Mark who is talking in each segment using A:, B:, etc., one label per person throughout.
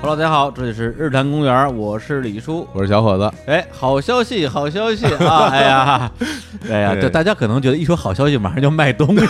A: Hello，大家好，这里是日坛公园，我是李叔。
B: 我是小伙子，
A: 哎，好消息，好消息 啊！哎呀，哎 呀，这大家可能觉得一说好消息，马上就卖东西，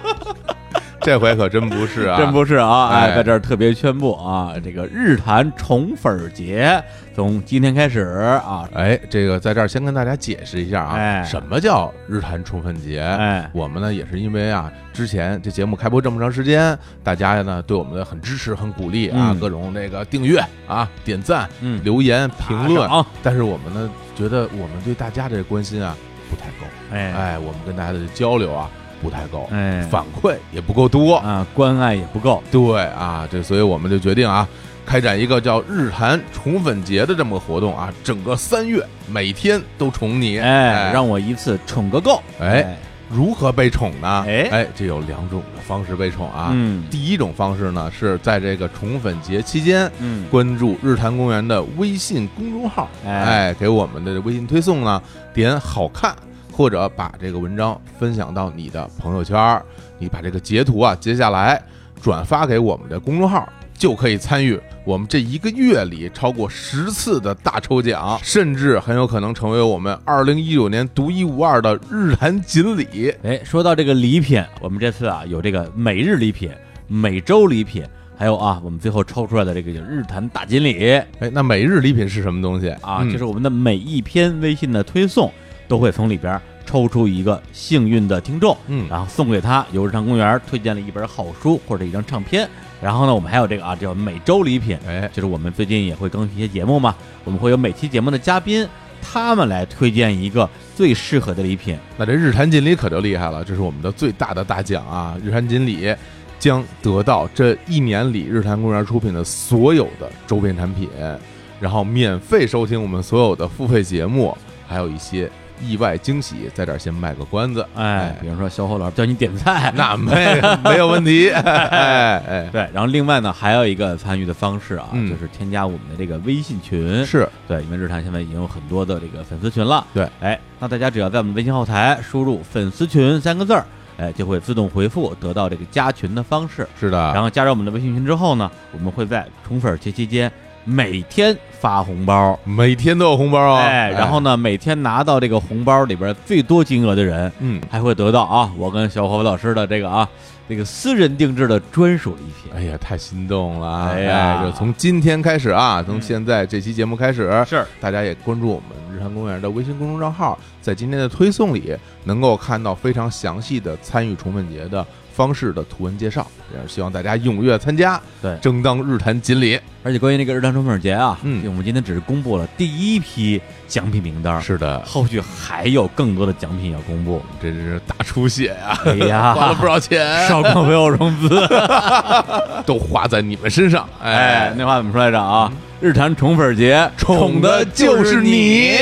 B: 这回可真不是 啊，
A: 真不是啊！哎，
B: 哎
A: 在这儿特别宣布啊，这个日坛宠粉节从今天开始啊，
B: 哎，这个在这儿先跟大家解释一下啊，
A: 哎
B: 什么叫日坛宠粉节？
A: 哎
B: 我们呢也是因为啊，之前这节目开播这么长时间，大家呢对我们的很支持、很鼓励啊，
A: 嗯
B: 各种那个订阅啊、点赞、
A: 嗯，
B: 留言、评论，
A: 啊，
B: 但是我们呢觉得我们对大家这关心啊不太够，
A: 哎
B: 哎，我们跟大家的交流啊不太够，
A: 哎，
B: 反馈也不够多，
A: 啊，关爱也不够，
B: 对啊，这所以我们就决定啊，开展一个叫日韩宠粉节的这么个活动啊，整个三月每天都宠你，
A: 哎，让我一次宠个够，
B: 哎如何被宠呢？
A: 哎
B: 哎，这有两种的方式被宠啊。
A: 嗯
B: 第一种方式呢，是在这个宠粉节期间。
A: 嗯，
B: 关注日坛公园的微信公众号，
A: 哎
B: 哎，给我们的微信推送呢，点好看，或者把这个文章分享到你的朋友圈儿，你把这个截图啊截下来，转发给我们的公众号，就可以参与我们这一个月里超过十次的大抽奖，甚至很有可能成为我们二零一九年独一无二的日坛锦鲤。
A: 哎，说到这个礼品，我们这次啊有这个每日礼品、每周礼品，还有啊我们最后抽出来的这个日坛大锦鲤
B: 哎，那每日礼品是什么东西
A: 啊，
B: 嗯
A: 就是我们的每一篇微信的推送都会从里边抽出一个幸运的听众，
B: 嗯
A: 然后送给他由日坛公园推荐了一本好书或者一张唱片，然后呢我们还有这个啊叫每周礼品，
B: 哎，
A: 就是我们最近也会更新一些节目嘛，我们会有每期节目的嘉宾，他们来推荐一个最适合的礼品。
B: 那这日坛锦鲤可就厉害了，这是我们的最大的大奖啊！日坛锦鲤将得到这一年里日坛公园出品的所有的周边产品，然后免费收听我们所有的付费节目，还有一些意外惊喜，在这儿先卖个关子。
A: 哎，比如说小伙老师教你点菜，
B: 那没没有问题，哎
A: 对，然后另外呢，还有一个参与的方式啊，
B: 嗯
A: 就是添加我们的这个微信
B: 哎，
A: 群。
B: 是
A: 对，因为日坛现在已经有很多的这个粉丝群了。
B: 对，
A: 哎，那大家只要在我们微信后台输入“粉丝群”三个字儿，哎，就会自动回复得到这个加群的方式。
B: 是的，
A: 然后加入我们的微信群之后呢，我们会在宠粉节期间每天发红包。
B: 每天都有红包哦，
A: 哎，然后呢，每天拿到这个红包里边最多金额的人，
B: 嗯，
A: 还会得到啊，我跟小伙伴老师的这个啊，这个私人定制的专属礼品。
B: 哎呀，太心动了啊！
A: 哎呀嗯
B: 就从今天开始啊，从现在这期节目开始，
A: 是
B: 大家也关注我们日坛公园的微信公众账号，在今天的推送里能够看到非常详细的参与重粉节的方式的图文介绍，也是希望大家踊跃参加，
A: 对
B: 争当日坛锦鲤。
A: 而且关于那个日坛宠粉节啊，
B: 嗯
A: 我们今天只是公布了第一批奖品名单，
B: 是的，
A: 后续还有更多的奖品要公 布。
B: 真是大出血呀、
A: 哎
B: 啊，花了
A: 呀，
B: 不少钱，
A: 少管没有融资。
B: 都花在你们身上。
A: 哎，那话怎么说来着啊？日坛宠粉节，
B: 宠的就是你。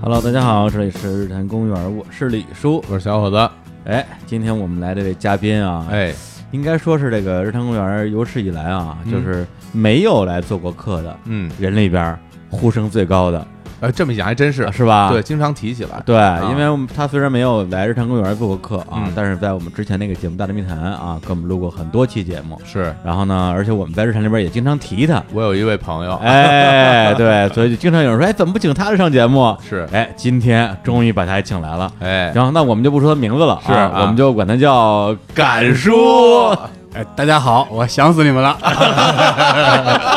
A: Hello，大家好，这里是日坛公园，我是李叔。
B: 我说小伙子，
A: 哎，今天我们来这位嘉宾啊，
B: 哎，
A: 应该说是这个日坛公园有史以来啊，
B: 嗯
A: 就是没有来做过客的
B: 嗯，
A: 人里边儿呼声最高的，
B: 哎，这么一讲还真是，
A: 是吧？
B: 对，经常提起来，
A: 对，
B: 啊
A: 因为我们他虽然没有来日坛公园做过客啊，
B: 嗯
A: 但是在我们之前那个节目《大内密谈》啊，跟我们录过很多期节目。
B: 是
A: 然后
B: 嗯
A: 呢，而且我们在日坛里边也经常提 他，
B: 我有一位朋友，
A: 哎，对，所以就经常有人说，哎，怎么不请他上节目？
B: 是，
A: 哎，今天终于把他请来了。
B: 哎，
A: 然后那我们就不说他名字了啊，
B: 是啊
A: 我们就管他叫
B: 敢
A: 叔。
B: 说
C: 哎，大家好，我想死你们了。
B: 哎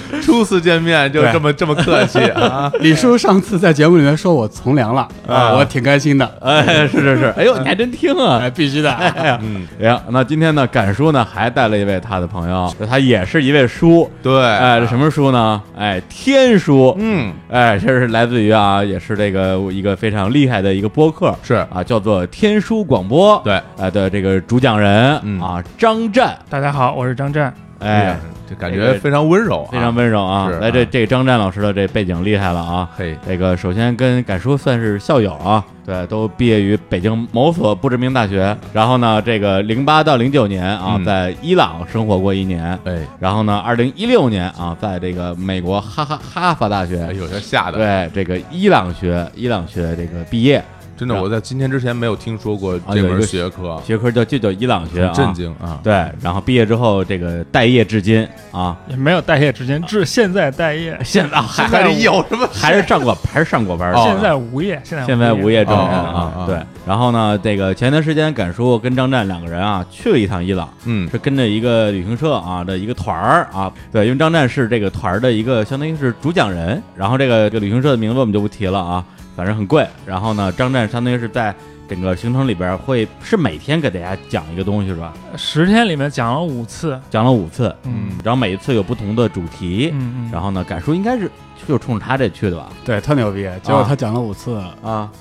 B: 初次见面就
C: 对
B: 这么这么客气 啊！
C: 李叔上次在节目里面说我从良了，
B: 啊
C: 我挺开心的。
A: 哎，是是是，哎呦，你还真听啊！
C: 哎，必须 的。
A: 哎呀，
B: 嗯，
A: 行，那今天呢，敢叔呢还带了一位他的朋友，他也是一位叔，
B: 对，
A: 哎，这什么书呢？哎，天书，
B: 嗯，
A: 哎，这是来自于啊，也是这个一个非常厉害的一个播客，
B: 是
A: 啊，叫做天书广播，
B: 对，
A: 哎的这个主讲人
B: 嗯
A: 啊，张湛，
D: 大家好，我是张湛。
A: 哎，
B: 这感觉非常温柔啊，
A: 非常温柔啊！
B: 是
A: 来，这
B: 啊
A: 这张湛老师的这背景厉害了啊！
B: 嘿，
A: 这个首先跟敢叔算是校友啊，对，都毕业于北京某所不知名大学。然后呢，这个零八到零九年啊，
B: 嗯
A: 在伊朗生活过一年。
B: 哎，
A: 然后呢，二零一六年啊，在这个美国哈哈哈佛大
B: 哎
A: 学，
B: 呦，这吓的，
A: 对这个伊朗学伊朗学这个毕业，
B: 真的，我在今天之前没有听说过
A: 啊有
B: 这
A: 一个
B: 门学科，
A: 学科叫就叫伊朗学啊，
B: 震惊啊！
A: 对，然后毕业之后这个待业至今啊，
D: 也没有待业之间，至现在待业，
A: 现在还
D: 在
B: 还有什么？
A: 还是上过还是上过班的。
B: 哦
D: 现在无业，现在
A: 现在无业状态
B: 哦哦哦
A: 啊
B: 哦，
A: 对。然后呢，这个前段时间，敢叔跟张湛两个人啊，去了一趟伊朗，
B: 嗯，
A: 是跟着一个旅行社啊的一个团儿啊，对，因为张湛是这个团儿的一个相当于是主讲人，然后这个这个旅行社的名字我们就不提了啊，反正很贵。然后呢，张湛相当于是在整个行程里边会是每天给大家讲一个东西是吧？
D: 十天里面讲了五次，
A: 讲了五次，
B: 嗯
A: 然后每一次有不同的主题，
D: 嗯嗯，
A: 然
D: 后
A: 后呢，敢叔应该是就冲着他这去的吧？
C: 对，特牛逼。结果他讲了五次，
A: 啊，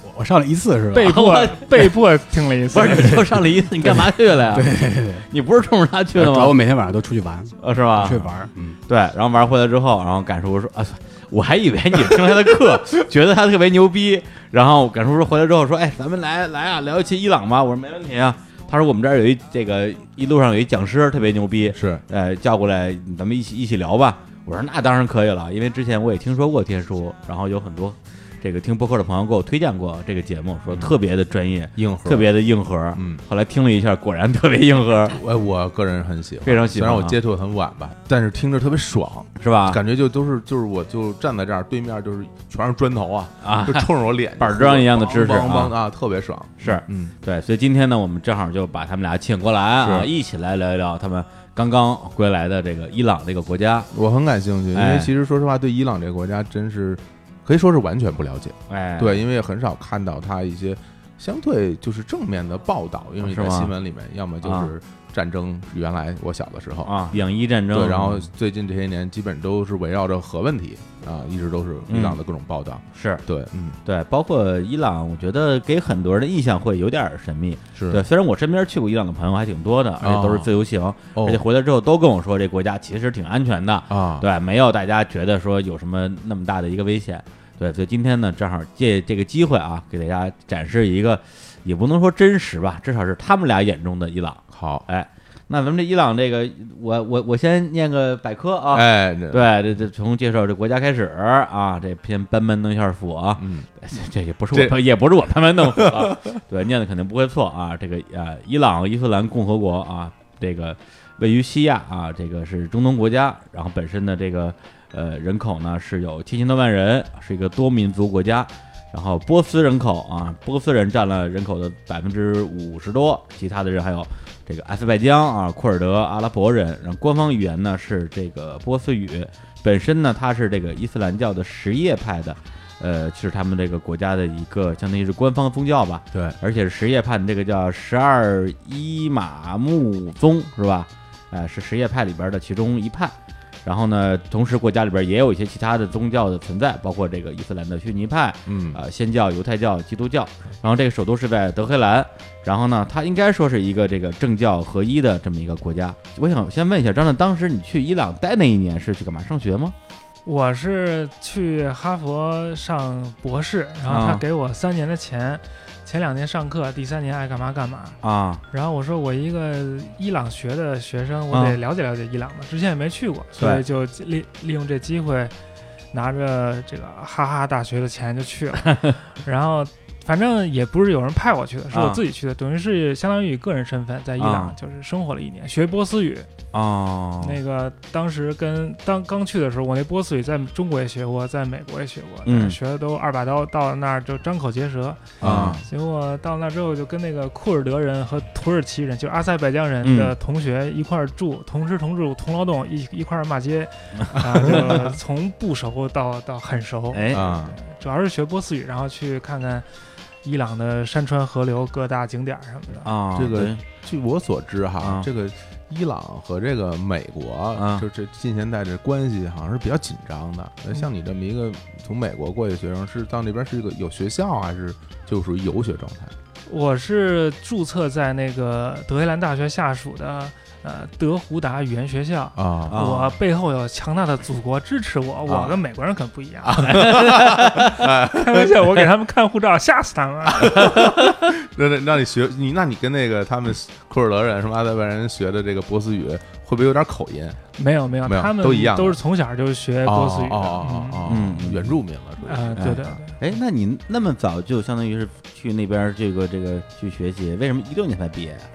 C: 我我上了一次是吧？
D: 被迫
A: 我
D: 被迫听了一次
A: 不，是，你就上了一次，你干嘛去了呀？
C: 对对对，
A: 你不是冲着他去
C: 主
A: 的吗？
C: 要我每天晚上都出去玩，
A: 呃，是吧
C: 出？去玩儿。嗯，
A: 对，然后玩回来之后，然后感叔说啊，我还以为你听他的课， 觉得他特别牛逼。然后感叔说回来之后说，哎，咱们来来啊，聊一期伊朗吧。我说没问题啊。他说我们这儿有一这个一路上有一讲师特别牛逼，
B: 是
A: 呃，叫过来咱们一起一起聊吧。我说那当然可以了，因为之前我也听说过天书，然后有很多这个听播客的朋友给我推荐过这个节目，说特别的专业，
C: 嗯
B: 硬核，
A: 特。别的硬核。
B: 嗯，
A: 后来听了一下，果然特别硬 核，
B: 哎，我个人很喜欢，
A: 非常喜欢啊
B: 虽然我接触得很晚吧，但是听着特别爽，
A: 是吧？
B: 感觉就都是就是我就站在这儿，对面就是全是 砖头啊，
A: 啊
B: 就冲着我脸，
A: 板砖一样的知识
B: 梆梆
A: 啊
B: 梆啊，特别爽。
A: 是。
B: 嗯，
A: 对，所以今天呢，我们正好就把他们俩请过来啊，
B: 是
A: 一起来聊一聊他们刚刚归来的这个伊朗这个国家。
B: 我很感兴趣，因
A: 哎
B: 为其实说实话，对伊朗这个国家真是可以说是完全不了解。
A: 哎，，
B: 对，因为很少看到他一些相对就是正面的报道，因为你
A: 哦是
B: 在
A: 吗
B: 新闻里面，要么就
A: 啊
B: 是战争。原来我小的时候，
A: 啊，两伊战争，
B: 对，然后最近这些年基本都是围绕着核问题啊，一直都是
A: 嗯
B: 伊朗的各种报道。
A: 是
B: 对，嗯，
A: 对，包括伊朗，我觉得给很多人的印象会有点神秘。对，
B: 是，
A: 虽然我身边去过伊朗的朋友还挺多的，而且都是自由行，
B: 哦
A: 而且回来之后都跟我说这国家其实挺安全的，
B: 啊，
A: 对，没有大家觉得说有什么那么大的一个危险。对，所以今天呢，正好借这个机会啊，给大家展示一个，也不能说真实吧，至少是他们俩眼中的伊朗。
B: 好，
A: 哎，那咱们这伊朗这个，我我我先念个百科啊。
B: 哎，这，
A: 对，这这从介绍这国家开始啊，这先班门弄一下斧啊，
B: 嗯，
A: 这 这也不是
B: 这
A: 我也不是我班门弄斧、啊，对，念的肯定不会错啊。这个呃，伊朗伊斯兰共和国啊，这个位于西亚啊，这个是中东国家，然后本身的这个呃人口呢是有七千多万人，是一个多民族国家。然后波斯人口啊，波斯人占了人口的百分之五十多，其他的人还有这个阿塞拜疆啊、库尔德、阿拉伯人。然后官方语言呢是这个波斯语，本身呢它是这个伊斯兰教的什叶派的，呃，是他们这个国家的一个相当于是官方宗教吧。
B: 对，
A: 而且是什叶派的这个叫十二伊玛目宗是吧？呃，是什叶派里边的其中一派。然后呢，同时国家里边也有一些其他的宗教的存在，包括这个伊斯兰的逊尼派、
B: 嗯，
A: 呃仙教、犹太教、基督教。然后这个首都是在德黑兰。然后呢，它应该说是一个这个政教合一的这么一个国家。我想先问一下张亮，当时你去伊朗待那一年是去干嘛？上学吗？
D: 我是去哈佛上博士，然后他
A: 啊
D: 给我三年的钱，前两年上课，第三年爱干嘛干嘛。
A: 啊，
D: 然后我说我一个伊朗学的学生，我
A: 啊
D: 得了解了解伊朗嘛，之前也没去过，所
A: 对
D: 以就利利用这机会，拿着这个哈哈大学的钱就去了， 然后。反正也不是有人派我去的，是我
A: 啊
D: 自己去的，等于是相当于以个人身份在伊
A: 啊
D: 朗就是生活了一年，学波斯语。
A: 哦，
D: 那个当时跟当刚去的时候，我那波斯语在中国也学过，在美国也学过，
A: 嗯
D: 但是学的都二把刀，到了那儿就张口结舌。
B: 啊，
D: 结果到那之后，就跟那个库尔德人和土耳其人，就是阿塞拜疆人的同学一块儿住，同吃同住，同劳动，一一块儿骂 街，啊，就从不熟到到很熟。
A: 哎，
B: 啊，
D: 主要是学波斯语，然后去看看伊朗的山川河流、各大景点儿什么的。
A: 啊，
B: 这个
A: 对
B: 据我所知哈
A: 啊，
B: 这个伊朗和这个美国
A: 啊，
B: 就这近现代这关系好像是比较紧张的。
A: 嗯
B: 那像你这么一个从美国过去的学生，是到那边是一个有学校还是就属于游学状态？
D: 我是注册在那个德黑兰大学下属的呃德胡达语言学校。
B: 啊
A: 啊
D: 我背后有强大的祖国支持我，
B: 啊
D: 我跟美国人可不一样。 开玩笑，我给他们看护照，吓死他们
B: 啊
D: 了。
B: 让让让你学你，那你跟那个他们库尔德人什么阿塞拜然人学的这个波斯语，会不会有点口音？
D: 没有没有，
B: 没有
D: 他们
B: 都一样的
D: 都是从小就
A: 哎
D: 学波斯语的。
B: 哦哦哦哦
A: 嗯
B: 哦哦，原住民了，属于
D: 嗯啊，对对对。
A: 哎，那你那么早就相当于是去那边儿这个这个去学习，为什么一六年才毕业啊 呀？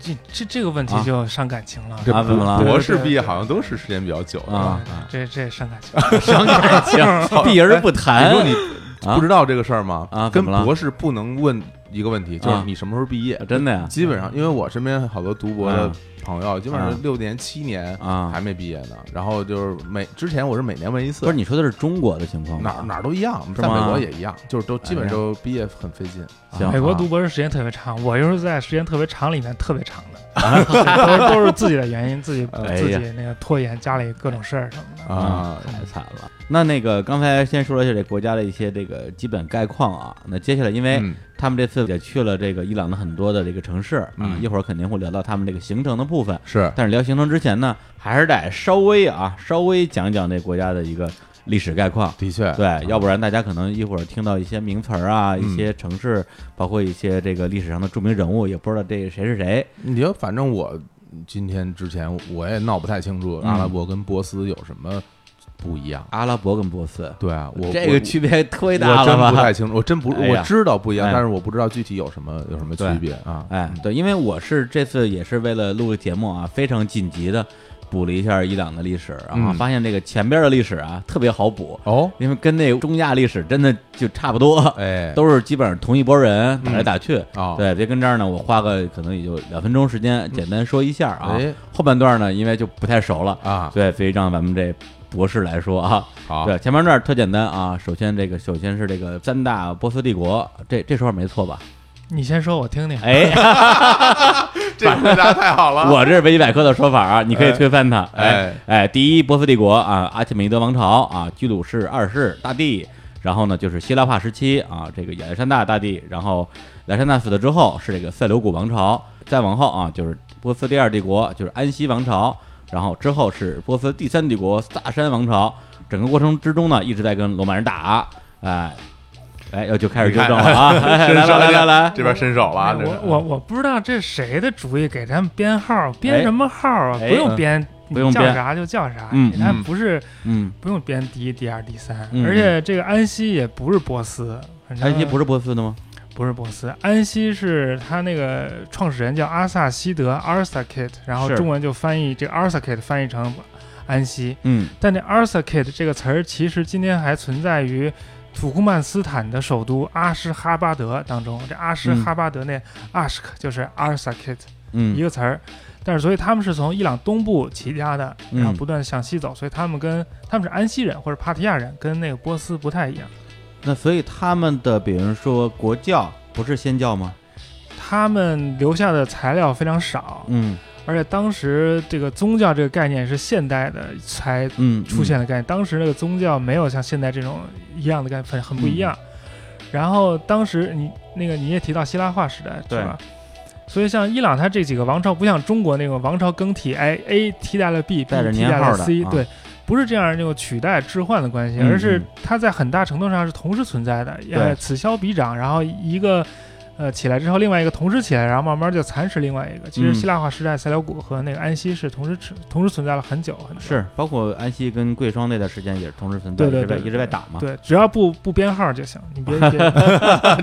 D: 这这这个问题
A: 啊
D: 就伤感情了。 嗯
B: 这
A: 啊怎么了
B: 博博士毕业好像都是时间比较久的
A: 啊
D: 这这伤感情，
B: 啊
A: 伤 感情，避而不谈
B: 哎你。说你
A: 啊
B: 不知道这个事儿吗？
A: 啊怎
B: 跟
A: 么了
B: 博士不能问一个问题，就是
A: 啊
B: 你什么时候毕业
A: 啊？真的 呀？
B: 基本上，因为我身边好多读博的
A: 啊
B: 朋友，基本上
A: 啊
B: 是六年、七年
A: 啊
B: 还没毕业呢。然后就是每之前我是每年问一次
A: 不是，，你说的是中国的情况
B: 哪
A: 吧
B: 儿哪儿都一样，
A: 是
B: 在美
A: 吗哎
B: 国也一样，就是都基本都毕业很费劲。
A: 行，
D: 美国读博士时间特别长，我又是在时间特别长里面特别长的，
B: 啊
D: 都是都是自己的原因，自己
A: 哎呀
D: 自己那个拖延，家里各种事儿什么的。
A: 啊
B: 啊，
A: 太惨了。那那个刚才先说了一下这国家的一些这个基本概况啊，那接下来因为
B: 嗯
A: 他们这次也去了这个伊朗的很多的这个城市啊，
B: 嗯
A: 一会儿肯定会聊到他们这个行程的部分。
B: 是
A: 但是聊行程之前呢，还是得稍微啊，稍微讲讲这国家的一个历史概况。
B: 的确，
A: 对，要不然大家可能一会儿听到一些名词儿啊，一
B: 啊嗯
A: 些城市，包括一些这个历史上的著名人物，也不知道这谁是谁。
B: 你就反正我今天之前我也闹不太清楚
A: 嗯
B: 阿拉伯跟波斯有什么不一样。
A: 阿拉伯跟波斯，
B: 对啊，我
A: 这个
B: 我
A: 区别忒大
B: 我真
A: 了
B: 不太
A: 吧？
B: 清楚，我真不，
A: 哎呀
B: 我知道不一样
A: 哎，
B: 但是我不知道具体有什么有什么区
A: 对
B: 别啊。
A: 哎，对，因为我是这次也是为了录个节目啊，非常紧急的补了一下伊朗的历史，然后
B: 嗯
A: 发现这个前边的历史啊特别好补，
B: 哦，
A: 因为跟那中亚历史真的就差不多，
B: 哎，
A: 都是基本上同一拨人打来打去。
B: 啊，
A: 对，别跟这儿呢，我花个可能也就两分钟时间，简单说一下啊。
B: 嗯哎
A: 后半段呢，因为就不太熟了，
B: 啊，
A: 对，所以让咱们这博士来说啊，
B: 好，
A: 对，前面那儿特简单啊。首先这个，首先是这个三大波斯帝国，这这说法没错吧？
D: 你先说，我听听。
A: 哎，
B: 这回答太好了。
A: 我这是维基百科的说法啊，你可以推翻它。哎
B: 哎
A: 哎，第一，波斯帝国啊，阿契美尼德王朝啊，居鲁士二世大帝，然后呢就是希腊化时期啊，这个亚历山大大帝，然后亚历山大死了之后是这个塞琉古王朝，再往后啊就是波斯第二帝国，就是安息王朝，然后之后是波斯第三帝国萨珊王朝，整个过程之中呢一直在跟罗马人打，哎。哎，要就开始纠正了啊！哎
B: 伸
A: 来
B: 手
A: 来来来来，
B: 这边伸手了啊，
D: 哎
B: 这
D: 我
B: 是
D: 我我不知道这谁的主意给咱们编号，编什么号啊？
A: 哎
D: 不用编，
A: 不用
D: 你叫
A: 编
D: 啥就叫啥。
A: 嗯
D: 你看
B: 嗯
D: 不是
A: 嗯，
D: 不用编第一、第二、第三，
A: 嗯
D: 而且这个安息也不是波斯，反正
A: 安息不是波斯的吗？
D: 不是波斯，安息是他那个创始人叫阿萨希德 （Arsakid），然后
A: 是
D: 中文就翻译这个 Arsakid 翻译成安息，
A: 嗯，
D: 但这 Arsakid 这个词儿其实今天还存在于土库曼斯坦的首都阿什哈巴德当中。这阿什哈巴德那阿什克就是 Arsakid 一
A: 嗯
D: 个词儿，但是所以他们是从伊朗东部起家的，
A: 嗯
D: 然后不断向西走，所以他们跟他们是安息人或者帕提亚人，跟那个波斯不太一样。
A: 那所以他们的，比如说国教不是先教吗？
D: 他们留下的材料非常少，
A: 嗯
D: 而且当时这个宗教这个概念是现代的才
A: 嗯，
D: 出现的概念，当时那个宗教没有像现在这种一样的概念，很很不一样。然后当时你那个你也提到希腊化时代
A: 对
D: 是吧？所以像伊朗它这几个王朝不像中国那种王朝更替，哎 A 替代了 B，B
A: 带着
D: 替
A: 年
D: 代
A: 号
D: 了
A: 的
D: C，
A: 啊
D: 对，不是这样那种取代置换的关系，
A: 嗯
D: 而是
A: 嗯
D: 它在很大程度上是同时存在的，
A: 对
D: 呃，此消彼长，然后一个。呃，起来之后，另外一个同时起来，然后慢慢就蚕食另外一个。其
A: 嗯
D: 实希腊化时代，塞琉古和那个安息是同时存同时存在了很久很久。
A: 是，包括安息跟贵霜那段时间也是同时存在，
D: 对对
A: 一直
D: 对
A: 被
D: 对
A: 一直被打嘛。
D: 对，只要不不编号就行，你别别。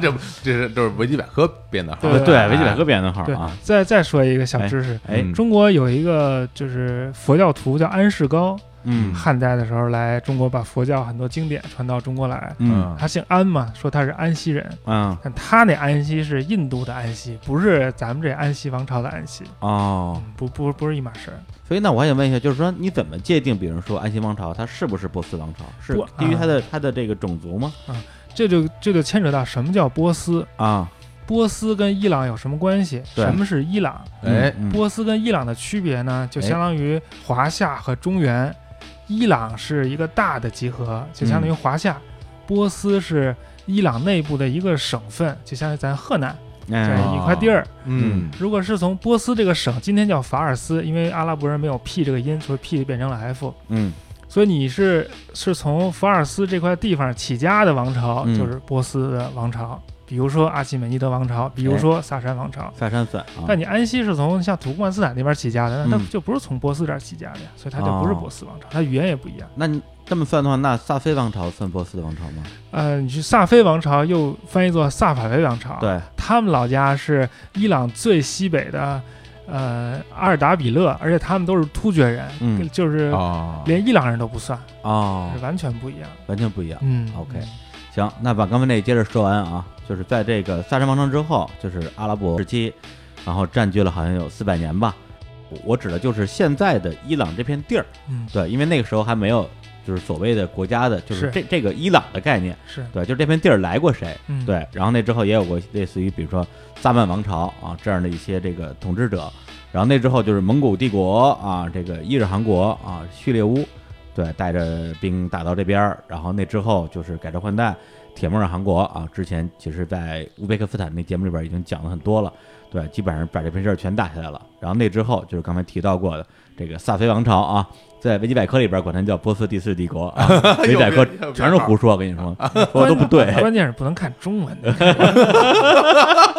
B: 这不这是这是维基百科编的号，
A: 呃
D: 啊对
A: 对，维基百科编的号
D: 对
A: 啊。
D: 再再说一个小知识，
A: 哎，
B: 嗯
D: 中国有一个就是佛教徒叫安世高，
A: 嗯
D: 汉代的时候来中国把佛教很多经典传到中国来。
A: 嗯
D: 他姓安嘛，说他是安息人，
A: 嗯
D: 但他那安息是印度的安息，不是咱们这安息王朝的安息，
A: 哦，
D: 嗯不不不是一码事儿。
A: 所以那我还想问一下，就是说你怎么界定，比如说安息王朝它是不是波斯王朝？是
D: 不
A: 基于
D: 啊
A: 它的它的这个种族吗？
D: 这就这就牵扯到什么叫波斯，
A: 啊，
D: 波斯跟伊朗有什么关系？
A: 对
D: 什么是伊朗？
B: 哎
A: 嗯，
D: 波斯跟伊朗的区别呢，就
A: 哎
D: 相当于华夏和中原。伊朗是一个大的集合，就相当于
A: 嗯
D: 华夏；波斯是伊朗内部的一个省份，就相当于咱河南。这
A: 哎
D: 样一块地儿。
B: 嗯
D: 如果是从波斯这个省，今天叫法尔斯，因为阿拉伯人没有 p 这个音，所以 p 就变成了 f。
A: 嗯
D: 所以你是是从法尔斯这块地方起家的王朝，
A: 嗯
D: 就是波斯的王朝，比如说阿契美尼德王朝，比
A: 哎
D: 如说萨珊王朝。
A: 萨珊散啊，
D: 但你安息是从像土库曼斯坦那边起家的，那它
A: 嗯哦
D: 就不是从波斯这儿起家的呀，所以它就不是波斯王朝，它语言也不一样。
A: 那你这么算的话，那萨菲王朝算波斯的王朝吗？
D: 呃，你去萨菲王朝又翻译作萨法维王朝，
A: 对，
D: 他们老家是伊朗最西北的，呃，阿尔达比勒，而且他们都是突厥人，
A: 嗯
D: 就是
B: 啊，
D: 连伊朗人都不算，
A: 哦
D: 是，完全不一样。
A: 完全不一样。
D: 嗯
A: OK 行，那把刚才那接着说完啊，就是在这个萨珊王朝之后，就是阿拉伯时期，然后占据了好像有四百年吧。我我指的就是现在的伊朗这片地儿，
D: 嗯，
A: 对，因为那个时候还没有就是所谓的国家的，就
D: 是
A: 是这这个伊朗的概念，
D: 是，
A: 对，就是这片地儿来过谁，
D: 嗯，，
A: 对，然后那之后也有过类似于比如说萨曼王朝啊这样的一些这个统治者，然后那之后就是蒙古帝国啊，这个伊日汗国啊，序列乌，对，带着兵打到这边儿，然后那之后就是改朝换代，铁木尔汗国啊，之前其实在乌兹别克斯坦那节目里边已经讲了很多了，对，基本上把这片事儿全打下来了，然后那之后就是刚才提到过的这个萨菲王朝啊。在维基百科里边管它叫波斯第四帝国啊，维基百科全是胡说，我跟你说，说的都不 对。
D: 关键是不能看中文 的，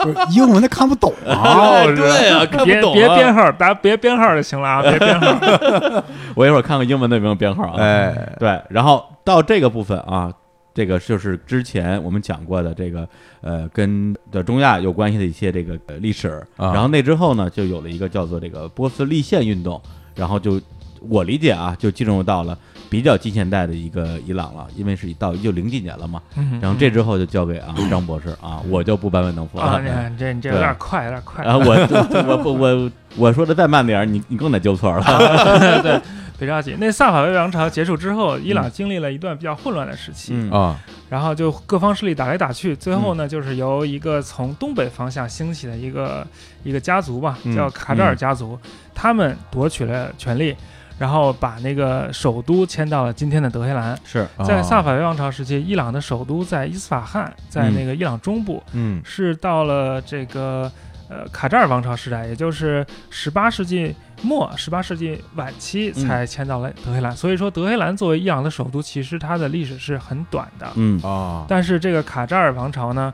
C: 不是英文他看不懂
E: 哎
C: 啊。
B: 哦，对 啊，
D: 别别编号，大家别编号就行了啊，别编号。
A: 我一会儿看看英文的有没有编号啊。
B: 哎，
A: 对，然后到这个部分啊，这个就是之前我们讲过的这个呃跟的中亚有关系的一些这个呃历史。
B: 啊
A: 然后那之后呢，就有了一个叫做这个波斯立宪运动，然后就我理解啊，就进入到了比较近现代的一个伊朗了，因为是到一九零几年了嘛。
D: 嗯
A: 然后这之后就交给啊张博士啊，我就不班门弄斧
D: 啊，
A: 了
D: 你。看这你这
A: 对
D: 有点快，有点快。
A: 啊，我我我我我说的再慢点儿，你你更得纠错了。
D: 对，别着急。那萨法维王朝结束之后，伊
B: 嗯
D: 朗经历了一段比较混乱的时期，
A: 嗯
B: 啊，
D: 然后就各方势力打来打去，最
B: 嗯
D: 后呢，就是由一个从东北方向兴起的一个一个家族吧
B: 嗯，
D: 叫卡扎尔家族，他们夺取了权力，然后把那个首都迁到了今天的德黑兰。
A: 是，
D: 在
B: 啊
D: 萨，法维王朝时期，伊朗的首都在伊斯法罕，在那个伊朗中部，
B: 嗯
D: 是到了这个呃卡扎尔王朝时代，也就是十八世纪末、十八世纪晚期
A: 嗯
D: 才迁到了德黑兰。所以说，德黑兰作为伊朗的首都，其实它的历史是很短的。
A: 嗯
B: 啊，
D: 但是这个卡扎尔王朝呢，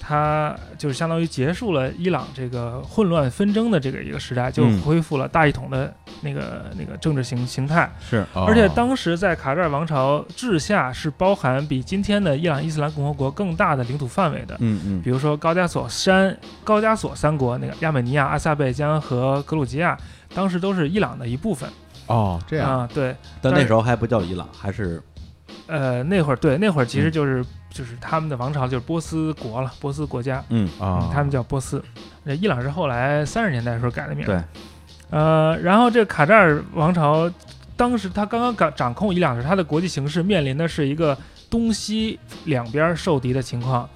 D: 它就是相当于结束了伊朗这个混乱纷争的这个一个时代，就
A: 嗯
D: 恢复了大一统的那个、那个政治形形态。
A: 是，
B: 啊
D: 而且当时在卡扎尔王朝治下是包含比今天的伊朗伊斯兰共和国更大的领土范围的，
A: 嗯嗯
D: 比如说高加索山、高加索三国，那个亚美尼亚、阿塞拜疆和格鲁吉亚，当时都是伊朗的一部分。
B: 哦，这样
D: 啊、对，但
A: 但那
D: 是
A: 时候还不叫伊朗，还是
D: 呃，那会儿对，那会儿其实
A: 嗯
D: 就是、就是他们的王朝就是波斯国了，波斯国家，
A: 嗯
B: 啊
D: 嗯，他们叫波斯。那伊朗是后来三十年代的时候改的名。
A: 对，
D: 呃，然后这个卡扎尔王朝，当时他刚刚掌掌控伊朗时，他的国际形势面临的是一个东西两边受敌的情况，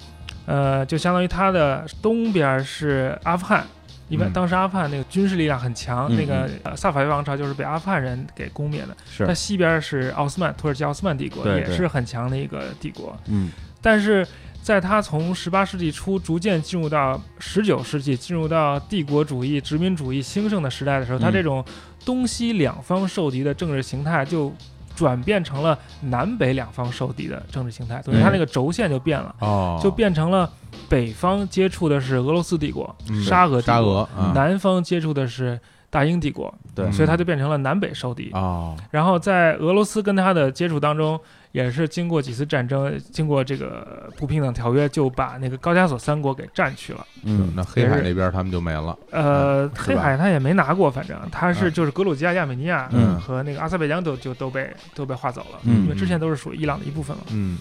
D: 呃，就相当于他的东边是阿富汗。因为
B: 嗯
D: 当时阿富汗那个军事力量很强，
A: 嗯
D: 那个呃萨法维王朝就是被阿富汗人给攻灭的。它
A: 是，
D: 西边是奥斯曼土耳其奥斯曼帝国，
A: 对
D: 也
A: 对
D: 是很强的一个帝国。
A: 嗯
D: 但是在它从十八世纪初逐渐进入到十九世纪，进入到帝国主义、殖民主义兴盛的时代的时候，它
A: 嗯
D: 这种东西两方受敌的政治形态就转变成了南北两方受敌的政治形态，等于它
A: 嗯
D: 那个轴线就变了，
B: 哦，
D: 就变成了北方接触的是俄罗斯帝国、
B: 嗯
D: 沙俄帝国、
B: 沙俄啊嗯
D: 南方接触的是大英帝国，
A: 对
D: 所以它就变成了南北受敌。
B: 哦，
D: 然后在俄罗斯跟他的接触当中，也是经过几次战争，经过这个不平等条约，就把那个高加索三国给占去了。
A: 嗯
B: 那黑海那边他们就没了，
D: 呃，
B: 嗯是
D: 黑
B: 吧
D: 海他也没拿过，反正他是
B: 嗯
D: 就是格鲁吉亚、亚美尼亚
A: 嗯
D: 和那个阿塞拜疆都就都被都被划走了，
A: 嗯
D: 因为之前都是属于伊朗的一部分嘛。
B: 嗯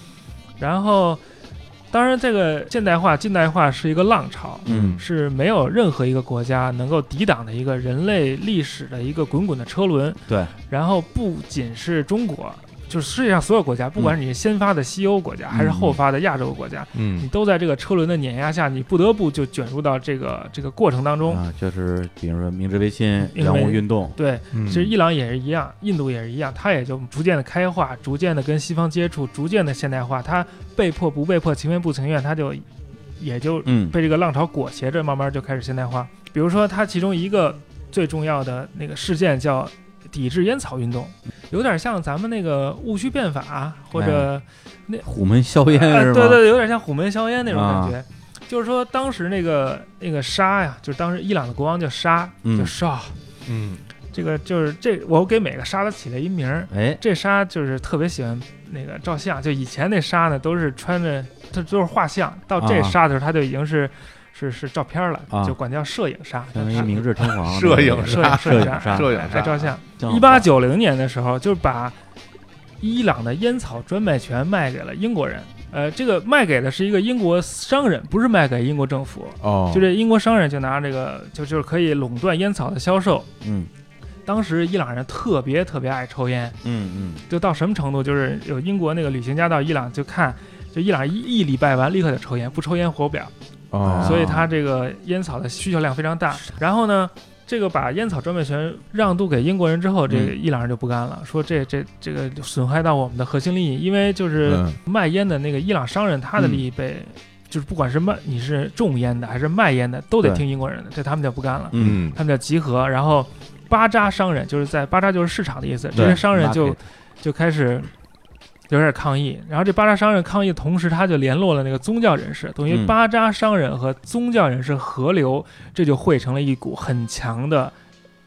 D: 然后，当然这个现代化、近代化是一个浪潮。
A: 嗯
D: 是没有任何一个国家能够抵挡的一个人类历史的一个滚滚的车轮。
A: 对，
D: 然后不仅是中国，就是世界上所有国家，不管你是先发的西欧国家，还是后发的亚洲国家，你
B: 嗯
D: 都在这个车轮的碾压下，你不得不就卷入到这个这个过程当
B: 嗯
D: 中。
A: 啊，就是比如说明治维新、
D: 因为
A: 洋务运动，
D: 对，
B: 嗯，
D: 其实伊朗也是一样，印度也是一样，它也就逐渐的开化，逐渐的跟西方接触，逐渐的现代化。它被迫不被迫，情愿不情愿，它就也就
A: 嗯
D: 被这个浪潮裹挟着，慢慢就开始现代化。比如说，它其中一个最重要的那个事件叫抵制烟草运动，有点像咱们那个戊戌变法或者、
A: 虎门硝哎烟
D: 啊
A: 是吗？
D: 对
A: 啊
D: 对，有点像虎门硝烟那种感觉。就是说，当时那个那个沙呀，就是当时伊朗的国王叫沙，
A: 嗯
D: 叫沙，
B: 嗯
D: 这个就是这，我给每个沙都起了一名儿。
A: 哎，
D: 这沙就是特别喜欢那个照相，就以前那沙呢都是穿着，它都是画像，到这
A: 啊
D: 沙的时候，它就已经是是是照片了，
A: 啊
D: 就管叫摄影沙。
A: 相当于明治天皇
B: 摄影
D: 摄影
A: 啊摄
D: 摄
A: 影
D: 影
A: 杀，
B: 摄影
D: 哎
B: 杀
D: 照相。
A: 像
D: 一八九零年的时候，就是把伊朗的烟草专卖权卖给了英国人。呃，这个卖给的是一个英国商人，不是卖给英国政府。
B: 哦，
D: 就这英国商人就拿这个，就就是可以垄断烟草的销售。
A: 嗯
D: 当时伊朗人特别特别爱抽烟，
A: 嗯嗯，
D: 就到什么程度？就是有英国那个旅行家到伊朗就看，就伊朗一一礼拜完立刻就抽烟，不抽烟活不了，
B: 哦，
D: 所以他这个烟草的需求量非常大。然后呢，这个把烟草专卖权让渡给英国人之后，这
A: 嗯
D: 个伊朗人就不干了，说这这这个损害到我们的核心利益，因为就是
B: 嗯
D: 卖烟的那个伊朗商人
A: 嗯
D: 他的利益被。就是不管是卖你是种烟的还是卖烟的，都得
A: 对
D: 听英国人的，这他们就不干了，
A: 嗯，
D: 他们就集合，然后巴扎商人就是在巴扎就是市场的意思，这
A: 对
D: 些商人就
A: market
D: 就开始有点抗议。然后这巴扎商人抗议，同时他就联络了那个宗教人士，等于
A: 嗯
D: 巴扎商人和宗教人士合流，这就汇成了一股很强的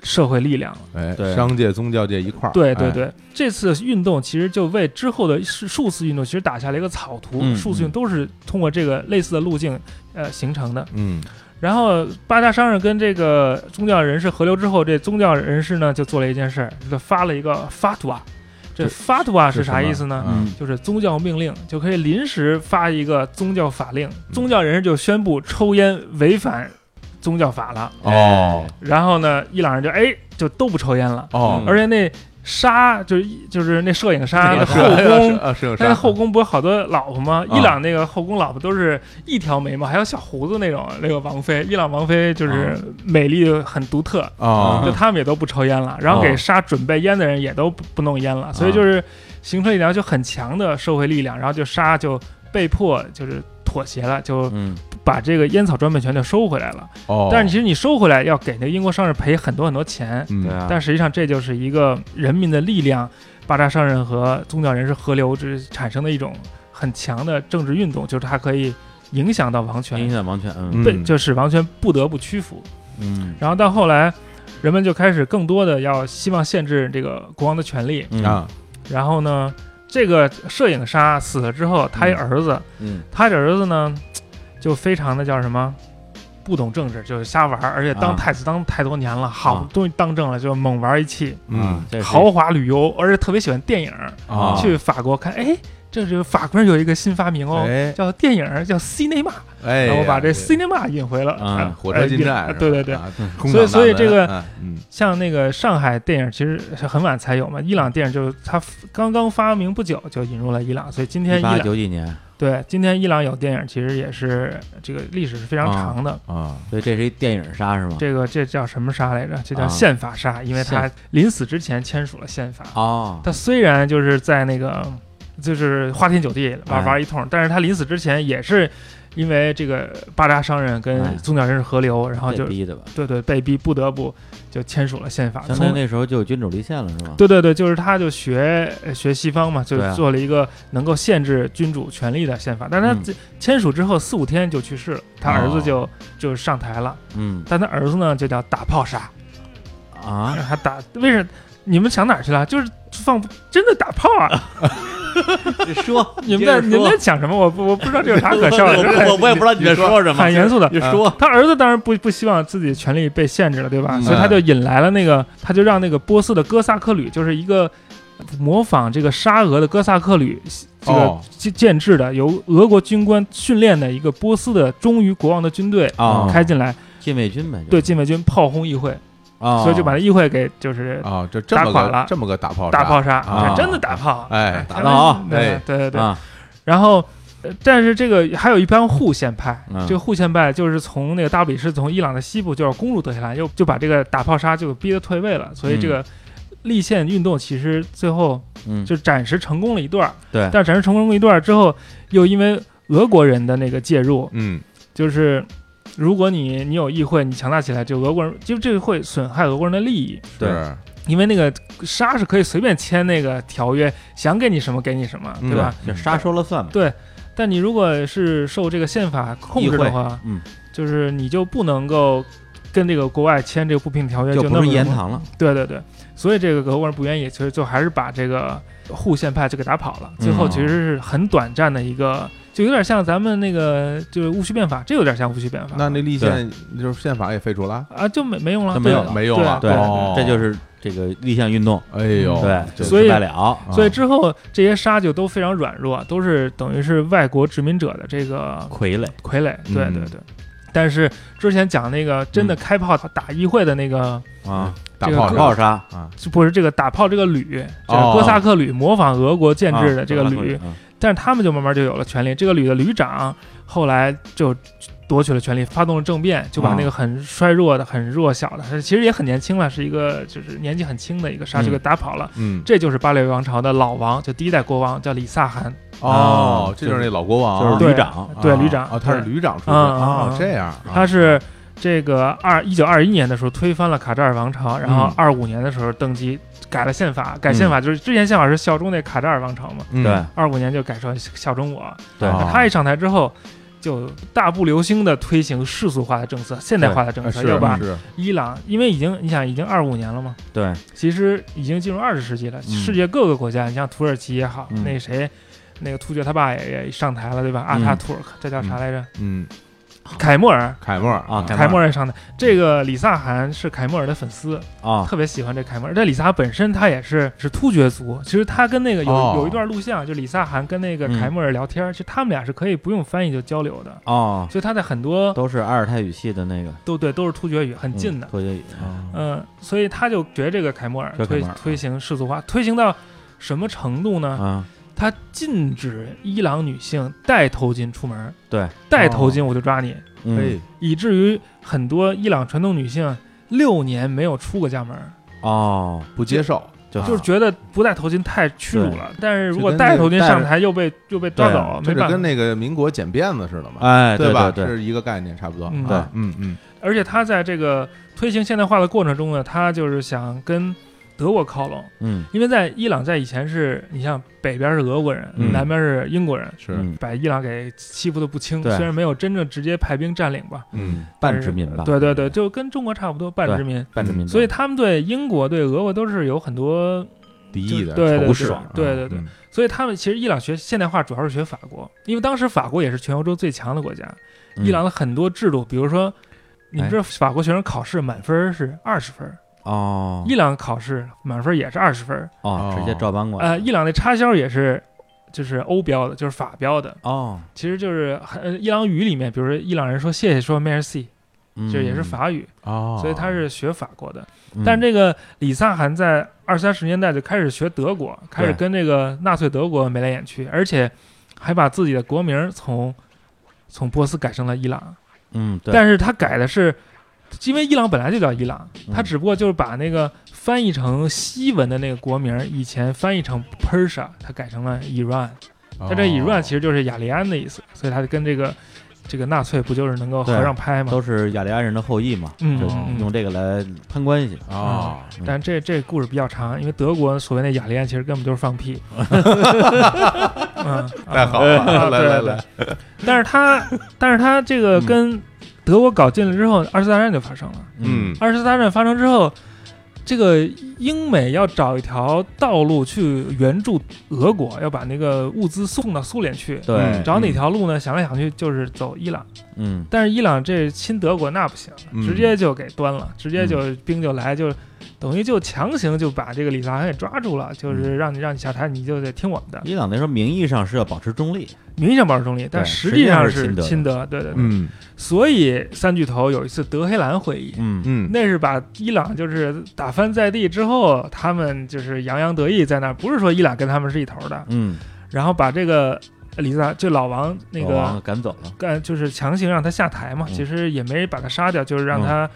D: 社会力量了。
B: 哎
A: 对，
B: 商界、宗教界一块儿，
D: 对对
B: 哎，
D: 对，这次运动其实就为之后的数数次运动其实打下了一个草图，
A: 嗯
D: 数次运动都是通过这个类似的路径呃形成的。
B: 嗯
D: 然后八大商人跟这个宗教人士合流之后，这宗教人士呢就做了一件事儿，就发了一个 fatwa。这
B: 这
D: fatwa
B: 是
D: 是啥
B: 什么
D: 意思呢？
A: 嗯
D: 就是宗教命令，就可以临时发一个宗教法令。
B: 嗯
D: 宗教人士就宣布抽烟违反宗教法了。
B: 哦
D: 然后呢，伊朗人就哎就都不抽烟了，
B: 哦，
D: 嗯而且那沙就是就是那摄影 沙的
A: 那个
D: 后
A: 沙
D: 宫
B: 啊，是有
D: 他
B: 啥
D: 那后宫不是好多老婆吗？
B: 啊
D: 伊朗那个后宫老婆都是一条眉毛，还有小胡子那种那个王妃。伊朗王妃就是美丽很独特，
B: 啊
D: 就他们也都不抽烟了，然后给
B: 哦
D: 杀准备烟的人也都不不弄烟
B: 啊
D: 了，所以就是形成一条就很强的社会力量，然后就杀就被迫就是妥协了，就
A: 嗯
D: 把这个烟草专卖权就收回来了。
B: 哦，
D: 但是其实你收回来要给那个英国商人赔很多很多钱，
B: 嗯
A: 对啊，
D: 但实际上这就是一个人民的力量，巴扎商人和宗教人士合流之产生的一种很强的政治运动，就是它可以影响到王
A: 影
D: 权，
A: 响王权，嗯
B: 嗯
D: 被就使王权不得不屈服。
A: 嗯
D: 然后到后来，人们就开始更多的要希望限制这个国王的权利。
A: 嗯
B: 啊，
D: 然后呢，这个摄影沙死了之后，他一
A: 嗯
D: 儿子，
A: 嗯
D: 他这儿子呢，就非常的叫什么，不懂政治，就是瞎玩儿，而且
A: 啊
D: 当太子当太多年了，好
A: 啊
D: 不容易当政了，就猛玩一气，
B: 嗯
A: 啊，这是
D: 豪华旅游，而且特别喜欢电影儿，
A: 啊
D: 去法国看，哎，这是法国人有一个新发明哦。
B: 哎
D: 叫电影儿叫 cinema，
B: 哎，
D: 然后把这
B: 呀嗯
D: cinema 引回了
A: 啊
D: 呃
B: 火车进站
D: 呃
B: 是吧，
D: 对对对，
B: 啊
A: 嗯
B: 空
D: 所以
B: 港
D: 所以
B: 大门
D: 这个
B: 哎嗯
D: 像那个上海电影其实是很晚才有嘛，伊朗电影就是它刚刚发明不久就引入了伊朗，所以今天
A: 一
D: 伊
A: 八
D: 朗
A: 九几年，
D: 对今天伊朗有电影其实也是这个历史是非常长的，
B: 啊
A: 所以这是一电影杀是吗？
D: 这个这叫什么杀来着？这
A: 啊
D: 叫宪法杀，因为他
A: 宪
D: 临死之前签署了宪法。
A: 哦，
D: 他虽然就是在那个就是花天酒地玩
A: 哎
D: 玩一通，但是他临死之前也是因为这个巴扎商人
A: 哎
D: 跟宗教人士合流，然后
A: 这
D: 就
A: 逼的吧？
D: 对对被逼不得不就签署了宪法。
A: 相当于
D: 从
A: 那时候就有君主立宪了是吗？
D: 对对对，就是他就学呃学西方嘛，就
A: 对啊
D: 做了一个能够限制君主权力的宪法。但他
A: 嗯哦
D: 这签署之后四五天就去世了，他儿子就、就上台了，
A: 嗯
D: 但他儿子呢就叫打炮杀，
A: 啊，
D: 他打为什你们想哪儿去了？就是放真的打炮 啊！
A: 你说
D: 你们在你们在讲什么？我不我不知道这有啥可笑的，真 的
A: 我我也不知道你在说 什么，
D: 很严肃的。
A: 你说
D: 他儿子当然不不希望自己权利被限制了，对吧？
B: 嗯
D: 所以他就引来了那个，他就让那个波斯的哥萨克旅，就是一个模仿这个沙俄的哥萨克旅这个
B: 哦
D: 建建制的，由俄国军官训练的一个波斯的忠于国王的军队
A: 哦
D: 开进来，
A: 禁卫军呗，
D: 对禁卫军炮轰议会，
A: 啊，
D: 所以就把那议会给就是
B: 啊，这这么
D: 打垮
B: 个
D: 了
B: 这么个打炮
D: 大
B: 杀
D: 炮杀，
B: 啊
D: 真的打炮，
B: 哎
A: 打到啊
D: 对
B: 哎
D: 对对对，
A: 啊，
D: 然后。呃但是这个还有一帮护宪派，
A: 嗯
D: 这个护宪派就是从那个大不里士从伊朗的西部就要攻入德黑兰，又就把这个打炮杀就逼得退位了，所以这个立宪运动其实最后
A: 嗯，
D: 就暂时成功了一段儿，
A: 对
D: 但是暂时成功了一段儿之后，又因为俄国人的那个介入，
B: 嗯
D: 就是如果你你有议会，你强大起来，就俄国人就这个会损害俄国人的利益，
A: 对
B: 是
D: 因为那个沙是可以随便签那个条约，想给你什么给你什么，
B: 嗯
D: 对吧？
A: 这杀说了算嘛。
D: 但你如果是受这个宪法控制的话，
A: 嗯，
D: 就是你就不能够跟这个国外签这个不平条约，
A: 就
D: 就
A: 不
D: 那
A: 是
D: 么
A: 言堂了，
D: 对对对，所以这个俄国人不愿意，其实就还是把这个护宪派就给打跑了。最后其实是很短暂的一个，就有点像咱们那个就是戊戌变法，这有点像戊戌变法。
B: 那那立宪就是宪法也废除了，
D: 啊就没没用了，
A: 那没有
D: 对
A: 了
B: 没用了，
D: 对
B: 哦
A: 这就是这个立宪运动，
B: 哎呦，
A: 对，
B: 这
D: 嗯所以
A: 失败了，啊
D: 所以之后这些沙就都非常软弱，都是等于是外国殖民者的这个
A: 傀儡，
D: 傀儡。对
B: 嗯
D: 对对。但是之前讲那个真的开炮打议会的那个，
A: 啊，
B: 打
D: 这个
B: 炮
A: 打
B: 仗
A: 炮杀，
D: 就不是这个打炮这个旅，这
B: 哦
D: 个哥萨克旅模仿俄国建制的这个
A: 啊
D: 旅，，但是他们就慢慢就有了权利。这个旅的旅长后来就夺取了权力，发动了政变，就把那个很衰弱的、很弱小的，其实也很年轻了，是一个就是年纪很轻的一个沙丘给打跑了。
B: 嗯，
D: 这就是巴列维王朝的老王，就第一代国王叫李萨汗，
B: 哦
A: 啊，
B: 这就是那老国王，
A: 就是
D: 对
A: 旅长，
D: 对
B: 啊
D: 旅长
B: 哦，他是
D: 对
B: 旅长出身，
D: 嗯嗯
B: 哦
D: 嗯，
B: 这样，啊
D: 他是这个二一九二一年的时候推翻了卡扎尔王朝，然后二五年的时候登基改了宪法，改宪法就是之前宪法是效忠那卡扎尔王朝嘛，
B: 嗯
A: 对
D: 二五年就改成效忠我，
A: 对
B: 啊
D: 他一上台之后，就大步流星地推行世俗化的政策、现代化的政
B: 啊
D: 策，
B: 是
D: 要把
B: 是
D: 伊朗，因为已经你想已经二五年了嘛，
A: 对，
D: 其实已经进入二十世纪了。
A: 嗯
D: 世界各个国家，你像土耳其也好，
A: 嗯
D: 那谁，那个突厥他爸也也上台了，对吧？阿
A: 嗯
D: 塔图尔克，这叫啥来着？
B: 嗯，
D: 凯末尔。
B: 凯末尔
A: 啊凯
D: 凯末尔也上台，这个里萨汗是凯末尔的粉丝，
A: 啊，
D: 特别喜欢这凯末尔。这里萨汗本身他也是是突厥族，其实他跟那个有、
B: 哦
D: 有一段录像，就里萨汗跟那个
A: 嗯
D: 凯末尔聊天，其实他们俩是可以不用翻译就交流的。
A: 哦，
D: 所以他在很多
A: 都是阿尔泰语系的那个
D: 都对都是突厥语，很近的。
A: 脱节语，
B: 哎
A: 啊
D: 嗯、所以他就学这个凯末尔
A: 学凯
D: 推
A: 末尔
D: 推行世俗化，推行到什么程度呢？
A: 嗯啊，
D: 他禁止伊朗女性戴头巾出门，
A: 对，
D: 戴
A: 哦
D: 头巾我就抓你，
A: 嗯，
D: 以至于很多伊朗传统女性六年没有出过家门，
A: 哦，
B: 不接受，
A: 就
D: 就是觉得不戴头巾太屈辱了。但是如果戴头巾
A: 就跟那个
D: 上台又被又被抓走，
B: 这
D: 没
B: 是
D: 办
B: 跟
D: 法。
B: 那个民国剪辫子似的嘛，
A: 哎，对
B: 吧？
A: 对，
B: 是一个概念，差不多，
D: 嗯
B: 啊嗯嗯，
D: 而且他在这个推行现代化的过程中呢，他就是想跟德国靠拢。
A: 嗯
D: 因为在伊朗在以前是你像北边是俄国人，
A: 嗯
D: 南边是英国人，
B: 是，
A: 嗯
D: 把伊朗给欺负的不轻。
A: 对
D: 虽然没有真正直接派兵占领吧，
A: 嗯
B: 嗯，
A: 半殖民吧，
D: 对对对，就跟中国差不多半殖民。
A: 半殖民，
D: 所以他们对英国、对俄国都是有很多，
B: 敌意的
D: 对对对
B: 仇视，
D: 对对对
B: 嗯，
D: 所以他们其实伊朗学现代化主要是学法国，因为当时法国也是全欧洲最强的国家。
A: 嗯
D: 伊朗的很多制度，比如说，你
A: 哎
D: 知道法国学生考试满分是二十分，
A: 哦
D: 伊朗考试满分也是二十分，
A: 哦，直接照搬过来，
D: 呃，伊朗的插销也是就是欧标的，就是法标的。
A: 哦，
D: 其实就是很呃伊朗语里面，比如说伊朗人说谢谢说 merci，
A: 嗯
D: 就是也是，法语，
B: 哦，
D: 所以他是学法国的。
A: 嗯
D: 但这个李萨汗在二三十年代就开始学德国，开始
A: 对
D: 跟这个纳粹德国眉来眼去，而且还把自己的国名从从波斯改成了伊朗。
A: 嗯，对，
D: 但是他改的是，因为伊朗本来就叫伊朗，
A: 嗯
D: 他只不过就是把那个翻译成西文的那个国名，以前翻译成 Persia，他改成了 Iran。他
A: 哦
D: 这 Iran 其
B: 实
D: 实就是雅利安的意思，所以他就跟这个这个纳粹不就是能够
A: 对
D: 合上拍吗？
A: 都是雅利安人的后裔嘛，
D: 嗯
A: 就
D: 嗯
A: 用这个来攀关系，
B: 啊，
A: 嗯
D: 但这这故事比较长，因为德国所谓那雅利安其实根本就是放屁。嗯，
B: 太好
D: 啊
B: 了，
D: 啊
B: 来
D: 对
B: 来
D: 对
B: 来，
D: 但是他，但是他这个
A: 嗯
D: 跟德国搞近了之后，二次大战就发生了。
A: 嗯
B: 嗯，
D: 二次大战发生之后，这个英美要找一条道路去援助俄国，要把那个物资送到苏联去。
A: 对，
D: 找哪条路呢？想来想去就是走伊朗，
A: 嗯
D: 但是伊朗这亲德国那不行，
B: 嗯
D: 直接就给端了，直接就兵就来，就等于就强行就把这个李萨汗给抓住了，就是让你让你下台，你就得听我们的。
A: 伊朗那时候名义上是要保持中立，
D: 名义上保持中立，但
A: 对
D: 实际上
A: 实际上是亲德的
D: 亲德。对对对，
B: 嗯
D: 所以三巨头有一次德黑兰会议，
A: 嗯
B: 嗯，
D: 那是把伊朗就是打翻在地之后，他们就是洋洋得意在那儿，不是说伊朗跟他们是一头的，
A: 嗯，
D: 然后把这个李萨就老王那
A: 老王
D: 个
A: 赶走了，
D: 干就是强行让他下台嘛，
A: 嗯
D: 其实也没把他杀掉，就是让他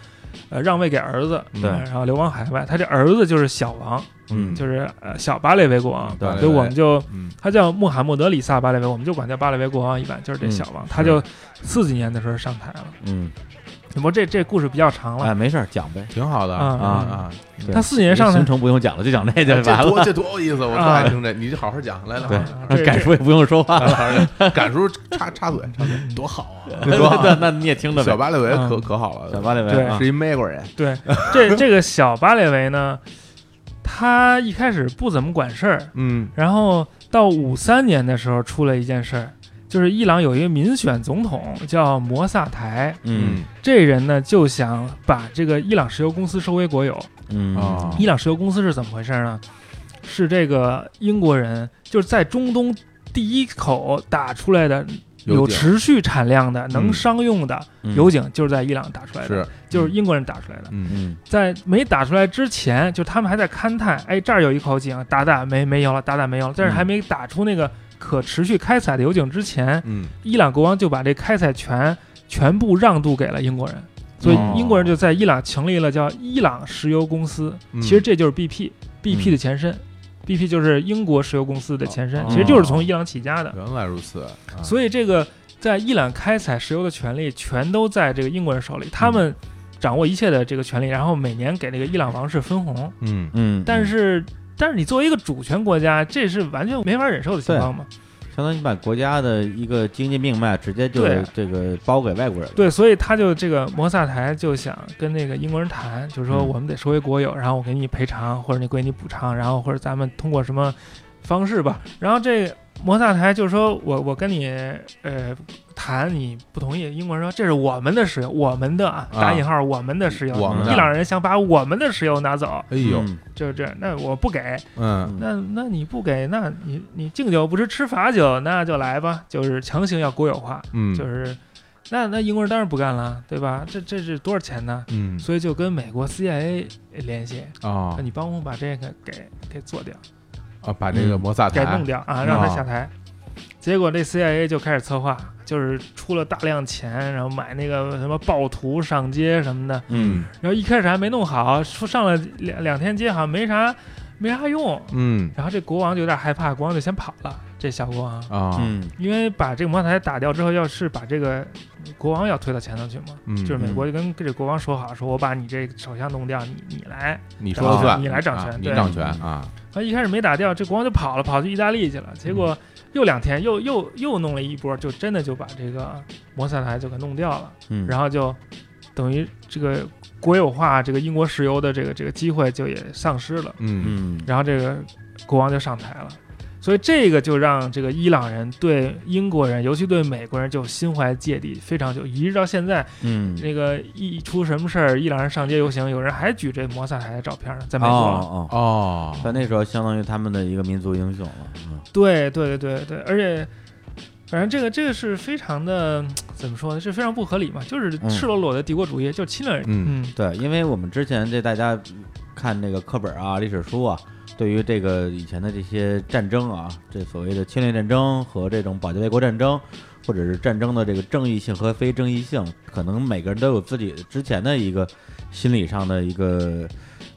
D: 呃让位给儿子，
A: 对
D: 呃然后流亡海外，他这儿子就是小王，
A: 嗯
D: 就是呃小巴列维国王，
A: 对
D: 所以我们就
B: 嗯
D: 他叫穆罕默德里萨巴列维，我们就管叫巴列维国王一般，就是这小王，他就四几年的时候上台了。
A: 嗯，
D: 不过这这故事比较长了，
A: 哎，没事儿讲呗。
B: 挺好的
D: 啊
B: 啊
A: 啊
B: 啊！
A: 对
D: 他四几年上
A: 行
D: 台，
A: 程不用讲了，就讲这就
B: 这
A: 完
B: 多
A: 了。
B: 这多有意思，我特
D: 啊
B: 爱听这，你就好好讲，来 来
A: 对
B: 来
D: 啊这
A: 那改叔也不用说话了，
B: 来来，赶叔插插嘴，插嘴
C: 多好啊！
B: 多好
A: 那那你也听着呗。
B: 小巴列维
D: 嗯
B: 可可好了，
A: 小巴列维
D: 对
A: 啊
B: 是一美国人，
D: 对，这这个小巴列维呢，他一开始不怎么管事儿，
B: 嗯
D: 然后到五三年的时候出了一件事儿，就是伊朗有一个民选总统叫摩萨台，
A: 嗯
D: 这人呢就想把这个伊朗石油公司收为国有。
A: 嗯
B: 啊
D: 伊朗石油公司是怎么回事呢？是这个英国人就是在中东第一口打出来的
B: 油
D: 有
B: 井
D: 持续产量的、能
B: 嗯
D: 商用的
A: 嗯
D: 油井，就是在伊朗打出来的，
B: 是
D: 就是英国人打出来的。
B: 嗯
A: 嗯
D: 在没打出来之前，就他们还在勘探，哎，这儿有一口井，打打没没有了，打打没有了。但是还没打出那个可持续开采的油井之前，
B: 嗯
D: 伊朗国王就把这开采权全部让渡给了英国人，所以英国人就在伊朗成立了叫伊朗石油公司，
B: 嗯
D: 其实这就是 BP，BP 的前身、b p 就是英国石油公司的前身
A: 哦，
D: 其实就是从伊朗起家的。
B: 原来如此，
D: 所以这个在伊朗开采石油的权利全都在这个英国人手里，他们掌握一切的这个权利，然后每年给这个伊朗王室分红。
B: 嗯
A: 嗯，
D: 但是，但是你作为一个主权国家，这是完全没法忍受的情况嘛？
A: 相当于把国家的一个经济命脉直接就
D: 对
A: 这个包给外国人了。
D: 对，所以他就这个摩萨台就想跟那个英国人谈，就是说
A: 嗯
D: 我们得收回国有，然后我给你赔偿，或者你归你补偿，然后或者咱们通过什么方式吧。然后这个摩萨台就说我我跟你呃谈，你不同意。英国人说这是我们的石油，我们的啊
B: 啊
D: 打引号我们的石油，
B: 我
A: 们的
D: 伊朗人想把我们的石油拿走，
B: 哎呦，
A: 嗯
D: 就是这样。那我不给，
B: 嗯
D: 那那你不给，那你你敬酒不吃吃罚酒，那就来吧，就是强行要国有化。
B: 嗯，
D: 就是那那英国人当然不干了，对吧？这这是多少钱呢？
B: 嗯
D: 所以就跟美国 CIA 联系，
B: 啊
D: 说你帮我把这个给给做掉，
B: 啊，把这个摩萨
D: 给
B: 台
D: 弄掉啊，让他下台。结果这 CIA 就开始策划，就是出了大量钱，然后买那个什么暴徒上街什么的。
A: 嗯
D: 然后一开始还没弄好，说上了两两天街好像没啥没啥用。
B: 嗯
D: 然后这国王就有点害怕，国王就先跑了。这小国王，
B: 啊
A: 嗯
D: 因为把这个摩塔台打掉之后，要是把这个国王要推到前头去嘛，
B: 嗯，
D: 就是美
A: 嗯
D: 国就跟这国王说好，说我把你这首相弄掉，你你来。
B: 你说了算，
D: 你来掌权
B: 啊你
D: 对
B: 掌权啊，
D: 他一开始没打掉，这国王就跑了，跑去意大利去
A: 嗯
D: 了。结果又两天，又又又弄了一波，就真的就把这个摩萨台就给弄掉了。
A: 嗯，
D: 然后就等于这个国有化这个英国石油的这个这个机会就也丧失了。
B: 嗯
A: 嗯
D: 然后这个国王就上台了。所以这个就让这个伊朗人对英国人，尤其对美国人就心怀芥蒂非常久，一直到现在
A: 嗯，
D: 那个一出什么事儿，伊朗人上街游行，有人还举这摩萨台的照片呢，在美国。
A: 哦哦，
B: 哦，
A: 在那时候相当于他们的一个民族英雄了。嗯
D: 对对对对对，而且反正这个这个是非常的嗯怎么说呢？是非常不合理嘛，就是
A: 嗯
D: 赤裸裸的帝国主义，就是侵略人。
B: 嗯
D: 嗯
A: 对，因为我们之前这大家看那个课本啊、历史书啊，对于这个以前的这些战争啊，这所谓的侵略战争和这种保家卫国战争，或者是战争的这个正义性和非正义性，可能每个人都有自己之前的一个心理上的一个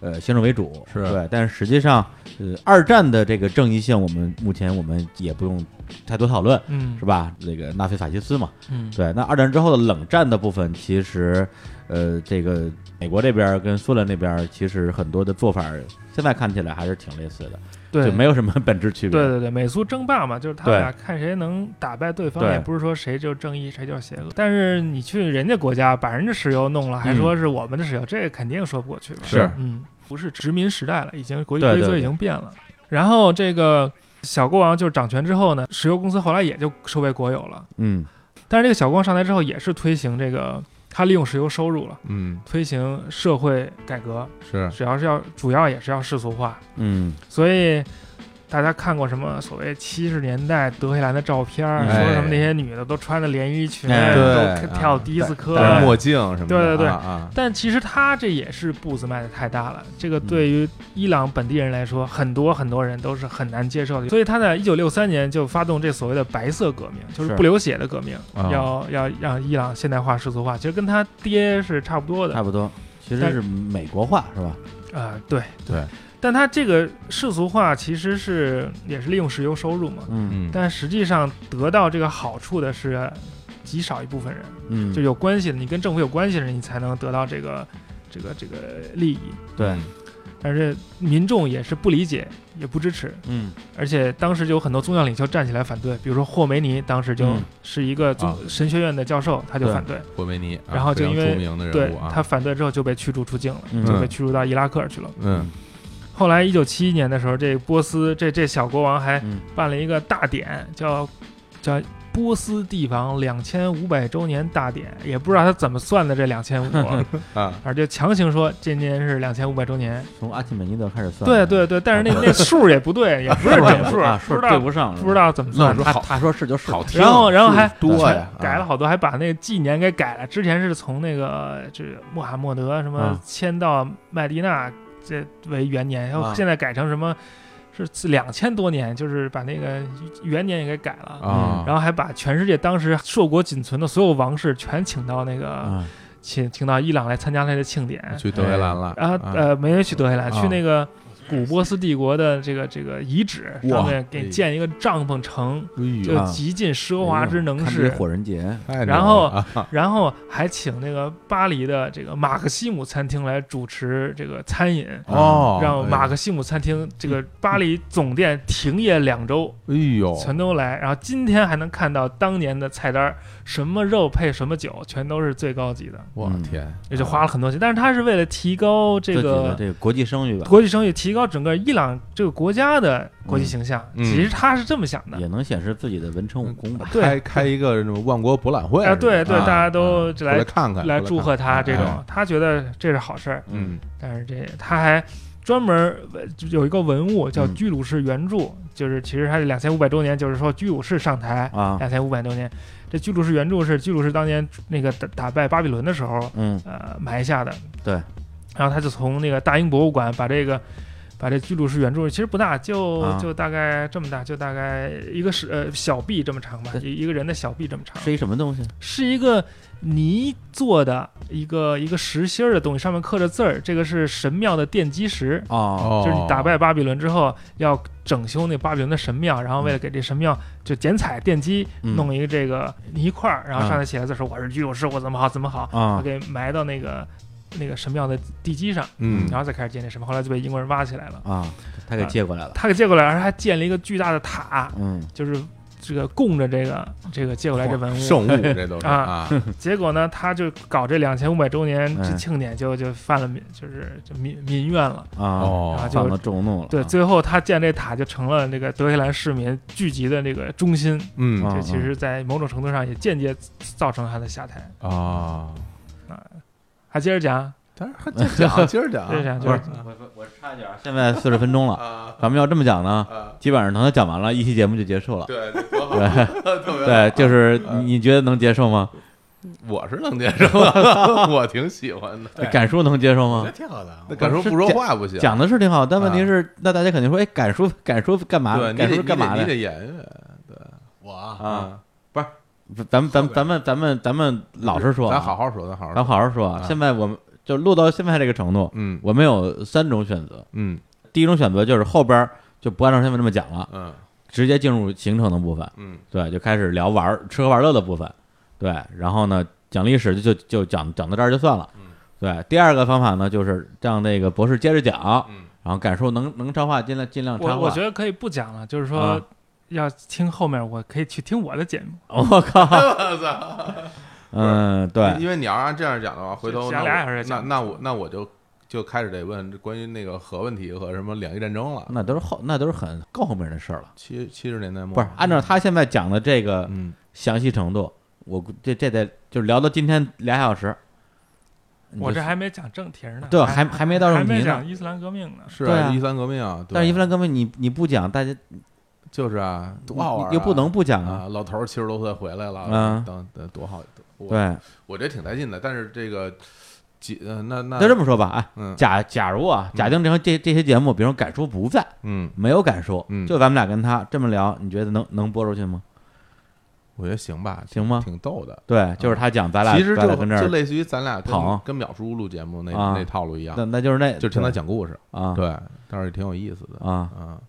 A: 呃先入为主，
B: 是
A: 对，但是实际上，呃，二战的这个正义性，我们目前我们也不用太多讨论。
D: 嗯
A: 是吧？这个纳粹法西斯嘛，
D: 嗯，
A: 对，那二战之后的冷战的部分，其实，呃，这个美国这边儿跟苏联那边儿，其实很多的做法儿，现在看起来还是挺类似的，
D: 对
A: 就没有什么 本质区别。
D: 对对对，美苏争霸嘛，就是他
A: 对
D: 们俩看谁能打败对方，
A: 对
D: 也不是说谁就是正义，谁就是邪恶。但是你去人家国家把人家石油弄了，还说是我们的石油，这肯定说不过去吧？
B: 是
D: 嗯，不是殖民时代了，已经国际
A: 对
D: 规
A: 对
D: 则
A: 对
D: 已经变了。然后这个小国王就是掌权之后呢，石油公司后来也就收为国有了。
A: 嗯
D: 但是这个小国王上台之后，也是推行这个，他利用石油收入了，
B: 嗯
D: 推行社会改革，
B: 是
D: 主要是要主要也是要世俗化，
A: 嗯
D: 所以大家看过什么所谓七十年代德黑兰的照片儿，
B: 哎
D: 说什么那些女的都穿着连衣裙，
A: 嗯哎
B: 对
D: 都跳迪斯科。
B: 戴着墨镜什么的，
D: 对对对
B: 啊啊，
D: 但其实他这也是步子迈的太大了，这
A: 嗯
D: 个对于伊朗本地人来说，很多很多人都是很难接受的。所以他在一九六三年就发动这所谓的白色革命，就是
A: 是哦
D: 不流血的革命，
B: 啊
D: 要要让伊朗现代化、世俗化，其实跟他爹是差不多
A: 嗯，差
D: 的。
A: 不多。其实
D: 但
A: 是美国话是吧？
D: 啊，对
B: 对，
D: 但它这个世俗化其实是也是利用石油收入嘛，
A: 嗯
B: 嗯，
D: 但实际上得到这个好处的是极少一部分人，
A: 嗯，
D: 就有关系的，你跟政府有关系的人，你才能得到这个这个这个利益。
A: 对，
B: 嗯
D: 但是民众也是不理解，也不支持，
A: 嗯
D: 而且当时就有很多宗教领袖站起来反对，比如说霍梅尼当时就
A: 嗯
D: 是一个宗
B: 啊
D: 神学院的教授，他就
A: 对
D: 反对，
B: 霍梅尼，啊
D: 然后就
B: 非常
D: 因为
B: 著名的人
D: 对
B: 物啊，
D: 他反对之后就被驱逐出境了，
A: 嗯
D: 就被驱逐到伊拉克去了。
B: 嗯
D: 后来一九七一年的时候，这波斯这这小国王还
A: 嗯
D: 办了一个大典，叫叫波斯帝王两千五百周年大典，也不知道他怎么算的这两 千五，反
B: 啊，
D: 正就强行说今年是两千五百周年。
A: 从阿基米德开始算，
D: 对对对，但是 那那数也不对，也不是整数，
A: 啊，
D: 不知
A: 数对
D: 道
A: 不啊上，
D: 不知道怎么
B: 愣
D: 算
B: 说
D: 的。
B: 好
F: 他说是就是，
B: 好听，
D: 然后然后还
B: 是多呀，
D: 改了
B: 啊，
D: 好多，还把那个纪年给改了。之前是从那个这穆罕默德什么
A: 啊
D: 迁到麦地那这为元年，然后
B: 啊
D: 现在改成什么是两千多年，就是把那个元年也给改了。
B: 啊，
D: 嗯然后还把全世界当时硕果仅存的所有王室全请到那个
A: 啊，
D: 请请到伊朗来参加他的庆典
B: 去德黑兰了
D: 啊呃没人去德黑兰，
B: 啊
D: 去那个古波斯帝国的这个这个遗址
B: 哇
D: 上面给建一个帐篷城，
B: 哎呦
D: 就极尽奢华之能
A: 堪比
D: 事。
A: 火人节，
B: 太牛了
D: 然后
B: 啊
D: 然后还请那个巴黎的这个马克西姆餐厅来主持这个餐饮，
B: 哦，
D: 嗯让马克西姆餐厅这个巴黎总店停业两周，
B: 哎呦，
D: 全都来。然后今天还能看到当年的菜单儿，什么肉配什么酒，全都是最高级的，
B: 我
D: 嗯
B: 天，啊
D: 也就花了很多钱。但是他是为了提高这
A: 自己的
D: 个
A: 这个国际声誉吧，
D: 国际声誉，提高整个伊朗这个国家的国际形象。
B: 嗯嗯
D: 其实他是这么想的
A: 也。能显示自己的文臣武功吧。
D: 对
B: 开开一个什么万国博览会
D: 哎，对对，
B: 啊
D: 大家都
B: 啊
D: 就
B: 过来
D: 来
B: 看看，
D: 来
B: 过
D: 祝贺
B: 看
D: 他
B: 看
D: 这
B: 哎
D: 种，他觉得这是好事儿。
B: 嗯
D: 但是这他还专门儿呃就有一个文物叫
A: 嗯
D: 居鲁士原
B: 哦
D: 著，就是其实他是两千五百周年，就是说居鲁士上台
B: 哦
A: 啊，
D: 两千五百周年。这居鲁士原著是居鲁士当年那个打打败巴比伦的时候，
A: 嗯
D: 呃埋下的。
A: 对。
D: 然后他就从那个大英博物馆把这个把这居鲁士原著其实不大，就、
A: 啊
D: 就大概这么大，就大概一个是呃小臂这么长吧，
A: 对
D: 一一个人的小臂这么长，
A: 是一什么东西？
D: 是一个泥做的一个一个石心儿的东西，上面刻着字儿。这个是神庙的奠基石，
A: 哦，
B: 哦，
D: 就是你打败巴比伦之后要整修那巴比伦的神庙，然后为了给这神庙就剪彩奠基，
A: 嗯
D: 弄一个这个泥块儿，然后上面写的字说我是居鲁士，我怎么好怎么好，
A: 啊
D: 我给埋到那个那个神庙的地基上，
B: 嗯
D: 然后再开始建那神庙。后来就被英国人挖起来了，
A: 啊，他给借过来了。
D: 他给借过来，而且还建了一个巨大的塔，
A: 嗯，
D: 就是这个供着这个这个借过来这文物。
B: 圣 物这都是
D: 啊
B: 啊，
D: 结果呢，他就搞这两千五百周年
A: 哎
D: 这庆典就，就犯了民，就是就民民怨了。
A: 啊，
B: 哦
D: 啊就
A: 犯了众怒了。
D: 对，最后他建这塔就成了那个德黑兰市民聚集的那个中心，
B: 嗯
A: 啊
D: 这其实，在某种程度上也间接造成了他的下台。
B: 啊，
D: 还接着讲，
B: 但是还接着讲，接 着讲，
D: 接着讲，啊
A: 啊
D: 就
A: 不
D: 是
A: 我我我差一点儿，现在四十分钟了，
B: 啊
A: 咱们要这么讲呢，
B: 啊，
A: 基本上等他讲完了，一期节目就结束了。
B: 对，多好，
A: 对
B: 特别
A: 对，就是
B: 嗯
A: 你觉得能接受吗？
B: 我是能接受的， 我挺喜欢 的，
A: 感叔能接受吗？
B: 挺好
C: 啊
B: 的。那敢说不说话不行，
A: 讲的是挺好，但问题是，那大家肯定说，哎，敢叔，敢叔干嘛？
B: 对，你
A: 敢
B: 得
A: 叔干嘛
B: 你得
A: 的？
B: 你得演员
F: 我啊
B: 嗯
A: 啊，
B: 不是，
A: 咱们咱们咱们咱们咱们老实说啊，
B: 咱好好说，咱好好
A: 咱
B: 说，
A: 好好说啊。
B: 啊
A: 现在我们就录到现在这个程度，
B: 嗯
A: 我们有三种选择。
B: 嗯
A: 第一种选择就是后边儿就不按照现在这么讲了，
B: 嗯
A: 直接进入行程的部分，
B: 嗯
A: 对，就开始聊玩儿吃喝玩乐的部分，对，然后呢讲历史就就就讲讲到这儿就算了
B: 嗯。
A: 对，第二个方法呢，就是让那个博士接着讲，
B: 嗯，
A: 然后感受能能插话，尽量尽量插
D: 我
A: 话。
D: 我觉得可以不讲了，就是说
A: 啊
D: 要听后面，我可以去听我的节目，
A: 我靠，
B: 我操。
A: 嗯，对，
B: 因为你要按这样讲的话，回头
D: 加
B: 那
D: 俩
B: 我
D: 小时
B: 那
D: 讲
B: 那我那我就就开始得问关于那个核问题和什么两伊战争了，
A: 那都是后那都是很更后面的事儿了。
B: 七七十年代末
A: 不是按照他现在讲的这个
B: 嗯
A: 详细程度，我估这这得就是聊到今天俩小时。你
D: 我
A: 就
D: 这还没讲正题呢，
A: 对还还没到
D: 还
A: 正题
D: 没
A: 呢
D: 讲伊斯兰革命呢，
B: 是
A: 对啊
B: 伊斯兰革命啊，对
A: 但是伊弗兰哥们你你不讲，大家
B: 就是啊，多
A: 你
B: 好玩啊
A: 又不能不讲啊。
B: 啊，老头七十多岁回来了
A: 嗯，
B: 当当多好，我
A: 对，
B: 我这挺带劲的，但是这个几呃那那
A: 就这么说吧，哎，
B: 嗯
A: 假假如啊，假定这这这些节目，比如说感叔不在，
B: 嗯
A: 没有感叔
B: 嗯，
A: 就咱们俩跟他这么聊，你觉得能能播出去吗？
B: 我觉得行吧，
A: 行吗？
B: 挺逗的。
A: 对，就是他讲啊咱俩，
B: 其实
A: 咱
B: 就
A: 俩跟这
B: 就
A: 儿，
B: 类似于咱俩
A: 捧
B: 跟跟淼叔录节目那
A: 啊
B: 那套路一样
A: 那，那就是那，
B: 就听他讲故事，
A: 啊，
B: 对，倒是挺有意思的。
A: 啊
B: 嗯，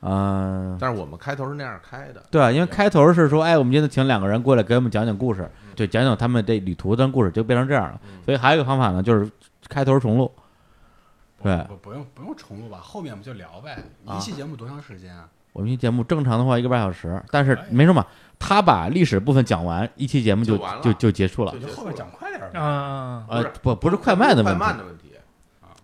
A: 啊，
B: 但是我们开头是那样开的，
A: 对，因为开头是说，哎，我们今天请两个人过来给我们讲讲故事，
B: 嗯
A: 就讲讲他们这旅途的故事，就变成这样了。所以还有一个方法呢，就是开头重录。对
F: 不不用不用重录吧，后面我们就聊呗。
A: 啊
F: 一期节目多长时间啊？
A: 我们一节目正常的话一个半小时，但是没什么，他把历史部分讲完，一期节目就
B: 哎就完了
A: 就就结束了
B: 就。
F: 就后面讲快点儿
D: 啊
F: 呗。
D: 啊，啊
A: 呃
B: 不是，
A: 不不是快慢的问
B: 快
A: 题，啊
B: 慢的问题，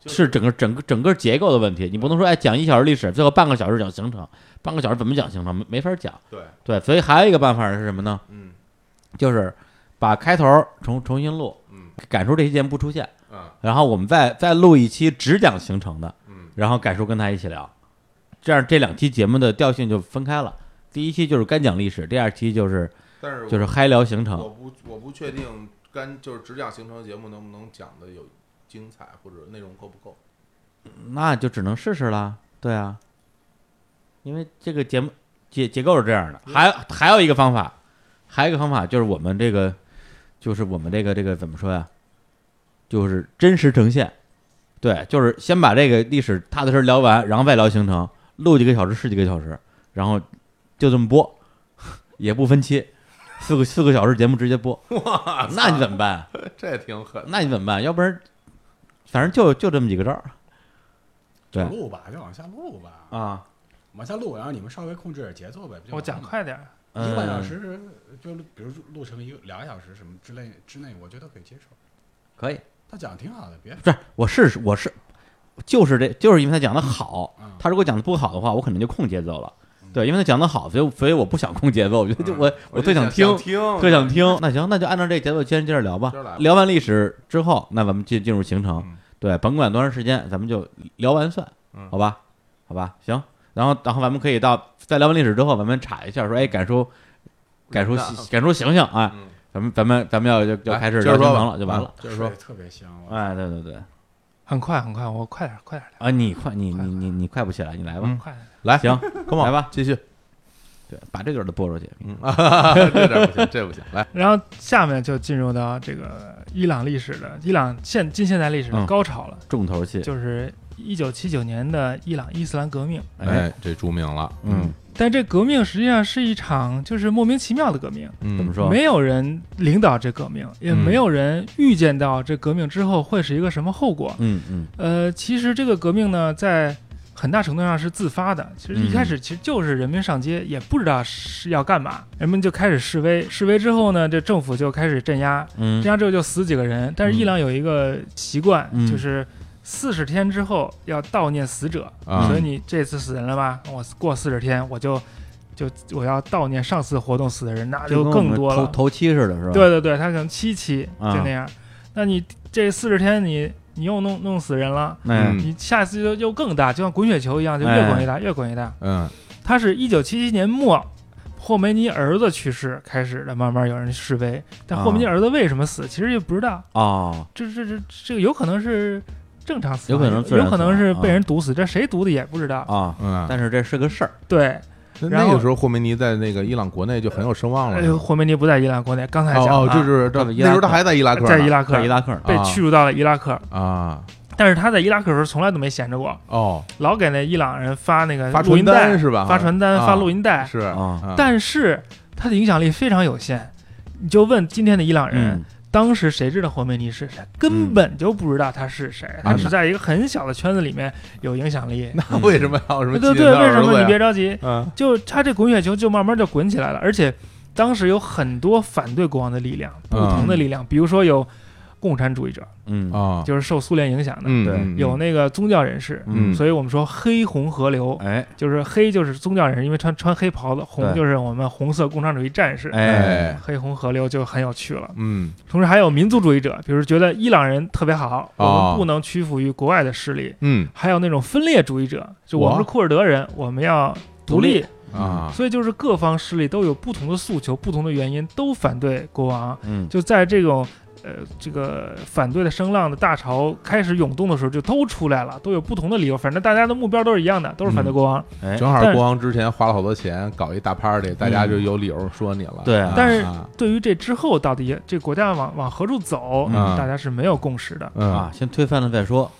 B: 就是
A: 整个整个整个结构的问题。你不能说哎讲一小时历史，最后半个小时讲行程，半个小时怎么讲行程没没法讲。
B: 对，
A: 对，所以还有一个办法是什么呢？
B: 嗯
A: 就是把开头重重新录，
B: 嗯
A: 赶叔这期节目不出现，
B: 嗯
A: 然后我们再再录一期只讲行程的，
B: 嗯，
A: 然后赶叔跟他一起聊，这样这两期节目的调性就分开了。第一期就是干讲历史，第二期就是
B: 但是
A: 就是嗨聊行
B: 我
A: 程。
B: 不我不确定干就是只讲行程节目能不能讲的有精彩或者内容够不够。
A: 那就只能试试啦。对啊，因为这个节目结结构是这样
F: 嗯
A: 的，还还有一个方法，还有一个方法就是我们这个，就是我们这个这个怎么说呀？就是真实呈现，对，就是先把这个历史踏踏实实聊完，然后再聊行程，录几个小时是几个小时，然后就这么播，也不分期，四个四个小时节目直接播，那你怎么办？
B: 这也挺狠，
A: 那你怎么办？要不然，反正就就这么几个招儿对
F: 就录吧，就往下录吧，
A: 啊。
F: 往下录，然后你们稍微控制点节奏呗。不就完
D: 我
F: 了
D: 哦讲
F: 吗
D: 快点儿，
F: 一个半小
A: 嗯
F: 时是，就比如录成一个两个小时什么之类之内，我觉得可以接受。
A: 可以，
F: 他讲的挺好的，别
A: 不是我是我是，就是这就是因为他讲的好
F: 嗯，
A: 他如果讲的不好的话，我可能就控节奏了。
B: 嗯
A: 对，因为他讲的好，所以所以我不想控节奏，我觉得就我我最想听，
B: 听，
A: 特想听。那行，那就按照这节奏先接着聊吧
B: 接着来吧。
A: 聊完历史之后，那咱们进进入行程
B: 嗯，
A: 对，甭管多长时间，咱们就聊完算
B: 嗯，
A: 好吧？好吧，行。然后然后咱们可以到在聊完历史之后，咱们查一下说，哎，感叔，感叔
B: 那
A: 感叔醒醒啊！
B: 嗯，
A: 咱们咱们咱们要就就
B: 来
A: 开始
B: 接
A: 聊
B: 着
A: 行
B: 说
A: 程
B: 吧嗯
A: 了，就完了。
B: 就是说
F: 水特别香，我
A: 哎，对对对。
D: 很快很快，我快点儿快点儿
A: 啊，你快，你
D: 快
A: 你你你快不起来，你来吧
B: 嗯，
D: 快点儿。
B: 来
A: 行，
B: ，come on，
A: 来吧
B: 继续。
A: 对，把这段都播出去。
B: 嗯， 这点不行，这不行，来，
D: 然后下面就进入到这个伊朗历史的伊朗现近现代历史
A: 嗯
D: 的高潮了，
A: 重头戏，
D: 就是一九七九年的伊朗伊斯兰革命。
A: 哎，，
B: 这著名了，
A: 嗯，
D: 但这革命实际上是一场就是莫名其妙的革命，
B: 嗯，
A: 怎么？说？
D: 没有人领导这革命，也
B: 嗯
D: 没有人预见到这革命之后会是一个什么后果。
A: 嗯嗯
D: 呃，其实这个革命呢，在很大程度上是自发的。其实一
A: 嗯
D: 开始其实就是人民上街，也不知道是要干嘛，人们就开始示威。示威之后呢，这政府就开始镇压，镇
A: 嗯，
D: 压之后就死几个人。但是伊朗有一个习惯，
A: 嗯
D: 就是四十天之后要悼念死者，
B: 啊
D: 所以你这次死人了吧？我过四十天我就就我要悼念上次活动死的人，那就
A: 跟我
D: 更
A: 们
D: 多
A: 头
D: 了。
A: 头七似的，是吧？
D: 对，对对，他可能七期就
A: 啊
D: 那样。那你这四十天你你又弄弄死人了。
A: 哎，
B: 嗯
D: 你下次就又更大，就像滚雪球一样，就越滚越大，越滚越大。
B: 嗯
D: 它是一九七七年末，霍梅尼儿子去世开始的，慢慢有人示威。但
A: 啊
D: 霍梅尼儿子为什么死，其实也不知道。
A: 哦，
D: 这这这这个有可能是正常死
A: 有
D: 亡，
A: 可能自然
D: 有可
A: 死亡
D: 能是被
A: 啊
D: 人毒死，这谁毒的也不知道。
A: 啊，
B: 嗯，
A: 但是这是个事儿，
D: 对，然
B: 那
D: 后
B: 个时候霍梅尼在那个伊朗国内就很有声望
A: 嗯
B: 了
A: 哎
D: 呃，，霍梅尼不在伊朗国内，刚才讲
B: 哦哦，
D: 了
B: 就是
A: 到
B: 这
A: 了伊
B: 那
A: 拉
B: 时候他
A: 克
B: 还在伊拉克呢，
D: 在伊拉克
A: 在伊拉克呢，
D: 被
B: 啊
D: 驱逐到了伊拉克，
B: 啊，
D: 但是他在伊拉克的时候从来都没闲着过，
B: 哦，
D: 老给那伊朗人发那个
B: 发
D: 录
B: 传
D: 音带
B: 单是吧？
D: 发传单、
B: 啊
D: 发录音带，
B: 是
A: 啊，
D: 但是他的影响力非常有限。你就问今天的伊朗人，
A: 嗯，
D: 当时谁知道霍梅尼是谁？根本就不知道他是谁，他只在一个很小的圈子里面有影响力。
B: 啊
A: 嗯
B: 那 为什么要有什么
D: 对
B: 纪
D: 对对，
B: 念他
D: 为
B: 儿
D: 什
B: 子
D: 么你
B: 呀
D: 别着急？
B: 嗯
D: 就他这滚雪球就慢慢就滚起来了，而且当时有很多反对国王的力量，不同的力
B: 嗯
D: 量，比如说有共产主义者，
A: 嗯
B: 啊，
D: 就是受苏联影响的，
B: 嗯
A: 对
B: 嗯
D: 有
B: 嗯
D: 那个宗教人士，
A: 嗯，
D: 所以我们说黑红河流，
A: 哎
D: 就是黑就是宗教人士，因为穿穿黑袍子，红
A: 对
D: 就是我们红色共产主义战士。
F: 嗯
D: 嗯
A: 哎，
D: 黑红河流就很有趣了，
B: 嗯
D: 同时还有民族主义者，比如觉得伊朗人特别好，我
B: 哦
D: 们不能屈服于国外的势力，
B: 嗯
D: 还有那种分裂主义者，就我们
B: 哇
D: 是库尔德人，我们要独立，
A: 嗯
B: 啊，
D: 所以就是各方势力都有不同的诉求、不同的原因，都反对国王。
A: 嗯
D: 就在这种呃这个反对的声浪的大潮开始涌动的时候，就都出来了，都有不同的理由，反正大家的目标都是一样的，都是反对国王。
A: 哎，
B: 正好
D: 但是嗯
B: 国王之前花了好多钱搞一大 party，大家就有理由说你了。
A: 对
B: 啊
D: 但是
B: 啊
D: 对于这之后到底这国家往往何处走，
B: 嗯
D: 大家是没有共识的。
B: 嗯
A: 啊，先推翻了再说。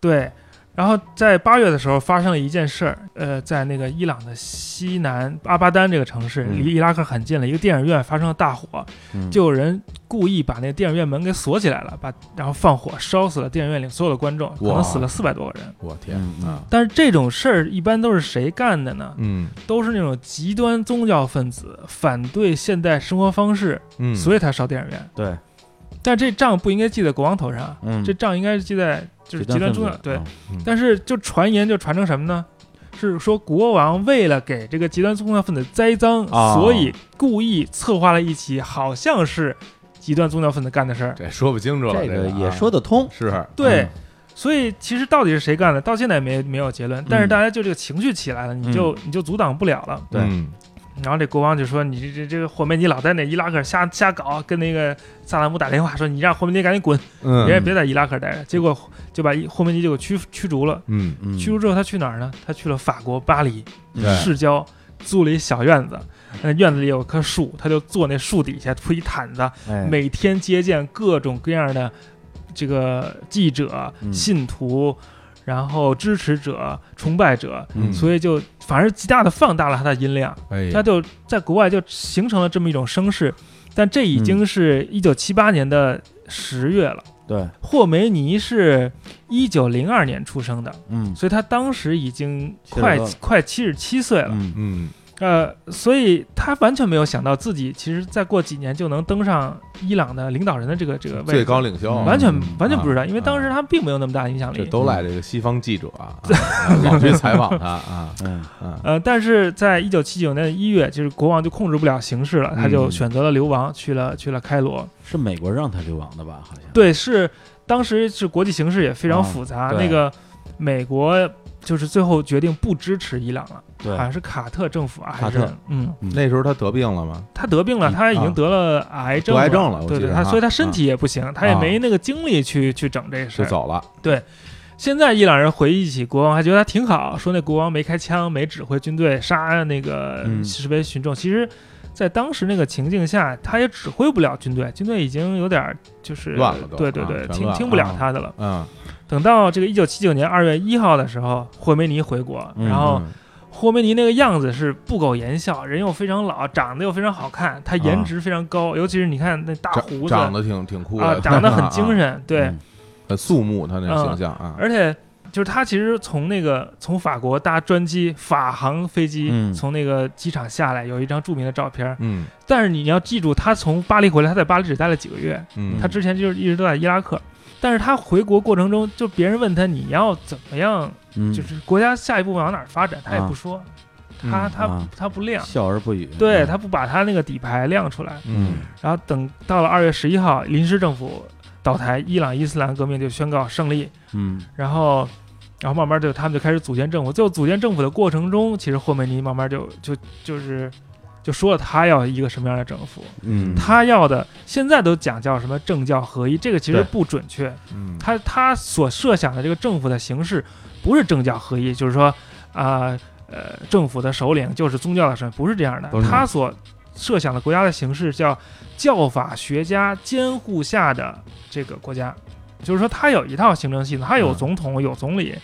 D: 对，然后在八月的时候发生了一件事儿，呃，在那个伊朗的西南阿巴丹这个城市，
A: 嗯
D: 离伊拉克很近了一个电影院发生了大火，
A: 嗯
D: 就有人故意把那个电影院门给锁起来了，把然后放火烧死了电影院里所有的观众，可
B: 哇
D: 能死了四百多个人。
B: 我天
A: 嗯嗯
B: 啊，
D: 但是这种事儿一般都是谁干的呢？
B: 嗯
D: 都是那种极端宗教分子反对现代生活方式，
B: 嗯，
D: 所以才烧电影院。
A: 对，
D: 但这账不应该记在国王头上啊，
A: 嗯，
D: 这账应该是记在就是极端宗教
A: 分子
D: 对。
A: 嗯
D: 但是就传言就传成什么呢？是说国王为了给这个极端宗教分子栽赃，
A: 哦
D: 所以故意策划了一起好像是极端宗教分子干的事儿。
B: 这说不清楚
A: 这
B: 了，个
A: 个
B: 啊
A: 也说得通。
B: 是
D: 对
A: 嗯，
D: 所以其实到底是谁干的，到现在也没没有结论。
A: 嗯
D: 但是大家就这个情绪起来了，你就你就阻挡不了了。
A: 对
B: 嗯
D: 然后这国王就说：“你这这这个霍梅尼老在那伊拉克瞎瞎搞，跟那个萨达姆打电话说你让霍梅尼赶紧滚，
B: 嗯，
D: 人家别在伊拉克待着。”结果就把伊霍梅尼就给驱驱逐了。
B: 嗯
A: 嗯，
D: 驱逐之后，他去哪儿呢？他去了法国巴黎
B: 对
D: 市郊，租了一小院子。那院子里有棵树，他就坐那树底下铺一毯子，
A: 哎
D: 每天接见各种各样的这个记者、
A: 嗯
D: 信徒，然后支持者、崇拜者，
B: 嗯
D: 所以就反而极大的放大了他的音量，
F: 嗯
B: 哎呀
D: 他就在国外就形成了这么一种声势。但这
B: 嗯
D: 已经是一九七八年的十月了，
A: 对，
D: 霍梅尼是一九零二年出生的。
A: 嗯
D: 所以他当时已经快
A: 72
D: 快七十七岁了，
A: 嗯
B: 嗯
D: 呃，所以他完全没有想到自己其实再过几年就能登上伊朗的领导人的这个这个位置，
B: 最高领袖
A: 嗯
D: 完全
A: 嗯
D: 完全不知道，
B: 啊
D: 因为当时他并没有那么大影响
B: 这
D: 力。
B: 都赖这个西方记者啊，啊老去采访他啊，
A: 嗯
B: 啊
D: 呃，但是在一九七九年的一月，就是国王就控制不了形势了，他就
B: 嗯
D: 选择了流亡，去了去了开罗。
A: 是美国让他流亡的吧？好像，
D: 对，是当时是国际形势也非常
A: 啊
D: 复杂，
A: 对
D: 那个美国就是最后决定不支持伊朗了，好像
A: 对，
D: 是卡特政府啊，
A: 卡
D: 还是
A: 特
D: 嗯，
B: 那时候他得病了吗？
D: 他得病了，
A: 嗯
D: 他已经得了癌症了，
B: 啊得癌症了我
D: 对
B: 记
D: 对，
B: 得
D: 他
B: 哈
D: 所以他身体也不行，他也没那个精力去去整这事
B: 就
D: 儿。
B: 走了，
D: 现在伊朗人回忆起国王，还觉得他挺好，说那国王没开枪，没指挥军队杀那个
A: 嗯
D: 示威群众。其实，在当时那个情境下，他也指挥不了军队，军队已经有点儿就是
B: 乱了都
D: 对对
B: 啊
D: 对，
B: 全
D: 听
B: 乱
D: 听
B: 了
D: 不了
A: 啊
D: 他的了。
B: 嗯，
D: 等到这个一九七九年二月一号的时候，霍梅尼回国，
A: 嗯
D: 然后
B: 嗯
D: 霍梅尼那个样子是不苟言笑，人又非常老，长得又非常好看，他颜值非常
A: 啊
D: 高，尤其是你看那大胡子啊，
B: 长长得挺挺 酷的，
D: 长得很嗯精
B: 啊，
D: 神，对，
A: 嗯，
B: 很肃穆，他那个形象啊，
D: 而且就是他其实从那个从法国搭专机法航飞机、
A: 嗯
D: 从那个机场下来，有一张著名的照片。
B: 嗯
D: 但是你要记住，他从巴黎回来，他在巴黎只待了几个月，
B: 嗯，
D: 他之前就是一直都在伊拉克。但是他回国过程中，就别人问他你要怎么样，
A: 嗯，
D: 就是国家下一步往哪儿发展，他也
A: 啊
D: 不说，他他、
A: 啊
D: 他不亮。
A: 笑而不语。
D: 对
A: 嗯
D: 他，不把他那个底牌亮出来，
B: 嗯
D: 然后等到了二月十一号，临时政府倒台，伊朗伊斯兰革命就宣告胜利，
A: 嗯
D: 然后，然后慢慢就他们就开始组建政府。最后组建政府的过程中，其实霍梅尼慢慢就就就是就说了他要一个什么样的政府，
A: 嗯，
D: 他要的现在都讲叫什么政教合一，这个其实
A: 对
D: 不准确，
B: 嗯，
D: 他他所设想的这个政府的形式，不是政教合一，就是说啊呃政府的首领就是宗教的首领，不是这样的
A: 不。是
D: 他所设想的国家的形式叫教法学家监护下的这个国家，就是说他有一套行政系统，他有
A: 嗯
D: 总统，有总理。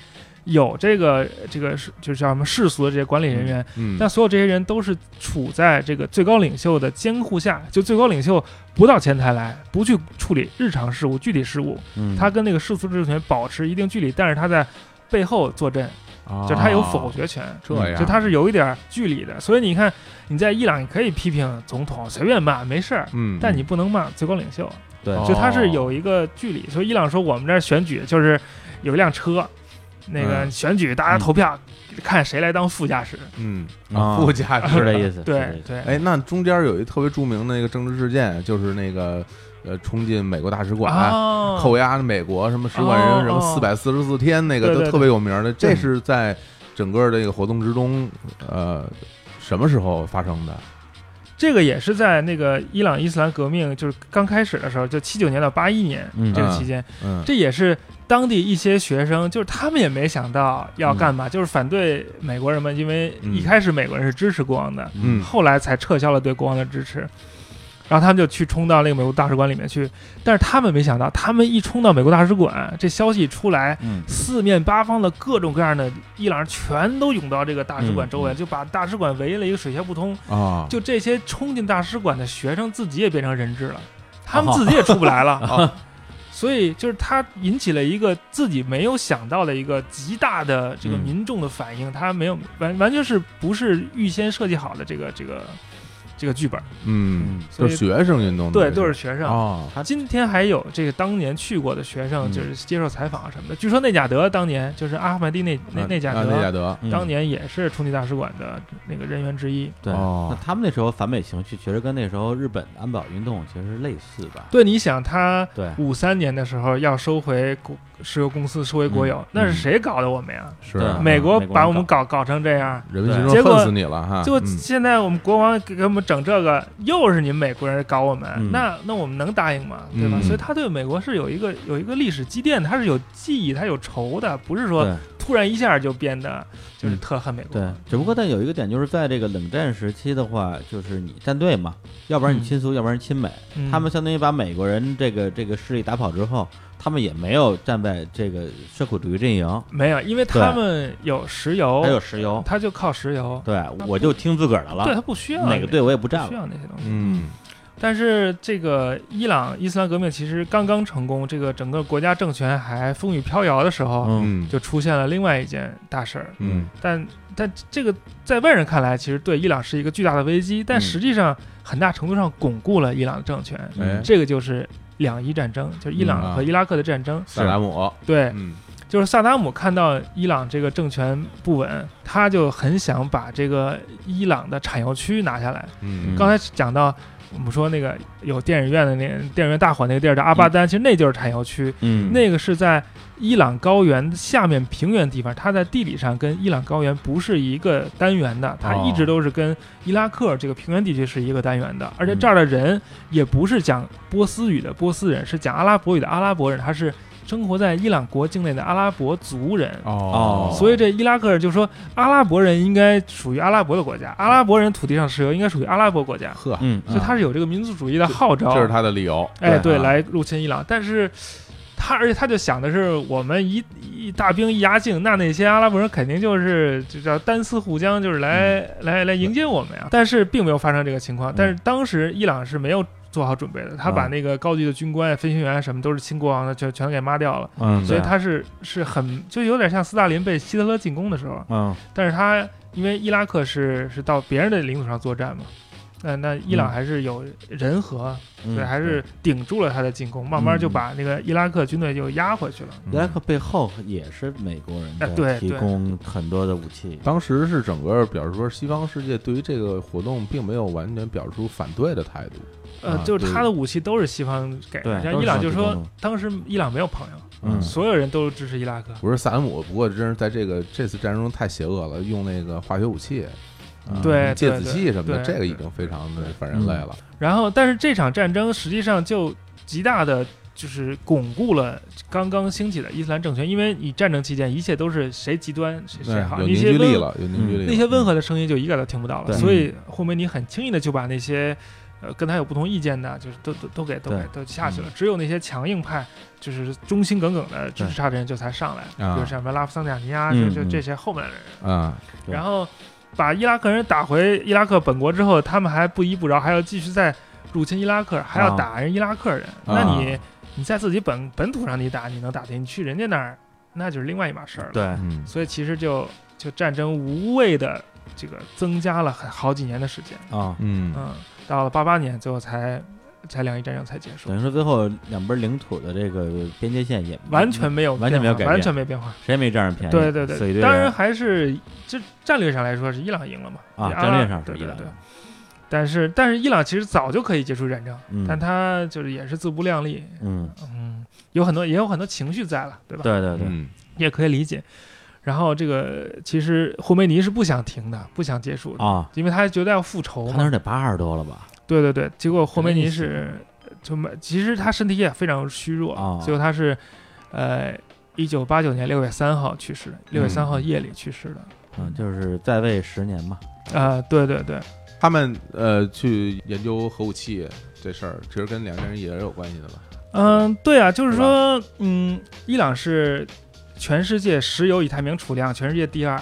D: 有这个这个是就是叫什么世俗的这些管理人员，
B: 嗯
D: 但所有这些人都是处在这个最高领袖的监护下，就最高领袖不到前台来，不去处理日常事务、具体事务，
A: 嗯
D: 他跟那个世俗治权保持一定距离，但是他在背后坐镇，
B: 啊
D: 就是他有否决权，
B: 哦这样，
D: 就他是有一点距离的。所以你看，你在伊朗你可以批评总统，随便骂没事儿，
B: 嗯，
D: 但你不能骂最高领袖，
A: 对
B: 哦
D: 就他是有一个距离。所以伊朗说我们这儿选举就是有一辆车，那个
B: 嗯
D: 选举大家投票看谁来当副驾驶，
B: 嗯
A: 啊
B: 副驾驶
A: 是这意思，是这
D: 对
A: 意思
D: 对。
B: 哎，那中间有一特别著名的那个政治事件，就是那个呃，冲进美国大使馆。
D: 哦，
B: 扣押美国什么使馆人
D: 哦
B: 什么
D: 哦
B: 四百四十四天，那个
D: 对对
B: 都
D: 对嗯
B: 特别有名的。这是在整个这个活动之中，呃，什么时候发生的？
D: 这个也是在那个伊朗伊斯兰革命就是刚开始的时候，就七九年到八一年
A: 嗯
D: 这个期间，
B: 嗯
D: 这也是当地一些学生，就是他们也没想到
A: 嗯
D: 要干嘛，就是反对美国人们，因为一开始美国人是支持国王的，
B: 嗯
D: 后来才撤销了对国王的支持。然后他们就去冲到那个美国大使馆里面去，但是他们没想到，他们一冲到美国大使馆，这消息一出来，
A: 嗯
D: 四面八方的各种各样的伊朗人全都涌到这个大使馆周围，
A: 嗯嗯
D: 就把大使馆围了一个水泄不通。
B: 啊，
D: 嗯就这些冲进大使馆的学生自己也变成人质了，他们自己也出不来了。啊
B: 哦
D: 所以就是他引起了一个自己没有想到的一个极大的这个
A: 嗯
D: 民众的反应，他没有完完全是不是预先设计好的这个这个这个剧本，
B: 嗯，就是学生运动，
D: 对，都是学生。
B: 啊，
D: 今天还有这个当年去过的学生，
A: 嗯
D: 就是接受采访啊什么的。据说内贾德当年就是阿赫迈蒂内内内贾
B: 啊内
D: 德，
B: 贾德，
A: 嗯
D: 当年也是冲击大使馆的那个人员之一。
A: 对，
B: 哦
A: 那他们那时候反美情绪其实跟那时候日本安保运动其实类似吧？
D: 对，你想他
A: 对，
D: 五三年的时候要收回国石油公司，收回国有，
A: 嗯
D: 那是谁搞的我们呀？
B: 是
A: 对
B: 啊
D: 美国
A: 美国
D: 把
A: 人啊
D: 我们搞搞成这样，
B: 人民群众
D: 对
B: 恨死你了哈，
D: 就
B: 嗯
D: 现在我们国王给给我们整这个，又是你们美国人搞我们，
A: 嗯
D: 那那我们能答应吗？对吧？
B: 嗯
D: 所以他对美国是有一个有一个历史积淀的，他是有记忆，他有仇的，不是说
A: 对
D: 突然一下就变得就是
A: 嗯
D: 特恨美国。
A: 对，只不过但有一个点就是在这个冷战时期的话，就是你站队嘛，要不然你
D: 嗯
A: 亲苏，要不然亲美，
D: 嗯
A: 他们相当于把美国人这个这个势力打跑之后，他们也没有站在这个社会主义阵营，
D: 没有，因为他们有石油，
A: 还有石油，
D: 他就靠石油，
A: 对我就听自个儿的
D: 对
A: 了，
D: 他不需要
A: 哪个
D: 那
A: 队我也不
D: 不
A: 站
D: 需
A: 了，
D: 要那些东西。
B: 嗯
D: 但是这个伊朗伊斯兰革命其实刚刚成功，这个整个国家政权还风雨飘摇的时候，
A: 嗯
B: 嗯
D: 就出现了另外一件大事儿。
B: 嗯
D: 但但这个在外人看来，其实对伊朗是一个巨大的危机，但
A: 嗯
D: 实际上很大程度上巩固了伊朗的政权。
B: 哎
D: 这个就是两伊战争，就是伊
B: 嗯啊
D: 朗和伊拉克的战争。
B: 萨达姆，
D: 对，
B: 嗯
D: 就是萨达姆看到伊朗这个政权不稳，他就很想把这个伊朗的产油区拿下来。
B: 嗯
D: 刚才讲到我们说那个有电影院的那电影院大火那个地儿叫阿巴丹，
B: 嗯
D: 其实那就是产油区，
A: 嗯，
D: 那个是在伊朗高原下面平原地方，它在地理上跟伊朗高原不是一个单元的，它
B: 哦
D: 一直都是跟伊拉克这个平原地区是一个单元的，而且
B: 嗯
D: 这儿的人也不是讲波斯语的波斯人，是讲阿拉伯语的阿拉伯人，他是生活在伊朗国境内的阿拉伯族人。
B: 哦
A: 哦
D: 所以这伊拉克人就说，阿拉伯人应该属于阿拉伯的国家，阿拉伯人土地上石油应该属于阿拉伯国家。
B: 呵，
A: 嗯，
D: 所以他是有这个民族主义的号召，
B: 啊这是他的理由，
D: 哎
B: 对
D: 对
B: 啊
D: 来入侵伊朗，但是他而且他就想的是，我们一一大兵一压境，那那些阿拉伯人肯定就是就叫单丝护江，就是
B: 嗯
D: 来、来来迎接我们呀。但是并没有发生这个情况，但是当时伊朗是没有。做好准备的，他把
A: 嗯
D: 那个高级的军官、啊飞行员什么都是亲国王的，全全给抹掉了，
A: 嗯，
D: 所以
A: 对
D: 他是是很就有点像斯大林被希特勒进攻的时候，
A: 嗯
D: 但是他因为伊拉克是是到别人的领土上作战嘛，那那伊朗
A: 嗯
D: 还是有人和，
A: 嗯
D: 对，嗯还是顶住了他的进攻，慢慢就把那个伊拉克军队就压回去了。
B: 嗯
A: 伊拉克背后也是美国人
D: 嗯哎
A: 在
D: 对
A: 提
D: 对
A: 供很多的武器，
B: 当时是整个表示说，西方世界对于这个活动并没有完全表示出反对的态度。啊
D: 呃，就是
B: 对
D: 他的武器都是西方给的，
A: 对
D: 像
A: 都是
D: 伊朗就
A: 西方提供
D: 说
A: 的
D: 当时伊朗没有朋友，
A: 嗯
D: 所有人都支持伊拉克。
B: 不是萨达姆，不过真是在这个这次战争中太邪恶了，用那个化学武器，
A: 嗯
B: 啊
D: 对
B: 芥
D: 对
B: 子
D: 对
B: 气什么
D: 对
B: 的，
D: 嗯
B: 这个已经非常的反人类了。
D: 然后，但是这场战争实际上就极大的就是巩固了刚刚兴起的伊斯兰政权，因为你战争期间一切都是谁极端谁谁好，
B: 有
D: 那
B: 凝
D: 些
B: 聚
D: 温嗯
B: 力了，有凝聚力了。
D: 那些温和的声音就一个都听不到了，
A: 嗯对嗯
D: 所以霍梅尼很轻易的就把那些，呃，跟他有不同意见的，就是都都都给都给
A: 对嗯
D: 都下去了，只有那些强硬派，就是忠心耿耿的支持他的人就才上来，
B: 啊
D: 比如像什么拉夫桑尼亚尼亚，
A: 嗯
D: 就就
A: 嗯
D: 这些后面的人，
B: 啊，
A: 对
D: 然后把伊拉克人打回伊拉克本国之后，他们还不依不饶，还要继续再入侵伊拉克，还
A: 啊
D: 要打人伊拉克人，那你你在自己本本土上你打你能打赢，你去人家那儿那就是另外一码事儿了。
A: 对，
B: 嗯，
D: 所以其实就就战争无谓的这个增加了很好几年的时间，
A: 啊，
B: 嗯，
D: 嗯，到了八八年最后才才两伊战争才结束
A: 等，于说最后两边领土的这个边界线也
D: 完全没有
A: 完全没有
D: 变
A: 改
D: 化
A: 变
D: 完全没变化。
A: 谁也没占上便宜，啊
D: 对对
A: 所以
D: 对，当然还是这战略上来说是伊朗赢了嘛，
A: 啊，
D: 也
A: 战略上
D: 对
A: 是一
D: 对
A: 样
D: 对
A: 的。，
D: 但是但是伊朗其实早就可以结束战争，
A: 嗯
D: 但他就是也是自不量力，
A: 嗯，
D: 嗯，有很多也有很多情绪在了，对吧？
A: 对对对，
B: 嗯
D: 也可以理解。然后这个其实霍梅尼是不想停的，不想结束的，
A: 啊，
D: 因为他觉得要复仇
A: 他那
D: 嘛。
A: 时候得八十多了吧？
D: 对对对，结果霍梅尼
A: 那
D: 是就没，其实他身体也非常虚弱，
A: 哦
D: 结果他是呃一九八九年六月三号去世的，六月三号夜里去世的。
A: 嗯，就是在位十年嘛。
D: 啊，对对对，
B: 他们呃去研究核武器这事儿，其实跟两个人也是有关系的吧？
D: 嗯，对啊，就是
B: 是吧
D: 说，嗯，伊朗是全世界石油以太明储量全世界第二，
B: 啊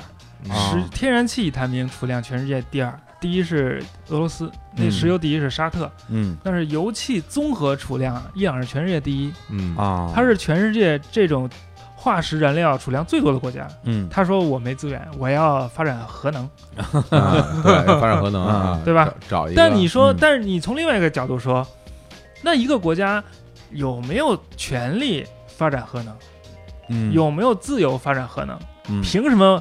D: 石天然气以太明储量全世界第二，第一是俄罗斯，那
A: 嗯
D: 石油第一是沙特，
A: 嗯
D: 但是油气综合储量，伊朗是全世界第一，
B: 嗯
A: 啊，
D: 它是全世界这种化石燃料储量最多的国家。
A: 嗯
D: 他说我没资源，我要发展核能。
B: 啊对，发展核能啊，
D: 对吧
B: 找？找一个，
D: 但你说，
A: 嗯
D: 但是你从另外一个角度说，那一个国家有没有权利发展核能？
A: 嗯
D: 有没有自由发展核能？
A: 嗯
D: 凭什么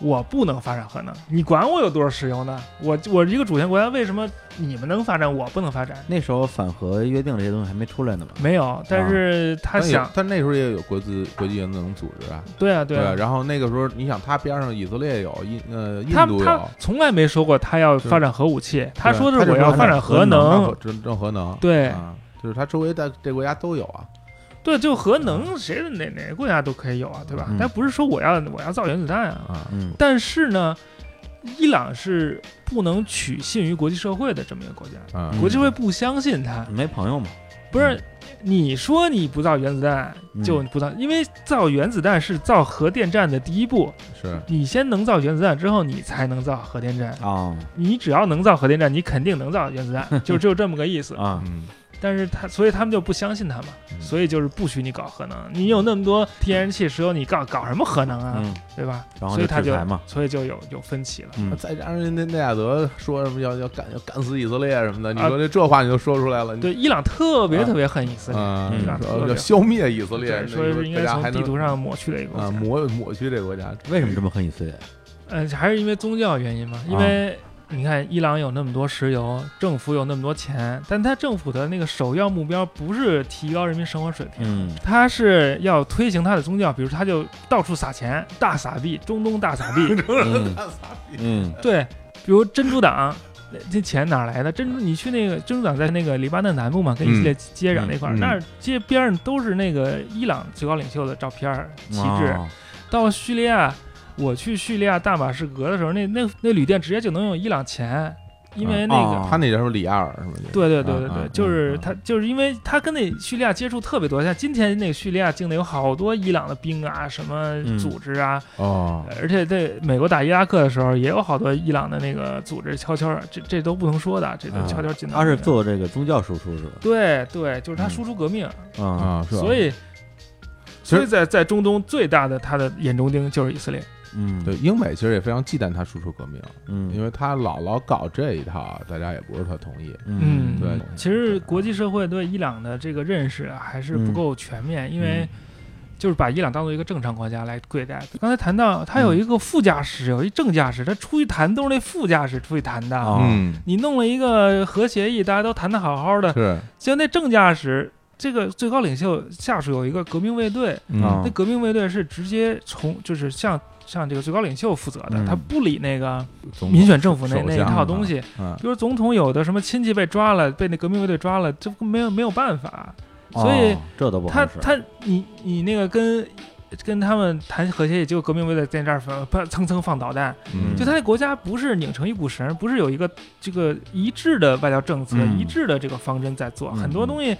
D: 我不能发展核能？你管我有多少石油呢？我我一个主权国家，为什么你们能发展，我不能发展？
A: 那时候反核约定这些东西还没出来呢吧？
D: 没有，
A: 啊
D: 但是他
B: 但有
D: 想，
B: 但那时候也有国际国际原子能组织啊，
D: 对啊，
B: 对
D: 对啊，
B: 然后那个时候，你想他边上以色列有，印呃印
D: 他
B: 度有，
D: 他从来没说过他要
B: 是
D: 发展核武器，他说
B: 他
D: 是
B: 就
D: 我
B: 说
D: 要
B: 发
D: 发
B: 展
D: 展
A: 核
D: 核
A: 能
B: 他
D: 能
B: 核，真正核能，
D: 对
B: 啊，就是他周围在这国家都有啊，
D: 对，就核能，谁哪哪个国家都可以有啊，对吧
A: 嗯？
D: 但不是说我要我要造原子弹啊，
B: 啊，
A: 嗯
D: 但是呢，伊朗是不能取信于国际社会的这么一个国家，
B: 啊
A: 嗯
D: 国际社会不相信
B: 嗯
D: 他，
A: 没朋友嘛？
D: 不是。你说你不造原子弹
A: 嗯
D: 就不造，因为造原子弹是造核电站的第一步。
B: 是
D: 你先能造原子弹之后，你才能造核电站。
A: 啊
D: 你只要能造核电站，你肯定能造原子 弹，就就这么个意思。
A: 啊，
B: 嗯，
D: 但是他，所以他们就不相信他嘛，
B: 嗯
D: 所以就是不许你搞核能。你有那么多天然气、石油，你搞搞什么核能啊？
A: 嗯，
D: 对吧？
A: 然后
D: 所以
A: 就
D: 他
A: 制
D: 就
A: 裁嘛，
D: 所以就有有分歧了。
A: 嗯
B: 再加上那那内亚德说什么要要干要干死以色列什么的，你
D: 啊
B: 说这这话你就说出来了，你
D: 对，伊朗特别
B: 啊
D: 特别恨以色列，
B: 啊
A: 嗯，
B: 说要消灭以色列，
D: 对，所以是应该从地图上抹去的一个国
B: 啊
D: 家。
B: 抹抹去这个国 家，
A: 为什么这么恨以色列？
D: 嗯，还是因为宗教原因
A: 啊
D: 嘛，因为。你看，伊朗有那么多石油，政府有那么多钱，但他政府的那个首要目标不是提高人民生活水平，
A: 嗯
D: 他是要推行他的宗教，比如他就到处撒钱，大撒币，中东大撒币，
A: 嗯嗯
D: 对，比如珍珠党，那这钱哪来的？珍珠，你去那个珍珠党在那个黎巴嫩南部嘛，跟以色列接壤那块儿，
B: 嗯嗯
D: 那儿街边上都是那个伊朗最高领袖的照片儿、
B: 哦
D: 旗帜。
A: 啊
D: 到叙利亚，我去叙利亚大马士革的时候，那那那旅店直接就能用伊朗钱，因为那个。
A: 啊
B: 他那叫什么里亚尔是吗？
D: 对对对对
B: 啊
D: 对，
B: 啊
D: 就是
B: 哦嗯
D: 他，就是因为他跟那叙利亚接触特别多，像今天那个叙利亚境内有好多伊朗的兵啊，什么
A: 嗯
D: 组织啊，
B: 哦，
D: 而且在美国打伊拉克的时候，也有好多伊朗的那个组织悄悄，这这都不能说的，这都
A: 啊
D: 悄悄进到
A: 他
D: 里面、
A: 是做这个宗教输出是吧？
D: 对对，就是他输出革命，
A: 啊，
B: 啊，是吧
D: 所以
B: 其
D: 所
B: 实
D: 以在在中东最大的他的眼中钉就是以色列。
A: 嗯
B: 对英美其实也非常忌惮他输出革命，因
A: 嗯
B: 为他老老搞这一套，大家也不是特同意。
A: 嗯
B: 对
D: 其实国际社会对伊朗的这个认识啊，还是不够全面，因为就是把伊朗当做一个正常国家来对待。刚才谈到它有一个副驾驶，有一正驾驶，它出去谈都是那副驾驶出去谈的。
A: 啊
B: 嗯，
D: 你弄了一个核协议，大家都谈得好好的，
B: 啊是
D: 结果那正驾驶这个最高领袖下属有一个革命卫队，
B: 嗯
A: 啊
D: 那革命卫队是直接从就是向向这个最高领袖负责的，
A: 嗯
D: 他不理那个
B: 总
D: 民选政府那
B: 首
D: 那一
B: 相
D: 套
B: 啊
D: 东西。
B: 嗯
D: 比如总统有的什么亲戚被抓了，被那革命卫队抓了，这没有没有办法。所以
A: 哦这都不
D: 他
A: 好使
D: 他你你那个跟跟他们谈和谐，也就革命卫队在这儿反啪蹭蹭放导弹，
B: 嗯
D: 就他那国家不是拧成一股绳儿，不是有一个这个一致的外交政策、
A: 嗯
D: 一致的这个方针在做，
A: 嗯
D: 很多东西。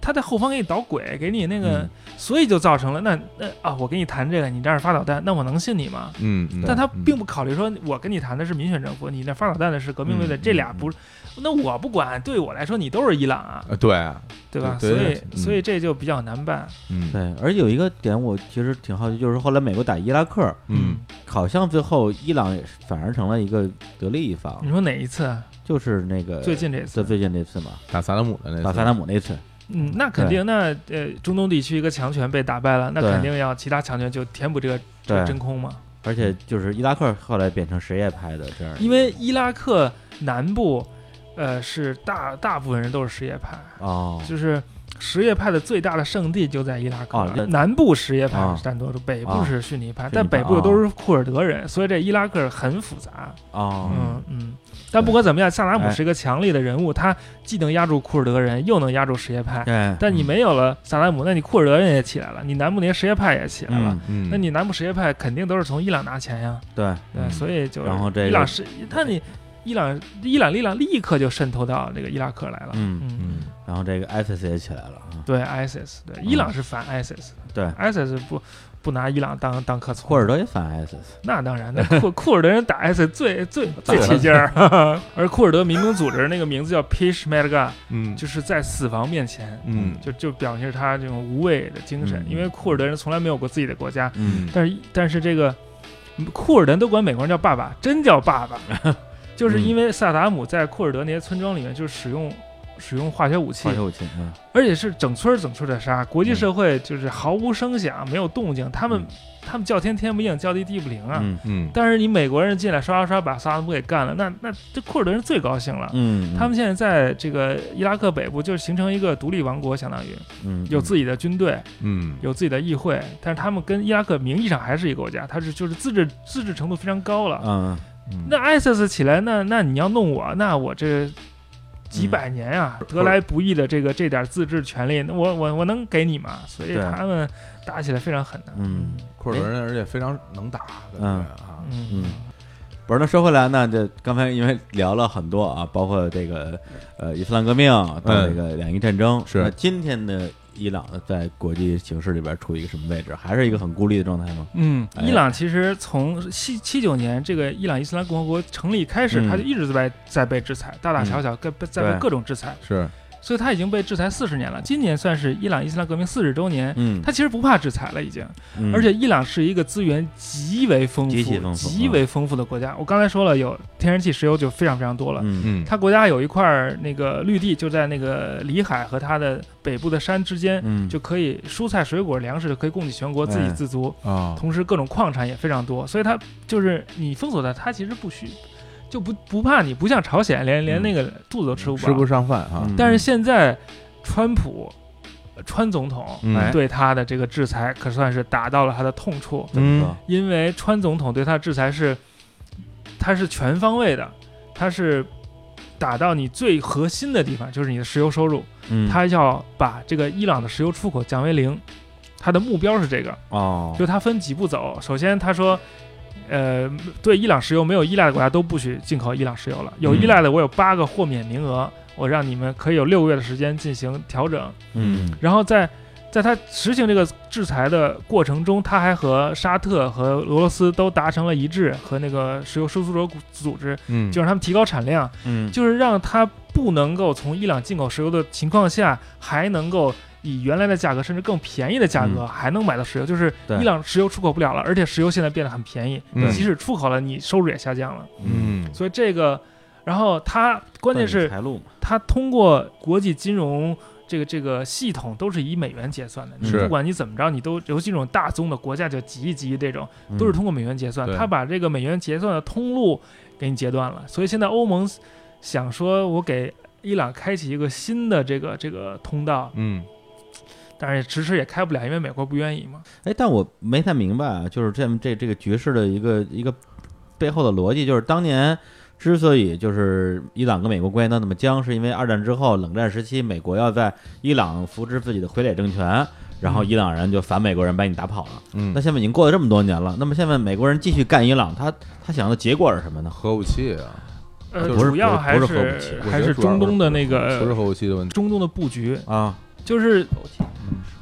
D: 他在后方给你导轨，给你那个，
A: 嗯
D: 所以就造成了那那啊，我跟你谈这个，你这儿发导弹，那我能信你吗？
B: 嗯，嗯
D: 但他并
B: 嗯
D: 不考虑说，我跟你谈的是民选政府，你那发导弹的是革命卫队，
A: 嗯
D: 这俩不是，那我不管，对我来说你都是伊朗啊，
B: 呃对啊，
D: 对吧？
B: 对
D: 所
B: 对
D: 以
B: 嗯
D: 所以这就比较难办。
B: 嗯
A: 对，而有一个点我其实挺好奇，就是后来美国打伊拉克，
B: 嗯，
A: 好像最后伊朗也是反而成了一个得力一方
D: 你，说哪一次啊？
A: 就是那个
D: 最近这
A: 最
B: 呃
D: 次，
A: 最近这次嘛，
B: 打萨达姆的那次
A: 打萨达姆那次，
D: 嗯，那肯定，那呃，中东地区一个强权被打败了，那
A: 对
D: 肯定要其他强权就填补这个这个
A: 对
D: 真空嘛。
A: 而且就是伊拉克后来变成什叶派的这样一个，
D: 因为伊拉克南部，呃，是大大部分人都是什叶派，
A: 哦，
D: 就是什叶派的最大的圣地就在伊拉克
A: 啊那
D: 了，南部什叶派
A: 啊
D: 是占多数，北
A: 啊
D: 部是逊尼派，
A: 逊
D: 但
A: 尼派
D: 北
A: 哦
D: 部都是库尔德人，所以这伊拉克很复杂。
A: 啊，
D: 嗯嗯，但不管怎么样，萨达
A: 哎
D: 姆是一个强力的人物，他既能压住库尔德人，又能压住什叶派。
A: 对，
D: 但你没有了萨达姆，那你库尔德人也起来了，你南部那些什叶派也起来了，
A: 嗯，
B: 嗯，
D: 那你南部什叶派肯定都是从伊朗拿钱呀，
A: 对，
D: 对，
B: 嗯
D: 所以就是
A: 然后这个
D: 伊朗是，但你伊朗伊朗力量立刻就渗透到这个伊拉克来了，
A: 嗯
D: 嗯，
B: 嗯
A: 然后这个 ISIS 也起来了啊，
D: 对 ISIS，对伊朗是反 ISIS，
A: 对
D: ，ISIS 不不拿伊朗当当客从，
A: 库尔德也反 ISIS，
D: 那当然，那库 库尔德人打 ISIS 最最
A: 打
D: 最起劲儿， 而库尔德民兵组织那个名字叫 Peshmerga，
B: 嗯
D: 就是在死亡面前，
B: 嗯
D: 就就表现他这种无畏的精神，
A: 嗯
D: 因为库尔德人从来没有过自己的国家，
A: 嗯
D: 但是但是这个嗯库尔德人都管美国人叫爸爸，真叫爸 爸，就是
A: 嗯
D: 因为萨达姆在库尔德那些村庄里面就使用使用化学武器
A: 化，学武器，嗯
D: 而且是整村儿整村的杀，国际社会就是毫无声响，没有动静，他们、
A: 嗯
D: 他们叫天天不应，叫地地不灵啊。
A: 嗯
B: 嗯
D: 但是你美国人进来刷刷刷把萨达姆给干了，那那这库尔德人最高兴了。
A: 嗯，
D: 他们现在在这个伊拉克北部，就是形成一个独立王国，相当于
A: 嗯
D: 有自己的军队，
B: 嗯
D: 有自己的议会，但是他们跟伊拉克名义上还是一个国家，它是就是自治自治程度非常高了。
A: 嗯嗯
D: 那 ISIS 起来，那那你要弄我，那我这
A: 嗯
D: 几百年啊、
A: 不是
D: 得来不易的这个这点自治权利，那我我我能给你吗？所以
A: 对
D: 他们打起来非常狠的。
A: 嗯
B: 库尔德人而且非常能打，感觉啊，
D: 嗯
A: 嗯，不是，那说回来呢，这刚才因为聊了很多啊， 包括这个呃伊斯兰革命到这个两伊战争，
B: 是
A: 那今天的伊朗在国际形势里边处于一个什么位置？还是一个很孤立的状态吗？
D: 嗯
A: 哎
D: 伊朗其实从七七九年这个伊朗伊斯兰共和国成立开始，
A: 嗯
D: 他就一直在被在被制裁，大大小小各在
A: 对
D: 被各种制裁，
B: 是
D: 所以他已经被制裁四十年了。今年算是伊朗伊斯兰革命四十周年，
A: 嗯，
D: 他其实不怕制裁了已经。
A: 嗯
D: 而且伊朗是一个资源极为丰富、
A: 极其丰富
D: 极为丰富的国家。我刚才说了，有天然气、石油就非常非常多了。
A: 嗯
B: 嗯
D: 它国家有一块儿那个绿地，就在那个里海和它的北部的山之间，
A: 嗯
D: 就可以蔬菜、水果、粮食就可以供给全国自给自足。
A: 哎
B: 啊
D: 同时，各种矿产也非常多，所以它就是你封锁它，它其实不需就不不怕你，不像朝鲜连连
A: 嗯
D: 那个肚子都吃不饱。
B: 吃不上饭啊，
D: 但是现在，川普呃川总统
B: 嗯
A: 哎
D: 对他的这个制裁可算是打到了他的痛处，
A: 嗯
D: 因为川总统对他的制裁是，他是全方位的，他是打到你最核心的地方，就是你的石油收入，
A: 嗯
D: 他要把这个伊朗的石油出口降为零，他的目标是这个，
A: 哦
D: 就他分几步走，首先他说。呃，对伊朗石油没有依赖的国家都不许进口伊朗石油了。有依赖的，我有八个豁免名额，我让你们可以有六个月的时间进行调整。
A: 嗯
D: 然后在在他实行这个制裁的过程中，他还和沙特和俄罗斯都达成了一致，和那个石油输出国组织，
B: 嗯
D: 就让他们提高产量，
A: 嗯
D: 就是让他不能够从伊朗进口石油的情况下，还能够。以原来的价格，甚至更便宜的价格，
A: 嗯
D: 还能买到石油，就是
A: 对
D: 伊朗石油出口不了了，而且石油现在变得很便宜，
B: 嗯
D: 即使出口了，你收入也下降了。
B: 嗯
D: 所以这个，然后他关键是
A: 财路嘛，
D: 它通过国际金融这个这个系统都是以美元结算的，你
A: 是
D: 不管你怎么着，你都尤其这种大宗的国家就几亿几亿这种，都是通过美元结算
B: 嗯对，
D: 它把这个美元结算的通路给你截断了，所以现在欧盟想说，我给伊朗开启一个新的这个这个通道，
B: 嗯
D: 但是迟迟也开不了，因为美国不愿意嘛。
A: 哎，但我没太明白啊，就是这这这个局势的一个一个背后的逻辑，就是当年之所以就是伊朗跟美国关系闹那么僵，是因为二战之后冷战时期，美国要在伊朗扶植自己的傀儡政权，然后伊朗人就反美国人把你打跑了。
B: 嗯
A: 那，现在已经过了这么多年了，那么现在美国人继续干伊朗，他他想要的结果是什么呢？
B: 核武器啊，
D: 呃，
A: 不是
D: 主要
A: 不是
D: 还
A: 不是核武器
B: 我觉得
D: 还是
B: 主要
D: 中东的那
B: 不是
D: 个
B: 核武器的问题，
D: 中东的布局，
B: 呃
A: 啊，
D: 就是
B: 嗯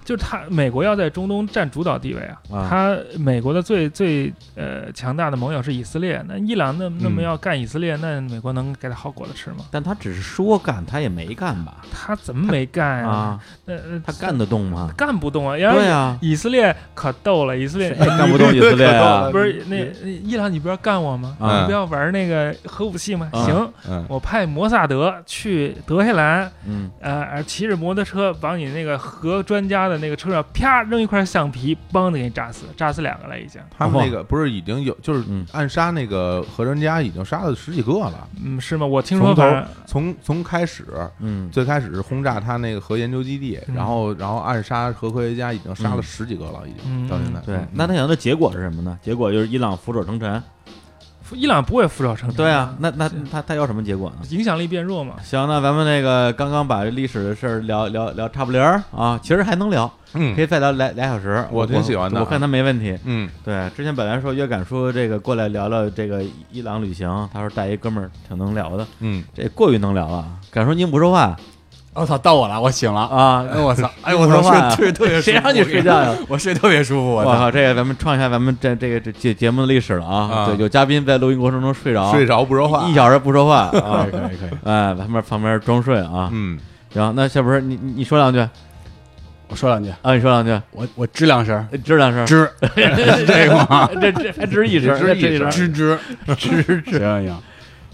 D: 就是他美国要在中东占主导地位啊，
A: 啊
D: 他美国的最最呃强大的盟友是以色列，那伊朗那那
B: 嗯
D: 么要干以色列，那美国能给他好果子吃吗？
A: 但他只是说干，他也没干吧？
D: 他怎么没干啊？
A: 啊，
D: 那呃
A: 他干得动吗？
D: 干不动啊！然后
A: 对啊，
D: 以色列可逗了，以色列哎
A: 谁干不动以色列啊
D: 不是那那伊朗，你不要干我吗？
A: 啊
D: 你不要玩那个核武器吗？
A: 啊
D: 行，
B: 嗯
D: 我派摩萨德去德黑兰，
A: 嗯
D: 呃，骑着摩托车把你那个核专家的那个车上啪扔一块橡皮，梆的给你炸死，炸死两个了已经。
B: 他们那
A: 哦
B: 个不是已经有，就是
A: 嗯
B: 暗杀那个何专家已经杀了十几个了。
D: 嗯，是吗？我听
B: 从
D: 说
B: 头
D: 反正
B: 从从开始，
A: 嗯，
B: 最开始是轰炸他那个核研究基地，
D: 嗯
B: 然后然后暗杀核科学家，已经杀了十几个了，已经
D: 嗯
B: 到现在。
A: 对
B: 嗯，
A: 那他想的结果是什么呢？结果就是伊朗俯首称臣。
D: 伊朗不会俯首称臣。
A: 对啊，，那那
D: 是
A: 他他要什么结果呢？啊
D: 影响力变弱 嘛。
A: 行，那咱们那个刚刚把历史的事儿聊聊聊差不离儿啊，其实还能聊，可
B: 嗯
A: 以再聊俩俩小时，
B: 我挺喜欢的啊
A: 我看他没问题。
B: 嗯，
A: 对，之前本来说约敢说这个过来聊聊这个伊朗旅行，他说带一哥们儿挺能聊的，
B: 嗯，
A: 这过于能聊了。敢说您不说话
F: 哦
E: 我操，到我了，我醒了！
A: 啊？
E: 哎我操，哎
A: 不
E: 我
A: 说
E: 操，
A: 话呀
E: 睡睡特别舒服
A: 谁让你睡觉呀？
E: 我睡特别舒服，
A: 我
E: 我操！
A: 靠，这个咱们创一下咱们这这个这节节目的历史了啊！
B: 啊
A: 对，有嘉宾在录音过程中睡着，
B: 睡着不说话
A: 啊一，小时不说话啊
E: 可以，可以可以，
A: 哎，旁边旁边装睡啊。
B: 嗯，
A: 行，那是不是你你你说两句
E: 我说两句，
A: 啊？你说两句，
E: 我我吱两声，
A: 知两声。
E: 吱这个 吗？
A: 这这还只是一声，
B: 只是一
A: 只
B: 声
A: 是
E: 吱吱吱吱， 行行。
A: 嗯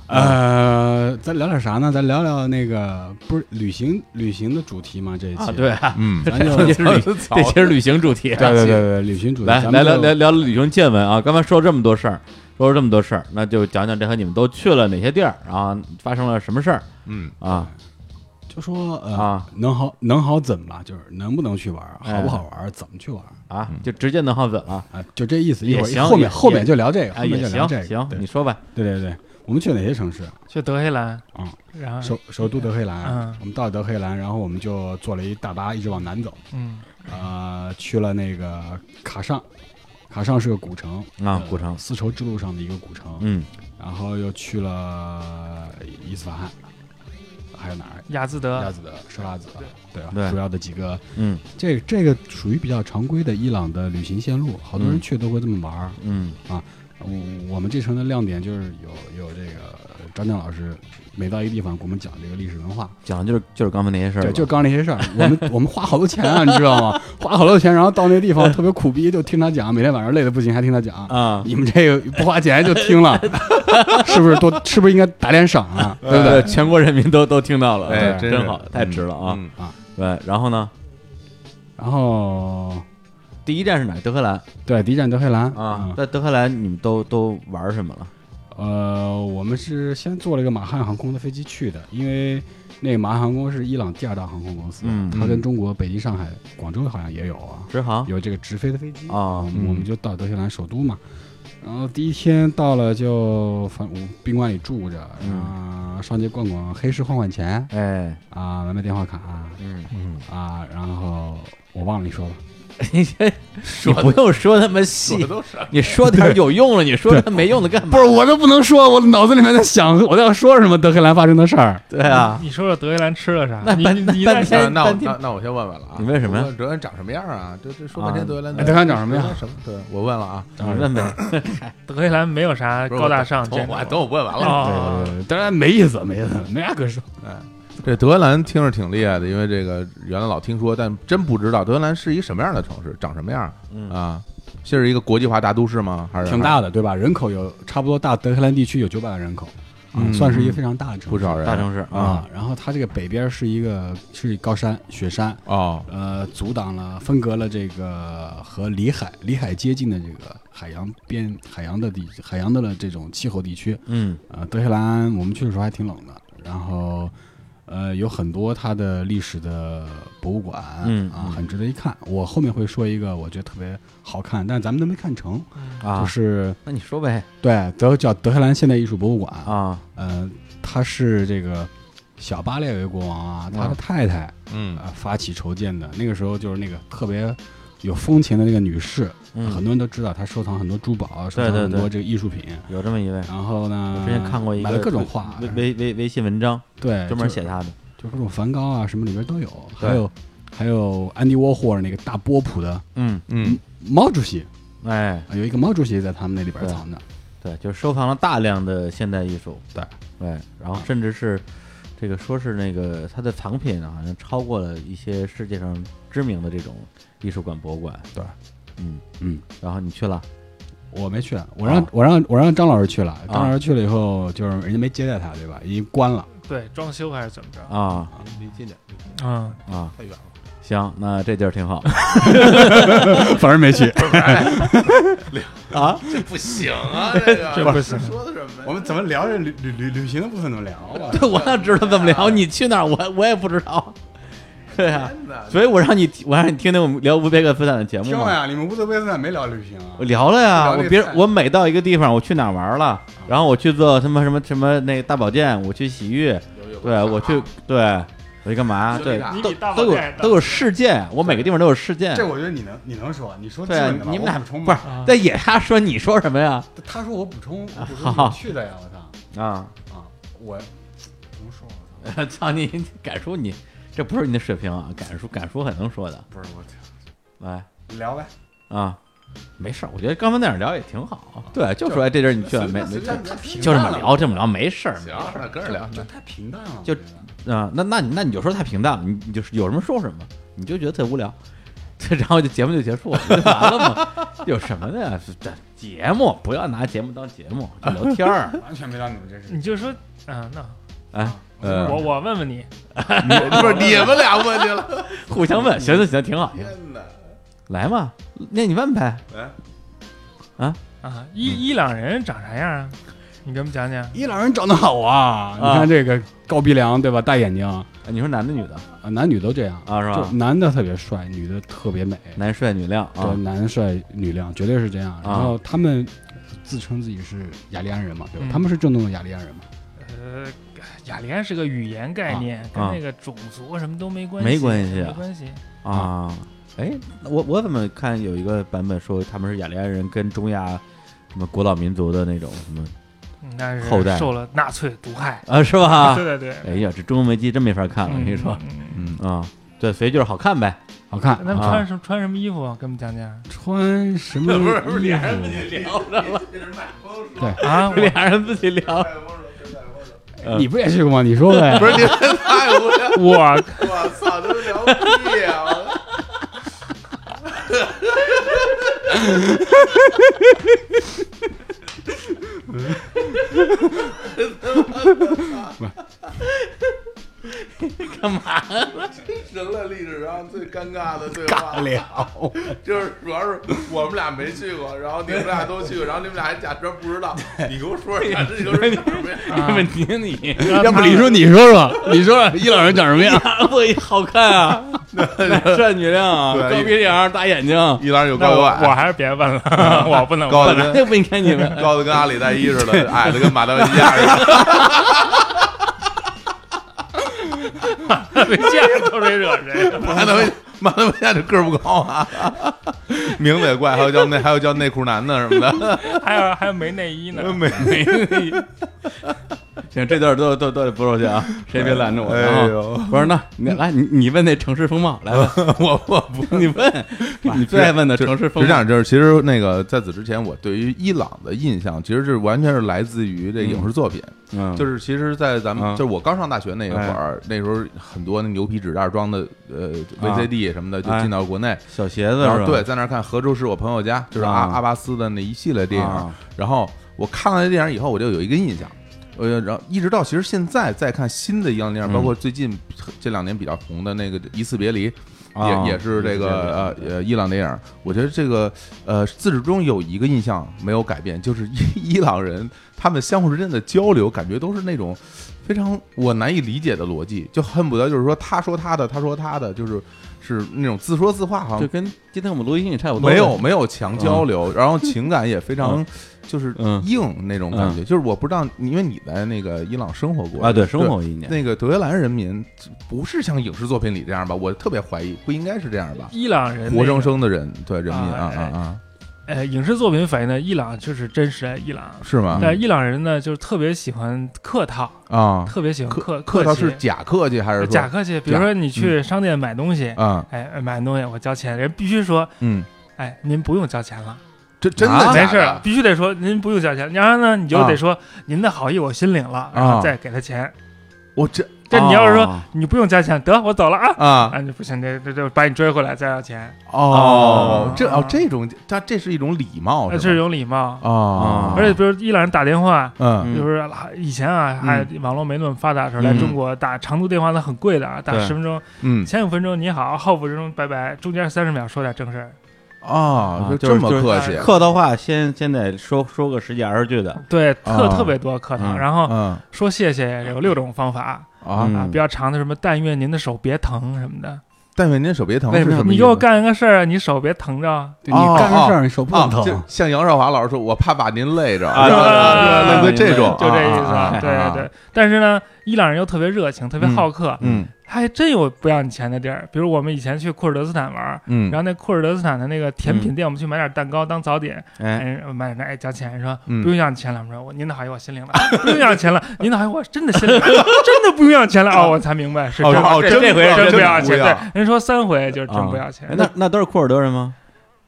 E: 呃，咱聊点啥呢？咱聊聊那个不是旅行旅行的主题吗？这一期
A: 啊，对，啊，
B: 嗯，
E: 咱就
A: 这是旅
D: 哦
A: 这其实旅行主题。
E: 对对对对，旅行主题，
A: 来
E: 咱
A: 来
E: 们
A: 聊
E: 就
A: 聊聊旅行见闻啊！刚才说了这么多事儿，说了这么多事儿，那就讲讲这回你们都去了哪些地儿，然后发生了什么事儿
B: 嗯
A: 啊？
E: 就说呃
A: 啊，
E: 能好能好怎么吧？就是能不能去玩儿，
A: 哎
E: 好不好玩儿，怎么去玩儿
A: 啊，就直接能耗子了
E: 啊？就这意思。一
A: 也
E: 会儿
A: 行
E: 后
A: 也
E: 面后面
A: 也
E: 就聊这个，
A: 啊，
E: 后面
A: 也
E: 就
A: 行
E: 聊这个。
A: 行，
E: 对
A: 你说吧。
E: 对对对，我们去哪些城市？
D: 去德黑兰
A: 嗯
E: 啊，
D: 然
A: 哎
D: 后
E: 首首都德黑兰啊
D: 嗯，
E: 我们到了德黑兰，然后我们就坐了一大巴，一直往南走，
D: 嗯，
E: 呃，去了那个卡上，卡上是个古城，
A: 啊，古城，
E: 丝绸之路上的一个古城，
A: 嗯，
E: 然后又去了伊斯法罕，还有哪儿？
D: 雅兹
E: 亚
D: 德，
E: 子德、设拉子，对吧？
A: 呃对
E: 主要的几个，
A: 嗯
E: 这个这个属于比较常规的伊朗的旅行线路，好多人
A: 嗯
E: 去都会这么玩儿。
A: 嗯
E: 我我们这城的亮点就是有有这个张亮老师，每到一个地方给我们讲这个历史文化，
A: 讲的就是就是刚才那些事儿吧，
E: 对，就刚那些事儿，我们我们花好多钱啊，你知道吗？花好多钱，然后到那个地方特别苦逼，就听他讲，每天晚上累的不行，还听他讲。
A: 啊，
E: 你们这个不花钱就听 了，是不是多？是不是应该打点赏啊？对不
A: 对？
E: 对？
A: 全国人民都都听到了，
B: 哎，
A: 对
B: 是
A: 真好，太值了啊！！
B: 嗯
A: 对，然后呢，
E: 然后
A: 第一站是哪儿？德黑兰
E: 对，敌战德黑兰
A: 啊，
E: 嗯
A: 在德黑兰你们都都玩什么了？
E: 呃，我们是先坐了一个马汉航空的飞机去的，因为那个马汉航空是伊朗第二大航空公司，
A: 嗯
E: 它跟中国北京、上海、广州好像也有啊，
A: 直航
E: 有这个直飞的飞机
A: 啊
E: 我们
B: 嗯
E: 我们就到德黑兰首都嘛。然后第一天到了就反我宾馆里住着，
A: 嗯
E: 啊、上街逛逛，黑市换换钱
A: 哎，
E: 啊，买买电话卡
A: 嗯，
B: 嗯
E: 啊，然后我忘了你说吧，
A: 你不用说那么细
B: 说，都是
A: 你说点有用了，你说那没用的干嘛？
E: 啊不是我都不能说，我脑子里面在想我在说什么德黑兰发生的事儿。
A: 对啊，
D: 你说说德黑兰吃了啥？
A: 那
D: 你
A: 半
D: 你你
A: 那
D: 在
A: 半
D: 想
A: 天
B: 那那我
A: 半天
B: 那那我先问问了啊，
A: 你问什么呀
B: 我说德兰长什么样啊？这这说半
A: 啊
B: 天德兰，
E: 哎德兰长什么样
B: 德兰什么？对，我问 了啊，
E: 嗯
A: 你问呗，
D: 德黑兰没有啥
B: 不是
D: 高大上，
B: 等
D: 这
B: 我等我问完 了，
D: 哦，
E: 对，当然没意思，没意思，没啥可说。
B: 这德黑兰听着挺厉害的，因为这个原来老听说，但真不知道德黑兰是一什么样的城市，长什么样
A: 嗯
B: 啊？是一个国际化大都市吗？还是
E: 挺大的，对吧？人口有差不多大，德黑兰地区有九百万人口，啊
B: 嗯
E: 算是一个非常大的城市，
B: 不少人
A: 大城市
E: 啊。然后它这个北边是一个是高山雪山，
B: 哦，
E: 呃，阻挡了分隔了这个和里海里海接近的这个海洋边海洋的地海洋的这种气候地区。
A: 嗯
E: 呃，德黑兰我们去的时候还挺冷的，然后。呃，有很多它的历史的博物馆，
A: 嗯
E: 啊
A: 嗯，
E: 很值得一看。我后面会说一个我觉得特别好看，但是咱们都没看成，
D: 嗯
E: 就
A: 啊，
E: 是
A: 那你说呗
E: 对，德叫德黑兰现代艺术博物馆，
A: 啊，
E: 呃，他是这个小巴列维国王啊，他
A: 嗯
E: 的太太
B: 嗯
E: 呃发起筹建的。那个时候就是那个特别有风情的那个女士，很
A: 嗯，
E: 多人都知道她收藏很多珠宝，啊收藏
A: 对对
E: 很多
A: 对
E: 这个艺术品。
A: 有这么一位，
E: 然后呢，
A: 我之前看过一
E: 嗯买
A: 个
E: 了各种画，
A: 微微微微信文章，
E: 对，
A: 专门
E: 就
A: 写他的，
E: 就各种梵高啊什么里边都有，
A: 对
E: 还有还有安迪沃霍尔那个大波普的
A: 嗯，
B: 嗯
E: 毛主席，啊
A: 哎，
E: 有一个毛主席在他们那里边藏着。
A: 对，就是收藏了大量的现代艺术，
E: 对
A: 对，然后甚至是这个说是那个他的藏品啊好像超过了一些世界上知名的这种艺术馆博物馆，
E: 对，
A: 嗯
E: 嗯，
A: 然后你去了，
E: 我没去，我让、
A: 啊
E: 我让我让张老师去了，张老师去了以后，就是人家没接待他，对 吧？已经关了。
D: 对，装修还是怎么着？
A: 啊
B: 离近点，
D: 嗯，
A: 啊，
B: 太远了。
A: 行，那这地儿挺 好
E: 反正没去。
A: 啊。
B: 这不 行啊，这个
D: 这不行
B: 说的什么呀？
E: 我们怎么聊这旅旅旅旅行的部分？怎么聊 啊？
A: 对，我哪知道怎么聊？你去哪儿，我我也不知道。 对啊，
B: 天哪
A: 所以我让你，我让你听听我们聊乌兹别克斯坦的节目
E: 听
A: 嘛。
E: 呀，你们乌兹别克斯坦没聊旅行啊
A: 我？聊了呀，
E: 聊
A: 我
E: 那
A: 别
E: 菜啊
A: 我每到一个地方，我去哪儿玩了，然后我去做什么什么什么那大保健，我去洗浴，
B: 有有
A: 对我去对我去干嘛？
B: 兄弟
A: 对
B: 俩，
D: 你
A: 都
D: 比大保
A: 都有
D: 健
A: 都有事件，我每个地方都有事件
E: 这。我觉得你能你能说，你说
A: 对
E: 基本的吧
A: 你们俩
E: 我补充
A: 不是
E: 吧
D: 啊
A: 但野鸭说你说什么呀？
E: 他说我补充， 我补
A: 啊
E: 充
A: 好
E: 你去的呀，我操
A: 啊，
E: 啊！我怎么说？我操，
A: 操你你敢说你这不是你的水平啊？敢说敢说很能说的，
E: 不是我操，
A: 来
E: 聊呗，
A: 啊，没事儿，我觉得刚才那样聊也挺好。对， 就说哎这地儿你去了没没
E: 随
A: 去，
E: 便随便
A: 就这么聊，这么聊没事儿。
B: 行，那跟着聊
E: 就，太平淡了，
A: 就
E: 我觉得
A: 啊、那那你那你就说太平淡了，你你就是有什么说什么，你就觉得特无聊， 这然后就节目就结束了，不就完了吗？ 有什么的呀？这节目不要拿节目当节目，就聊天儿。
E: 完全没聊你们这 事。
D: 你就说，啊，那
A: 哎，
B: 呃
D: 我我问问你，
B: 不是你们俩问去了，
A: 互相问，行行行，挺好，
B: 天哪！
A: 来嘛，那你问呗。
B: 来，
D: 啊，
A: 嗯
D: 伊伊朗人长啥样啊？你给我们讲讲。
E: 伊朗人长得好啊，你看这个高鼻梁对吧？大眼睛啊，
A: 你说男的女的
E: 男女都这样，
A: 啊是
E: 就
A: 吧？
E: 男的特别帅，女的特别美，
A: 男帅女靓
E: 对，
A: 啊，
E: 男帅女靓绝对是这样。然后他们自称自己是雅利安人嘛，对吧
D: 嗯？
E: 他们是正宗的雅利安人嘛？
D: 呃，雅利安是个语言概念，跟那个种族什么都没关系，
A: 啊没
D: 没
A: 关系啊
D: 关系。
A: 啊，哎，我我怎么看有一个版本说他们是雅利安人跟中亚什么古老民族的那种什么
D: 嗯但
A: 后代
D: 是受了纳粹毒害。？
A: 啊是吧
D: 对对对，
A: 哎呀，这中文维基真没法看了，我跟你说
D: 嗯，嗯嗯
E: 嗯，
A: 啊。对，所以就是好看呗，
E: 好 看。
D: 那么
A: 啊
D: 穿什么穿什么衣服啊？给我们讲讲
E: 穿 什么衣
B: 不
E: 服？
B: 是不是俩人自己
A: 聊着了，
E: 对，
D: 啊！我
A: 俩人自己聊。
E: 你不也去过吗？你说呗。
B: 不是你们太无聊，
D: 我
B: 我操，这都聊屁啊！
A: 干嘛？
B: 人类历史上最尴尬的对话，了，就是主要是我们俩没去过，然后你们俩都去过，然后你们俩还假装不知道，你给我说说这就是什么呀？
D: 啊
A: 问题你，
E: 要不李叔你说说，你说说伊朗人长什么样？
A: 我也好看 啊，帅女亮啊，
B: 对
A: 高鼻梁，大眼睛，
B: 一郎有
D: 那
B: 高
D: 我
B: 有
D: 我
B: 矮，
D: 还是别问了，我不能问。
B: 高的
A: 本来
B: 跟
A: 就 不应该你们。
B: 高的跟阿里代伊似的，矮的跟马德里亚似的。
D: 没见着都得惹人。
B: 马德里马德里亚这个儿不高啊， 名字也怪，还有叫内还有叫内裤男的什么的，
D: 还有还有没内衣呢，
B: 没
A: 没行，这段都都都得播出去 啊，谁别拦着我。
B: 哎
A: 然后
B: 呦
A: 我说那你来，你你问那城市风貌来 吧，
B: 我我不。
A: 你 问，你最爱问的城市
B: 是
A: 风
B: 这
A: 貌
B: 样，就是其实那个在此之前，我对于伊朗的印象其实是完全是来自于这影视作品，
A: 嗯，
B: 就是是其实，在咱们、
A: 嗯哎
B: 就是我刚上大学那会儿，那时候很多那牛皮纸袋装的呃 VCD 什么的就
A: 啊哎
B: 进到国内，
A: 小鞋子
B: 然
A: 是吧？
B: 后对，在那儿看《河州是我朋友家》，就是阿、
A: 啊
B: 阿巴斯的那一系列电影。
A: 啊
B: 然后我看了那电影以后，我就有一个印象。呃，然后一直到其实现在再看新的一样电
A: 嗯
B: 影，包括最近这两年比较红的那个《一次别离》，
A: 啊
B: 也也是这个呃呃伊朗电影。我觉得这个呃自始至终有一个印象没有改变，就是伊伊朗人他们相互之间的交流，感觉都是那种非常 我难以理解的逻辑，就恨不得就是说他说他的，他说他的，就是是那种自说自话，好
A: 就
B: 像
A: 跟今天我们嗯录音也差不多。
B: 没有没有强交流，然后情感也非常。就是
A: 嗯
B: 硬那种感觉，就是我不知道，因为你在那个伊朗生活过
A: 啊，对，生活一年
B: 那个德黑兰人民不是像影视作品里这样吧？我特别怀疑，不应该是这样吧？
D: 伊朗人那个
B: 活生。生的人，对人民啊
D: 嗯啊
B: 啊啊，
D: 呃，影视作品反映的伊朗就是真实的伊朗，
B: 是吗？
D: 但是伊朗人呢，就是特别喜欢客套，
B: 啊，
D: 特别喜欢
B: 客
D: 客
B: 客套
D: 气
B: 是假客气还是
D: 呃
B: 说嗯
D: 假客气。比如说你去商店买东西，
B: 啊？
D: 哎，买东西我交钱，人必须说，
B: 嗯，
D: 哎，您不用交钱了，
B: 这真的
A: 啊
B: 假的
D: 没事儿，必须得说您不用交钱。然后呢，你就得说您的好意我心领了，然
B: 啊
D: 后再给他钱。
B: 我这
D: 这你要是说
A: 哦
D: 你不用加钱，得我走了啊，
B: 啊
D: 啊，你不行，这这这把你追回来再要钱，
B: 哦
A: 哦，
B: 这哦这种，它这是一种礼貌，
D: 那
B: 是
D: 是
B: 吗
D: 有礼貌。
B: 哦，
D: 而且比如伊朗人打电话，
B: 嗯
D: 就是啊以前啊，还网络没那么发达的时候，来
A: 嗯
D: 中国打长途电话那很贵的啊，打
A: 对
D: 十分钟，
B: 嗯
D: 前五分钟你好，后五分钟拜拜，中间三十秒说点正事儿。
B: 哦，
A: 啊
B: 这么
A: 就是
B: 客气，
A: 客套话先先得说说个十几二十句的，
D: 对，特
B: 啊
D: 特别多客套，
A: 嗯
D: 然后
B: 嗯
D: 说谢谢有六种方法
B: 啊，
D: 啊，
A: 嗯
D: 比较长的什么但愿您的手别疼什么的。
B: 但愿您手别疼
D: 为
B: 是什么意思？
D: 你给我干个事儿，啊你手别疼着。
E: 对你
B: 哦
E: 干
B: 哦
E: 个事儿，你手不
B: 啊
E: 能，
B: 就
E: 疼。
B: 像杨少华老师说，我怕把您累着，
A: 啊
B: 是吧
D: 对对
B: 类
D: 对
B: 似这种，
D: 就这意思，
B: 啊
D: 对对对。但是呢，伊朗人又特别热情，特别
A: 嗯
D: 好客，
B: 嗯
D: 还真有不要你钱的地儿。比如我们以前去库尔德斯坦玩儿，
B: 嗯，
D: 然后那库尔德斯坦的那个甜品
A: 嗯
D: 店，我们去买点蛋糕当早点，
A: 哎，
D: 人买点哎交钱，人说
B: 嗯
D: 不用要钱了，我说我您的好意我心领了，不用要钱了，您的好意我真的心领了，真的不用要钱了哦，我才明白是真
B: 哦，
A: 这这回
D: 真
A: 是
B: 真
D: 不要钱，
B: 不要哦
D: 对，人说三回就是真不要钱
A: 哎，那那都是库尔德人吗？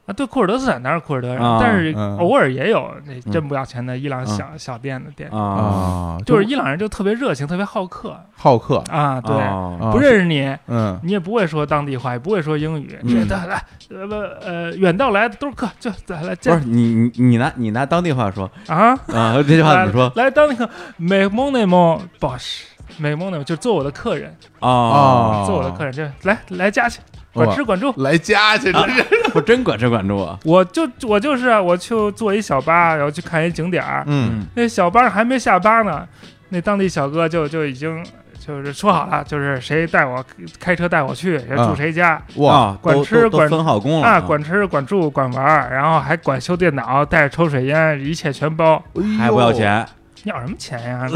D: 啊，对，库尔德斯坦当然是库尔德人
A: 啊，嗯
D: 但是
B: 嗯
D: 偶尔也有那真不要钱的伊朗小小店的店，
A: 啊，
B: 啊，
D: 就是伊朗人就特别热情，特别好客
B: 好客，
D: 啊，对，
A: 哦
B: 啊
D: 不认识你，
B: 嗯
D: 你也不会说当地话，也不会说英语，
A: 嗯
D: 这得来，呃不呃，远道来的都是客，就来来
A: 不
D: 这
A: 是你你你拿你拿当地话说
D: 啊，
A: 啊，这句话怎么 说
D: 来来当那个美蒙内蒙 boss。美蒙内蒙就做我的客人，
A: 啊？
D: 做我的客人，就来来家去，管吃管住。
B: 来家去，
D: 啊
B: 这
D: 嗯
B: 是
A: 我真管吃管住啊，
D: 我就我就是啊，我就做一小巴，然后去看一景点儿，
B: 嗯
D: 那小巴还没下巴呢，那当地小哥就就已经就是说好了，就是谁带我开车带我去，谁住谁家、
B: 哇，
A: 啊
D: 管
A: 都
D: 吃
A: 都都
D: 管
A: 分好工了
D: 啊，管吃管住管玩儿，然后还管修电脑，带着抽水烟，一切全包。
B: 哎呦
A: 还不要，钱，
D: 要什么钱呀？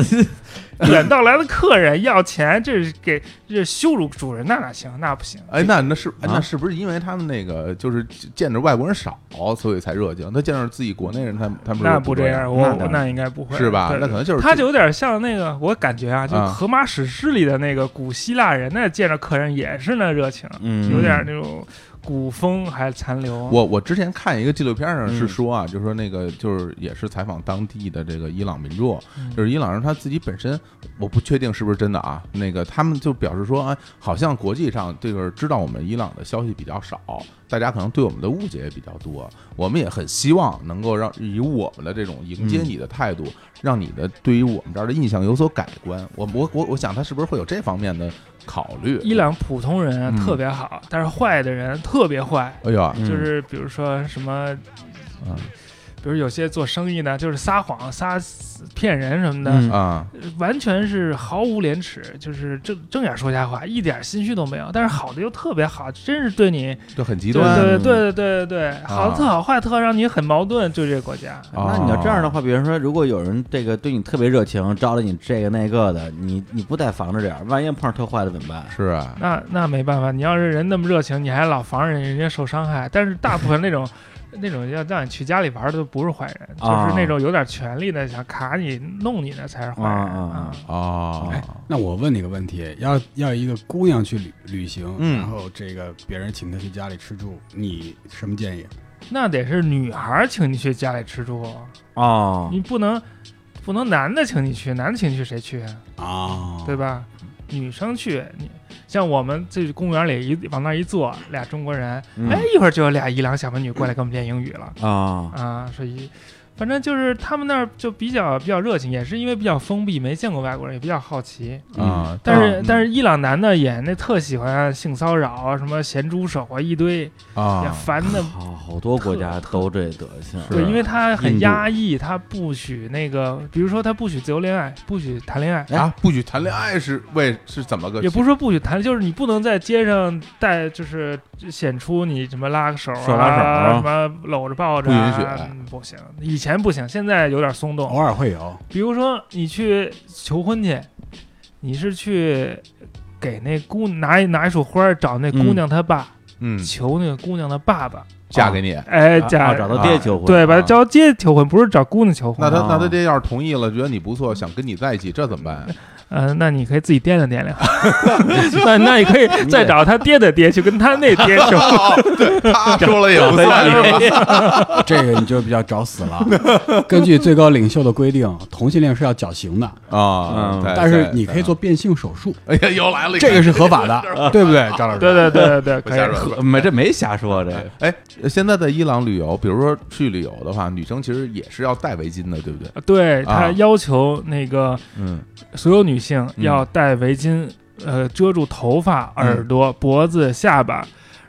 D: 远道来的客人要钱，这是给这是羞辱主人，那哪行？那不行。
B: 哎，那那是哎
A: 啊
B: 那是不是因为他们那个就是见着外国人少，所以才热情？他见着自己国内人，他们他们
D: 那
B: 是
D: 不
B: 不
D: 这
B: 热
D: 样，
B: 情
D: 我
A: 那当然
D: 那应该不会
B: 是吧？
D: 对
B: 那可能就是
D: 他就有点像那个，我感觉啊，就
B: 啊
D: 《荷马史诗》里的那个古希腊人，那见着客人也是那热情，
A: 嗯，
D: 有点那种古风还残留。
B: 我我之前看一个纪录片上是
A: 嗯
B: 说啊，就说那个就是也是采访当地的这个伊朗民众，
D: 嗯
B: 就是伊朗人他自己本身，我不确定是不是真的啊。那个他们就表示说，哎，好像国际上这个知道我们伊朗的消息比较少，大家可能对我们的误解也比较多。我们也很希望能够让以我们的这种迎接
A: 嗯
B: 你的态度，让你的对于我们这儿的印象有所改观。我我我我想他是不是会有这方面的考虑？
D: 伊，朗普通人啊
B: 嗯
D: 特别好，但是坏的人特别坏，
B: 哎呀，
A: 嗯
D: 就是比如说什么，
B: 嗯
D: 比如有些做生意呢，就是撒谎、撒骗人什么的，
A: 嗯
B: 啊，
D: 完全是毫无廉耻，就是正正眼说瞎话，一点心虚都没有。但是好的又特别好，真是对你，
B: 就很极
D: 对
B: 端。嗯啊
D: 对对对对对，好的特好，坏的特好，让你很矛盾。就这个国家，
A: 那你要这样的话，比如说，如果有人这个对你特别热情，招了你这个那个的，你你不带防着点儿，万一碰上特坏的怎么办？
B: 是啊，
D: 那那没办法，你要是人那么热情，你还老防着人人家受伤害。但是大部分那种那种要让你去家里玩的都不是坏人，就
A: 啊
D: 是那种有点权力的想卡你弄你的才是坏人
A: 啊啊啊
B: 哦，
E: 哎那我问你个问题：要要一个姑娘去旅旅行，
B: 嗯
E: 然后这个别人请她去家里吃住，你什么建议？
D: 那得是女孩儿请你去家里吃
A: 啊
D: 住，
A: 哦，
D: 你不能不能男的请你去，男的请你去谁去啊？
E: 啊，
D: 对吧？女生去，你像我们这公园里一往那儿一坐，俩中国人，
A: 嗯
D: 哎，一会儿就有俩伊朗小美女过来跟我们练英语了
A: 啊，
D: 啊，所以。反正就是他们那儿就比较比较热情，也是因为比较封闭，没见过外国人，也比较好奇。
B: 啊，
D: 但是、
B: 嗯
D: 但是伊朗男的也那特喜欢性骚扰啊，什么咸猪手啊一堆，也
B: 啊，
D: 烦 的。
A: 好好多国家都这德行，
B: 是啊
D: 对，因为他
A: 印
D: 很
A: 度
D: 压抑，他不许那个，比如说他不许自由恋爱，不许谈恋爱，
B: 啊，不许谈恋爱是为是怎么个？
D: 也不是说不许谈，就是你不能在街上带，就是显出你什么拉个手啊，
A: 手拉手啊
D: 什么搂着抱着啊、
B: 不允许哦
D: 嗯不行。以前不行，现在有点松
E: 偶
D: 动。
E: 尔会有，
D: 比如说你去求婚去，你是去给那姑拿一拿一束花儿找那姑娘她爸，
B: 嗯，
D: 求那个姑娘的爸爸，
B: 嫁给你，
D: 哎，
A: 啊
D: 假
A: 啊找到爹求婚，
D: 对，把
B: 啊
D: 他叫到街求婚，不是找姑娘求婚。
B: 那他
A: 啊
B: 那他这要是同意了，觉得你不错，想跟你在一起，这怎么办？
D: 呃，那你可以自己掂量掂量。那那你可以再找他爹的爹去跟他那爹去。
B: 他说了也不 算是吧？
E: 这个你就比较找死 了。根据最高领袖的规定，同性恋是要绞刑的，
B: 啊
A: 嗯，
B: 在
E: 但是
B: 在
E: 你可以做变性手术，
B: 哎呀，又来了，
E: 这个是合 法的，对不对，张老师？
D: 对对对对对，
B: 不
D: 可
B: 瞎
D: 以。
B: 说。
A: 没这没瞎说这，
B: 哎，现在在伊朗旅游，比如说去旅游的话，女生其实也是要戴围巾的，对不对？
D: 对他
B: 啊
D: 要求那个
A: 嗯
D: 所有女性要戴围巾，呃，遮住头发、
B: 嗯
D: 耳朵、脖子、下巴，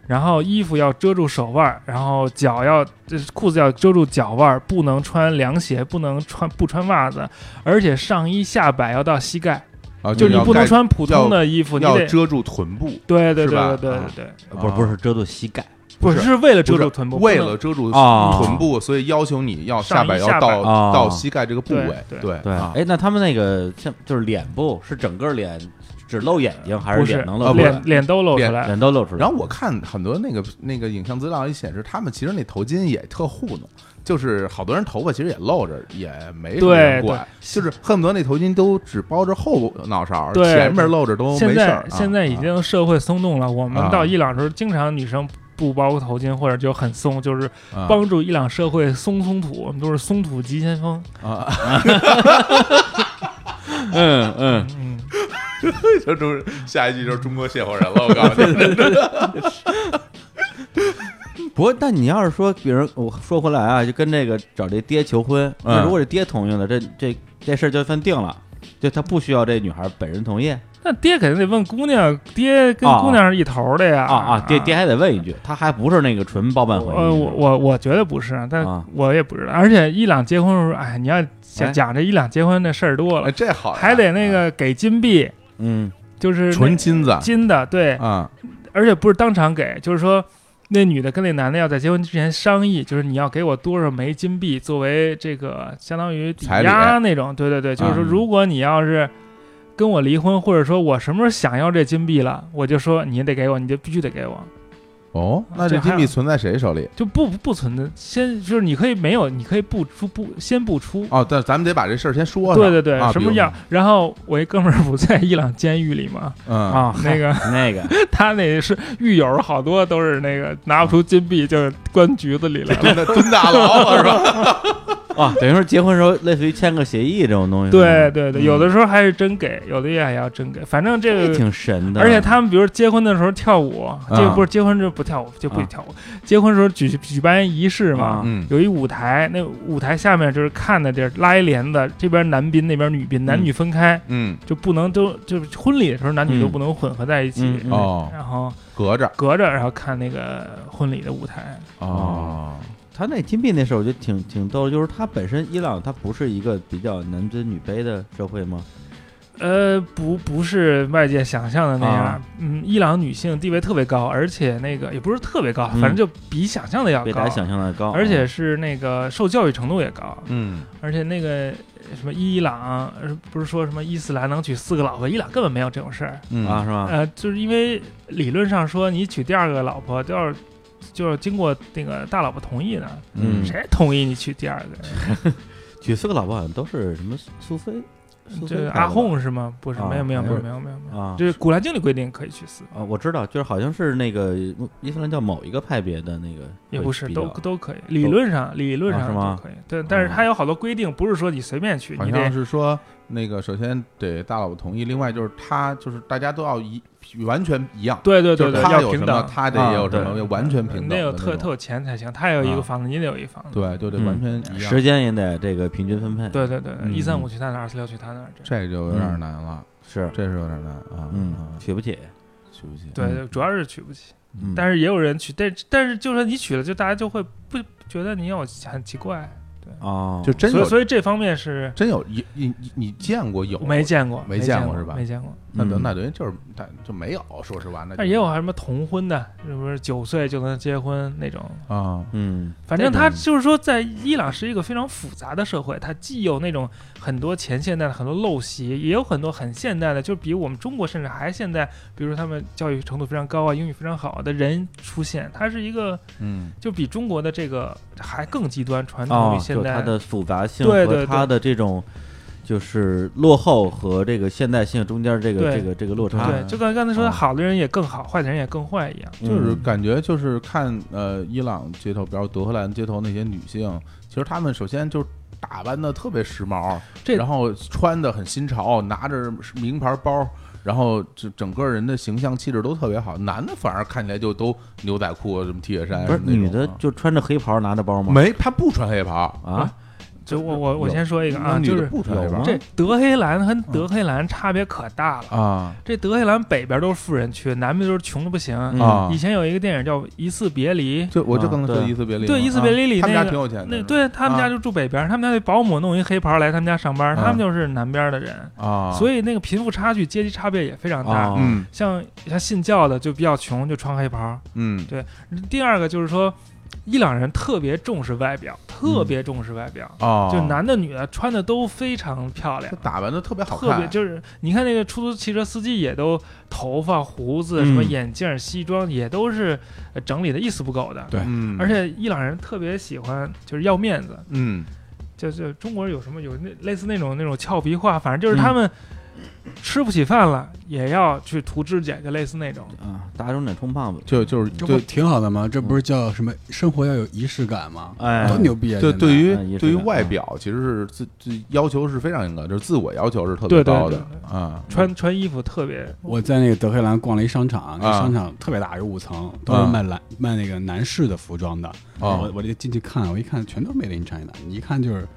D: 然后衣服要遮住手腕，然后脚要这裤子要遮住脚腕，不能穿凉鞋，不能穿不穿袜子，而且上衣下摆要到膝盖，
B: 啊，
D: 就是你
B: 要
D: 不能
B: 盖，
D: 穿普通的衣服，你
B: 要
D: 得
B: 遮住臀部，
D: 对对对
B: 是吧
D: 对对对
B: 啊
D: 对，
A: 不是不是遮住膝盖
D: 不
B: 是
D: 是为了遮
B: 不是
D: 住臀部，
B: 为
D: 不能
B: 了遮住
A: 啊
B: 臀部，所以要求你要
D: 上
B: 下摆
D: 衣
B: 要
D: 下
B: 到
A: 摆啊
B: 到膝盖这个部位，
D: 对
B: 对
A: 对，
B: 啊
A: 哎，那他们那个像就是脸部是整个脸只露眼睛，还
D: 不是
A: 啊脸能露出
D: 脸
A: 来？
D: 脸都露出
B: 啊脸
D: 来，
A: 脸都露出来。
B: 然后我看很多那个那个影像资料也显示，他们其实那头巾也特糊弄，就是好多人头发其实也露着，也没什么人
D: 对
B: 管，就是恨不得那头巾都只包着后脑勺，
D: 对
B: 前面露着都没
D: 现
B: 事
D: 在
B: 儿。
D: 现在已
B: 啊
D: 经社会松动了，我
B: 啊
D: 们到伊朗时候，经常女生不包头巾或者就很松，就是
B: 啊
D: 帮助伊朗社会松松土，我们都是松土急先锋。
B: 啊，
A: 嗯嗯，
D: 嗯，
B: 就中下一句就是中国卸货人了，我告诉你，
A: 不过但你要是说，比如我说回来啊，就跟这个找这爹求婚，
B: 嗯
A: 那如果这爹同意了，这这这事儿就算定了，就他不需要这女孩本人同意啊
D: 那爹肯定得问姑娘，爹跟
A: 啊
D: 姑娘是一头的呀。
A: 啊，爹爹。还得问一句，他还不是那个纯包办婚
D: 呃，我
A: 姻。
D: 我我觉得不是，但
A: 啊
D: 我也不知道。而且伊朗结婚的时候，哎，你要
A: 哎
D: 讲讲这伊朗结婚的事儿多
B: 哎
D: 了，
B: 这好呀，
D: 还得那个给金币，
A: 嗯
D: 就是那
B: 纯金子啊
D: 金的，对，
B: 啊
D: 而且不是当场给，就是说那女的跟那男的要在结婚之前商议，就是你要给我多少枚金币作为这个相当于抵
B: 彩礼
D: 押那种，对对对，就是说
A: 嗯
D: 如果你要是。跟我离婚，或者说我什么时候想要这金币了，我就说你得给我，你就必须得给我，
B: 哦，那这
D: 这还
B: 金币存在谁手里？
D: 就不不存在。先就是你可以没有，你可以不出不先不出，
B: 哦，但咱们得把这事儿先说上。
D: 对对对，
B: 啊
D: 什么？样？然后我一哥们儿不在伊朗监狱里嘛，
B: 比如嗯，
A: 啊
D: 那 个
A: 那个
D: 他那是狱友，好多都是那个拿不出金币就关局子里来了。
B: 真的蹲大牢了是吧？
A: 啊，等于说结婚时候类似于签个协议这种东西。
D: 对对对，
A: 嗯
D: 有的时候还是真给，有的也还要真给，反正这
A: 这
D: 个。
A: 挺神的，
D: 而且他们比如结婚的时候跳舞，这个不是结婚就不跳舞，就不
A: 啊
D: 跳 舞。结婚时候举举办仪式嘛，
A: 啊
B: 嗯
D: 有一舞台，那舞台下面就是看的地儿，拉一帘子，这边男宾那边女宾，男女分开，
B: 嗯
D: 就不能都就是婚礼的时候男女都
A: 嗯
D: 不能混合在一起，
A: 嗯嗯
B: 哦，
D: 然后
B: 隔着
D: 隔着，然后看那个婚礼的舞台。嗯
B: 哦
A: 他那金币那事儿，我觉得挺挺逗，就是他本身伊朗它不是一个比较男尊女卑的社会吗？
D: 呃，不，不是外界想象的那样。
A: 啊
D: 嗯，伊朗女性地位特别高，而且那个也不是特别高，
A: 嗯
D: 反正就比想象的要
A: 比
D: 高
A: 大家。想象的高，啊
D: 而且是那个受教育程度也高，
B: 嗯
D: 而且那个什么伊朗，呃不是说什么伊斯兰能娶四个老婆，伊朗根本没有这种事儿。
B: 嗯
A: 啊，是吧？
D: 呃，就是因为理论上说，你娶第二个老婆都要就要经过那个大老婆同意的，
A: 嗯
D: 谁同意你娶第二个？
A: 娶四个老婆好像都是什么苏菲，苏菲
D: 这
A: 派
D: 阿
A: 的吧
D: 訇是吗？不是，
A: 啊
D: 没有没有没
A: 还
D: 有
A: 是
D: 没有没有没有，
A: 啊
D: 就是《古兰经》里规定可以去死，
A: 啊，我知道，就是好像是那个伊斯兰教某一个派别的那个，
D: 也不是
A: 比较
D: 都都可以，理论上理论
A: 啊
D: 上
A: 是吗
D: 都可以，对，但是它有好多规定，不是说你随便去，
B: 嗯好
D: 你
B: 像
D: 得
B: 是说那个，首先得大老婆同意，另外就是他就是大家都要一完全一样，
D: 对对
B: 就
D: 对
B: 是
D: 对，
B: 他
D: 要
B: 有什
D: 平
B: 么
D: 等，
B: 他得也有什
A: 啊
B: 么，完全平等
D: 你
B: 的
D: 得
B: 那
D: 有
B: 种，
D: 特特有钱才行，他有一
B: 啊
D: 个房子，你得有一房子，
B: 对对对，
A: 嗯
B: 完全一
A: 时
B: 样，
A: 间也得这个平均分配，，
D: 对对对对，
A: 嗯
D: 一三五去他那儿，二四六去他那儿，这样
B: 这就有点难了，
A: 是，
B: 这是有点难啊，
A: 嗯
B: 啊，，
A: 娶不起，
B: 对不起，
D: 对，对主要是娶不起，
A: 嗯，
D: 但是也有人娶，但但是就算你娶了，就大家就会不觉得你有很奇怪，
A: 哦，
B: 就真
D: 所以
B: 有
D: 所以这方面是
B: 真有你你你你见过有
D: 没见过，
B: 没
D: 没
B: 见过
D: 过
B: 是吧
D: 没见过。
B: 那
A: 嗯
B: 等那等于就是但就没有，说实话，那就
D: 但也有啊还什么童婚的，是不是九岁就能结婚那种？
B: 啊，
A: 嗯，
D: 反正他
A: 这种
D: 就是说，在伊朗是一个非常复杂的社会，它既有那种很多前现代的很多陋习，也有很多很现代的，就比我们中国甚至还现代。比如说他们教育程度非常高啊，英语非常好的人出现，它是一个
B: 嗯
D: 就比中国的这个还更极端传统
A: 哦
D: 与，现
A: 就
D: 代。
A: 它的复杂性
D: 对
A: 和
D: 对
A: 它的这种就是落后和这个现代性中间这个
D: 对
A: 这个这个落差，
D: 对，就跟刚才说，
A: 啊
D: 好的人也更好，坏的人也更坏一样。
A: 嗯
B: 就是感觉就是看呃伊朗街头，比如德黑兰街头那些女性，其实她们首先就打扮的特别时髦，
D: 这
B: 然后穿的很新潮，拿着名牌包，然后就整个人的形象气质都特别好。男的反而看起来就都牛仔裤啊什么 T 恤衫，
A: 不是
B: 什么那种
A: 女的
B: 啊
A: 就穿着黑袍拿着包吗？
B: 没，她不穿黑袍，
A: 啊，
D: 就我我我
B: 有
D: 先说一个啊，
B: 那女
D: 就
B: 的
D: 是
B: 不穿黑
A: 有吗
B: 袍
D: 这德黑兰和德黑兰差别可大了。
B: 啊
D: 这德黑兰北边都是富人区，南边都是穷的不行。
A: 嗯
B: 啊
D: 以！前有一个电影叫《一次别离》，
B: 就我就
A: 啊
B: 刚才说
A: 对
B: 伊斯别利嘛，
D: 对伊斯别利里
B: 啊他们家
D: 那个
B: 挺有钱的，
D: 那对他们
B: 啊
D: 家就住北边，他们家那保姆弄一黑袍来他们家上班，
B: 啊
D: 他们就是南边的人，
B: 啊，
D: 所以那个贫富差距、阶级差别也非常大。
A: 哦
B: 嗯
D: 像像信教的就比较穷，就穿黑袍。
B: 嗯
D: 第二个就是说，伊朗人特别重视外表，特别重视外表，
B: 啊，
D: 就男的女的穿的都非常漂亮
B: 就。打扮的特别好看，
D: 特别就是，你看那个出租汽车司机也都头发、胡子、什么
A: 嗯
D: 眼镜、西装，也都是呃整理的一丝不苟的。
C: 对
B: 嗯，
D: 哎而且伊朗人特别喜欢就是要面子，
B: 嗯。
D: 就就中国人有什么有那类似那种那种俏皮话，反正
B: 嗯
D: 就是他们吃不起饭了、也要去涂指甲，就类似那
B: 嗯
D: 种。
A: 啊，打肿脸充胖子，
B: 就就是
E: 这不
B: 对
E: 挺好的吗？这不是叫什么生活要有仪式感吗？
A: 哎
E: 多牛逼啊！
B: 对
E: 现在
B: 对
A: 嗯
B: 于
A: 也是
B: 对于
A: 的
B: 外
A: 嗯
B: 表其实是自自要求是非常严格，就是自我要求是特别
D: 对对
B: 高的
D: 对对
B: 啊。
D: 穿穿衣服特别，
E: 我在那个德黑兰逛了一商场，那
B: 啊
E: 商场特别大，有五层，都是
B: 啊
E: 卖男卖那个男士的服装的。我
B: 哦
E: 我就进去看，我一看全都是 Made in China，你一看就是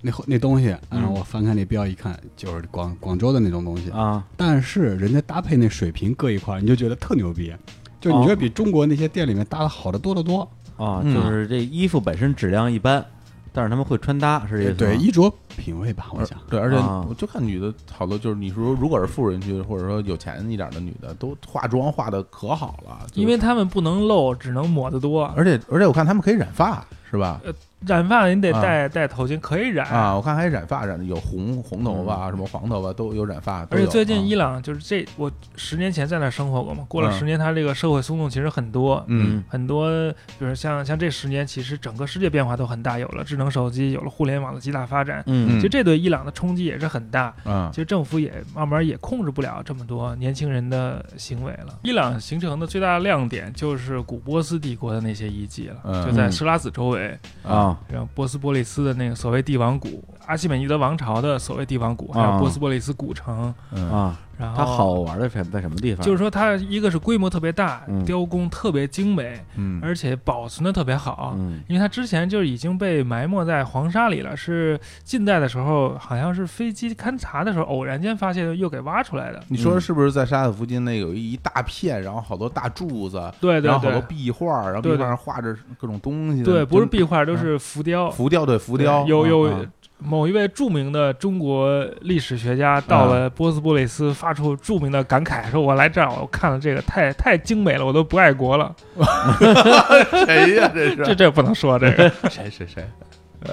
E: 那后那东西，然后我翻开那标一看，就是广广州的那种东西。
A: 啊，
E: 但是人家搭配那水平各一块儿，你就觉得特牛逼，就你觉得比中国那些店里面搭的好的多得多。
A: 啊，
B: 嗯
A: 就是这衣服本身质量一般，但是他们会穿搭，是这意思吗
E: 对，衣着品味吧，我
B: 而
E: 想。
B: 对，而且
A: 啊
B: 我就看女的好多，就是你说如果是富人区或者说有钱一点的女的，都化妆化的可好了，就是
D: 因为他们不能露，只能抹得多。
B: 而且而且我看他们可以染发是吧？
D: 染发你得
B: 啊
D: 戴、戴头巾，可以染。
B: 啊，我看还染发染的有红红头发啊，什么黄头发都有染发，
D: 嗯
B: 都
D: 而且
B: 有
D: 最近
B: 啊
D: 伊朗就是这，我十年前在那儿生活过嘛，过了
B: 嗯
D: 十年，它这个社会松动其实很多，
B: 嗯
D: 很多，比如像像这十年，其实整个世界变化都很大，有了智能手机，有了互联网的极大发展，
A: 嗯
D: 其实这对伊朗的冲击也是很大。
B: 啊
D: 其实政府也慢慢也控制不了这么多年轻人的行为了。伊朗形成的最大的亮点就是古波斯帝国的那些遗迹了，
B: 嗯
D: 就在设拉子周围，
A: 啊
D: 然后波斯波利斯的那个所谓帝王谷，阿西美尼德王朝的所谓帝王谷，还
A: 啊
D: 有波斯波利斯古城，
B: 嗯
A: 啊，
D: 然后
A: 它好玩的在在什么地
D: 哦
A: 方？
D: 就是说，它一个是规模特别大，
A: 嗯
D: 雕工特别精美，
B: 嗯
D: 而且保存的特别好。
A: 嗯
D: 因为它之前就已经被埋没在黄沙里了，是近代的时候，好像是飞机勘察的时候偶然间发现又给挖出来的。
B: 你说是不是在沙子附近那有一一大片，然后好多大柱子，
D: 对
B: 然
D: 对
B: 后好多
D: 对，
B: 壁画，然后壁
D: 对
B: 画
D: 对
B: 上画着各种东西的，
D: 对，不是
B: 真
D: 壁画，都是浮雕。
B: 浮雕，对浮
D: 对
B: 雕，
D: 有
B: 啊
D: 有某一位著名的中国历史学家到
B: 嗯
D: 了波斯波利斯，发出著名的感慨，说：“我来这儿，我看了这个太太精美了，我都不爱国了。
B: 啊谁呀？这
D: 这”这
B: 是
D: 这不能说这个。
B: 谁谁谁？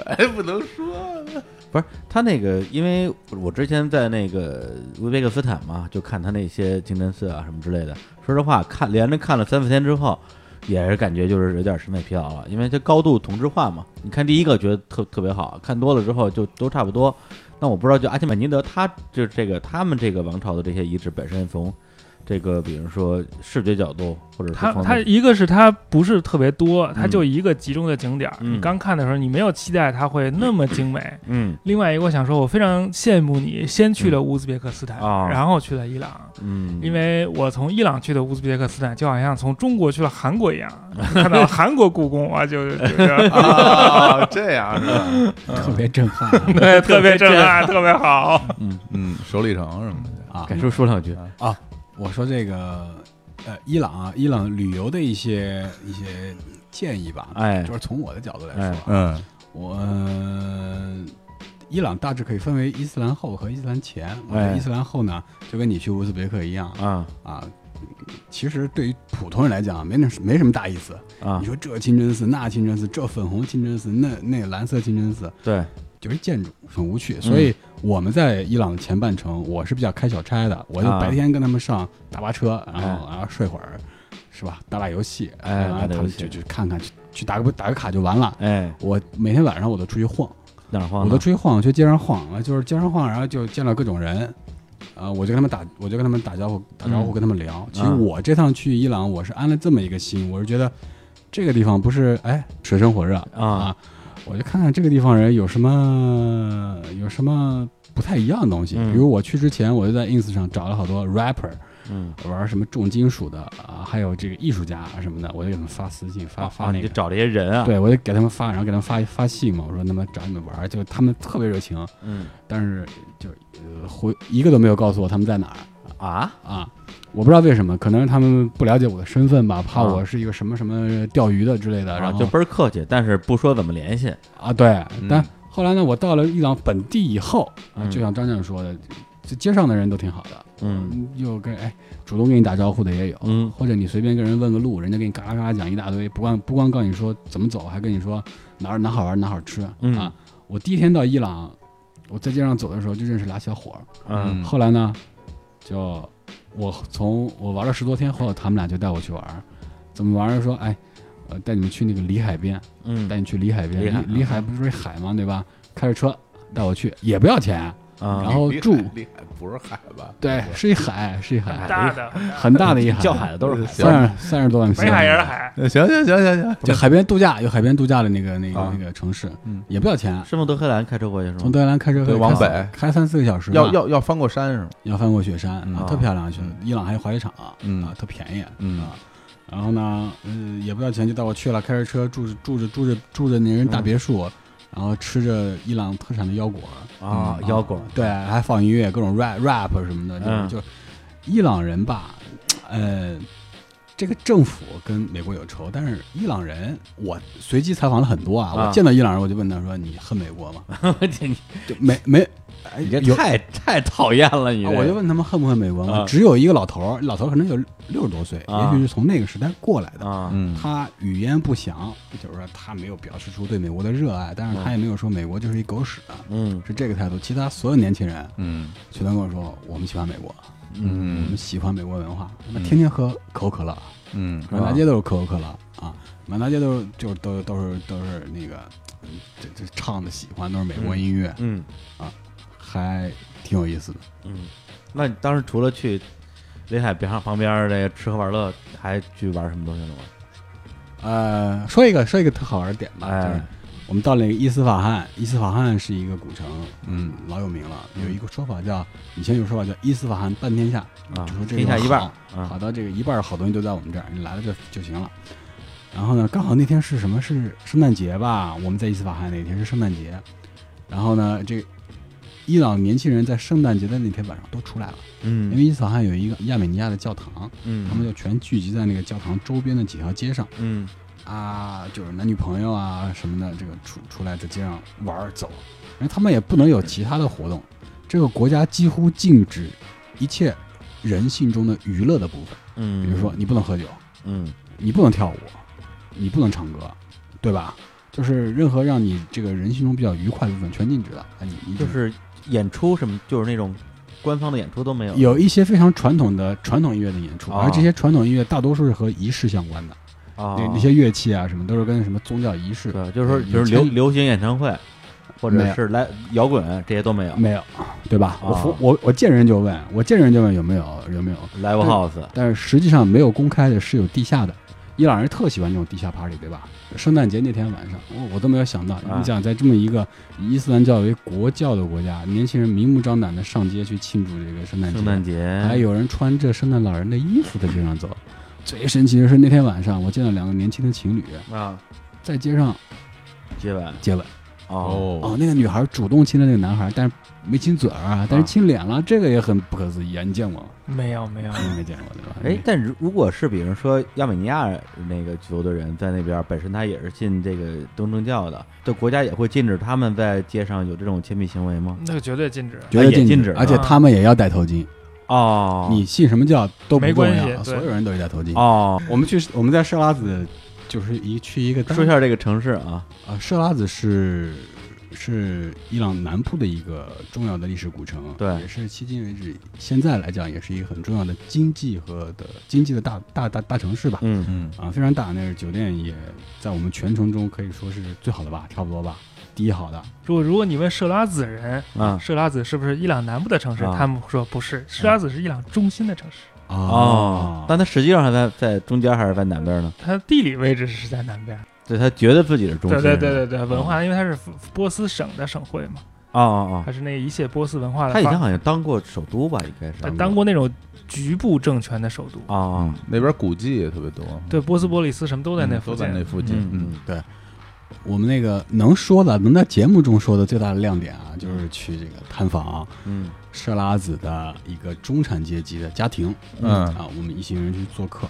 B: 哎，不能说
A: 他那个，因为我之前在那个乌兹别克斯坦嘛，就看他那些清真寺啊什么之类的。说实话，看连着看了三四天之后，也是感觉就是有点审美疲劳啊了，因为它高度同质化嘛。你看第一个觉得特特别好看多了之后就都差不多。那我不知道，就阿基美尼德他就是这个他们这个王朝的这些遗址本身从。这个，比如说视觉角度，或者是
D: 它
A: 从
D: 它一个是它不是特别多，它就一个集中的景点儿。
A: 嗯
D: 你刚看的时候，你没有期待它会那么精美。
A: 嗯
D: 另外一个，我想说，我非常羡慕你先去了乌兹别克斯坦，
A: 嗯啊
D: 然后去了伊朗。
A: 嗯，
D: 因为我从伊朗去的乌兹别克斯坦，就好像从中国去了韩国一 样，看到韩国故宫啊，就就就
B: 啊，这样是吧？
E: 特别震撼啊
D: 对，特别震撼，特别好。
B: 嗯，手里城什么的，
E: 啊！
A: 感受说两句，
E: 我说这个呃，伊朗啊，伊朗旅游的一些一些建议吧，
A: 哎
E: 就，是从我的角度来说啊，
B: 嗯
E: 我、呃伊朗大致可以分为伊斯兰后和伊斯兰前。我觉得
A: 哎
E: 伊斯兰后呢，就跟你去乌兹别克一样
A: 啊
E: 啊。其实对于普通人来讲，啊没那没什么大意思。
A: 啊
E: 你，说这清真寺，那清真寺，这粉红清真寺，那那蓝色清真寺，
A: 对，
E: 就是建筑很无
A: 嗯
E: 趣。所以我们在伊朗的前半程，我是比较开小差的，我就
A: 啊
E: 白天跟他们上大巴车，然后
A: 哎
E: 然后睡会儿，是吧？打打游戏，
A: 哎
E: 然
A: 打
E: 后
A: 打
E: 他
A: 游
E: 们
A: 戏
E: 就去看看，去去打个打个卡就完了。
A: 哎，
E: 我每天晚上我都出去晃，
A: 哪儿晃
E: 我
A: 呢？
E: 都出去晃，去街上晃了，就是街上晃，然后就见到各种人，啊、我就跟他们打，我就跟他们打招呼，打招呼，
A: 嗯
E: 跟他们聊。其实
A: 啊
E: 我这趟去伊朗，我是安了这么一个心，我是觉得这个地方不是哎水深火热
A: 啊
E: 我就看看这个地方人有什么有什么不太一样的东西。
A: 嗯
E: 比如我去之前，我就在 ins 上找了好多 rapper
A: 嗯
E: 玩什么重金属的啊，还有这个艺术家啊什么的，我就给他们发私信，发、
A: 啊
E: 发
A: 啊
E: 那
A: 你
E: 个
A: 就找这些人啊，，
E: 对，我就给他们发，然后给他们发发信嘛，我说那么找你们玩儿，就他们特别热情，
A: 嗯
E: 但是就呃回一个都没有告诉我他们在哪儿
A: 啊，
E: 啊，我不知道为什么，可能是他们不了解我的身份吧，怕
A: 啊
E: 我是一个什么什么钓鱼的之类的，
A: 然
E: 然
A: 后
E: 后
A: 啊就倍儿客气，但是不说怎么联系，
E: 啊对
B: 嗯，
E: 但后来呢，我到了伊朗本地以后，啊
A: 嗯
E: 就像张教授说的，这街上的人都挺好的，
A: 嗯，
E: 又跟哎主动跟你打招呼的也有，
A: 嗯
E: 或者你随便跟人问个路，人家给你嘎啦嘎啦讲一大堆，不光不光告诉你说怎么走，还跟你说哪儿哪好玩哪好吃、
A: 嗯
E: 啊。我第一天到伊朗，我在街上走的时候就认识俩小伙儿，
A: 嗯
E: 后来呢，就我从我玩了十多天后，他们俩就带我去玩儿，怎么玩儿？说哎，呃，带你们去那个里海边，
A: 嗯
E: 带你去里海边，
A: 里海
E: 里里海不是海吗？对吧？开着车带我去，也不要钱，
A: 啊
E: 然后
B: 厉害
E: 住
B: 厉害不是海吧？
E: 对，是一海，是一
A: 哎
E: 海，
D: 大的
E: 很大的一海，
A: 叫海的都是
B: 行
E: 三十三十多万
D: 北
E: 平米
D: 海人的海，
E: 哎
B: 行行行行行，
E: 就海边度假，有海边度假的那个那个、
B: 啊
E: 那个城市，
B: 嗯
E: 也不要钱，
A: 是从德黑兰开车过去是吗？
E: 从德黑兰开车
B: 对
E: 开
B: 往北
E: 三开三四个小时吧，
B: 要要要翻过山是吗？
E: 要翻过雪山，
B: 嗯
E: 啊
A: 啊，
E: 特漂亮，雪
B: 嗯
E: 伊朗还有滑雪场，
B: 嗯
E: 啊，特便宜，
B: 嗯
E: 啊，然后呢，嗯、也不要钱就带我去了，开着车住着住着住着住着那人大别
A: 嗯
E: 墅，然后吃着伊朗特产的腰果，
A: 啊
E: 嗯
A: 腰 果，
E: 对，还放音乐，各种 rap rap 什么的，就、
A: 嗯
E: 就伊朗人吧，呃，这个政府跟美国有仇，但是伊朗人，我随机采访了很多啊，
A: 啊
E: 我见到伊朗人我就问他说：“你恨美国吗
A: 你？”
E: 就没没，哎
A: 你这
E: 有。
A: 太太讨厌了，你这
E: 啊我就问他们恨不恨美国吗？
A: 啊
E: 只有一个老头儿，老头儿可能有六十多岁，
A: 啊
E: 也许是从那个时代过来的。
A: 啊，
B: 嗯
E: 他语言不详，就是说他没有表示出对美国的热爱，但是他也没有说美国就是一狗屎，啊
A: 嗯
E: 是这个态度。其他所有年轻人
B: 嗯
E: 全都跟我说，我们喜欢美国，我
B: 嗯
E: 们喜欢美国文化，他妈
B: 嗯
E: 天天喝可口可乐，
B: 嗯
E: 满大街都是可口可乐啊，满大街都是就是都都是都是那个，嗯这这唱的喜欢都是美国音乐，
A: 嗯
E: 还挺有意思的。
A: 嗯，那你当时除了去雷海边上旁边儿这个吃喝玩乐，还去玩什么东西了吗？
E: 呃，说一个说一个特好玩的点吧，就是
A: 哎，
E: 我们到了伊斯法罕，伊斯法罕是一个古城，
B: 嗯，
E: 老有名了。
A: 嗯
E: 有一个说法叫，以前有说法叫伊斯法罕半天下，
A: 啊
E: 就说，这个
A: 天下一半
E: 好
A: 儿啊
E: 好，到这个一半儿好东西都在我们这儿，你来了就就行了。然后呢，刚好那天是什么？是圣诞节吧？我们在伊斯法罕那天是圣诞节。然后呢，这个伊朗年轻人在圣诞节的那天晚上都出来了，
A: 嗯
E: 因为伊斯法罕有一个亚美尼亚的教堂，
A: 嗯，
E: 他们就全聚集在那个教堂周边的几条街上
A: 嗯
E: 啊，就是男女朋友啊什么的，这个出出来在街上玩儿走，因为他们也不能有其他的活动，这个国家几乎禁止一切人性中的娱乐的部分。
A: 嗯，
E: 比如说你不能喝酒，
A: 嗯
E: 你不能跳舞，你不能唱歌，对吧？就是任何让你这个人性中比较愉快的部分全禁止了。啊，你你只
A: 就是演出什么，就是那种官方的演出都没有。
E: 有一些非常传统的传统音乐的演出，
A: 啊
E: 而这些传统音乐大多数是和仪式相关的，
A: 啊
E: 那，那些乐器啊什么都是跟什么宗教仪式
A: 对，就是说，
E: 嗯
A: 比如
E: 以
A: 流
E: 前
A: 流行演唱会，或
E: 没
A: 者
E: 有嗯
A: 是来摇滚这些都没有。
E: 没有，对吧？我
A: 啊
E: 服我我见人就问，我见人就问有没有有没有，
A: Live House
E: 但是实际上没有公开的，是有地下的。伊朗人特喜欢这种地下 party，对吧？圣诞节那天晚上，我我都没有想到，
A: 啊
E: 你想在这么一个以伊斯兰教为国教的国家，年轻人明目张胆的上街去庆祝这个圣诞节，
A: 圣诞节，
E: 还有人穿着圣诞老人的衣服在街上走。最神奇的是那天晚上，我见到两个年轻的情侣
A: 啊，
E: 在街上
A: 接吻
E: 接吻。
A: 哦，
E: 哦，那个女孩主动亲了那个男孩，但是没亲嘴儿啊，但
A: 啊
E: 是亲脸了，这个也很不可思议啊！你见过吗？
D: 没有没有，
E: 你没见过对吧？
A: 啊哎，但如如果是比如说亚美尼亚那个球队人在那边，本身他也是信这个东正教的，这国家也会禁止他们在街上有这种亲密行为吗？
D: 那个绝对禁止。
E: 绝对
A: 也禁
E: 禁
A: 止
E: 止，
A: 了
E: 而且他们也要戴头巾。
A: 哦，
E: 你信什么教都不
D: 没
E: 重
D: 关系
E: 要，所
D: 对
E: 有人都得戴头巾。
A: 哦，
E: 我们去我们在设拉子，就是一去一个单
A: 说一下这个城市啊，
E: 啊，设拉子是是伊朗南部的一个重要的历史古城，
A: 对
E: 也是迄今为止现在来讲也是一个很重要的经济和的经济的大大大大城市吧。
A: 嗯
B: 嗯
E: 啊，非常大，那是酒店也在我们全城中可以说是最好的吧，差不多吧。第一好的。
D: 如果如果你问设拉子人，
E: 嗯
A: 啊
D: 设拉子是不是伊朗南部的城市？
A: 啊
D: 他们说不是，设拉子是伊朗中心的城市，
E: 啊
A: 哦，但他实际上还在在中间还是在南边呢？
D: 它地理位置是在南边。
A: 对，他觉得自己是啊中
D: 对
A: 心。
D: 对对对对，文化，因为它是波斯省的省会嘛，
A: 啊啊
D: 它是那一切波斯文化
A: 啊！
D: 的
A: 他
D: 发。
A: 以前好像当过首都吧，应该是
D: 呃当过那种局部政权的首都。
A: 啊，
B: 那边古迹也特别多，
D: 对，波斯、波利斯什么都在那
B: 嗯
D: 附
B: 都
D: 近
B: 在。那附近，
A: 嗯
B: 嗯，
E: 我们那个能说的，能在节目中说的最大的亮点啊，就是去这个探访
A: 嗯
E: 设拉子的一个中产阶级的家庭，
B: 嗯
E: 啊，我们一行人去做客，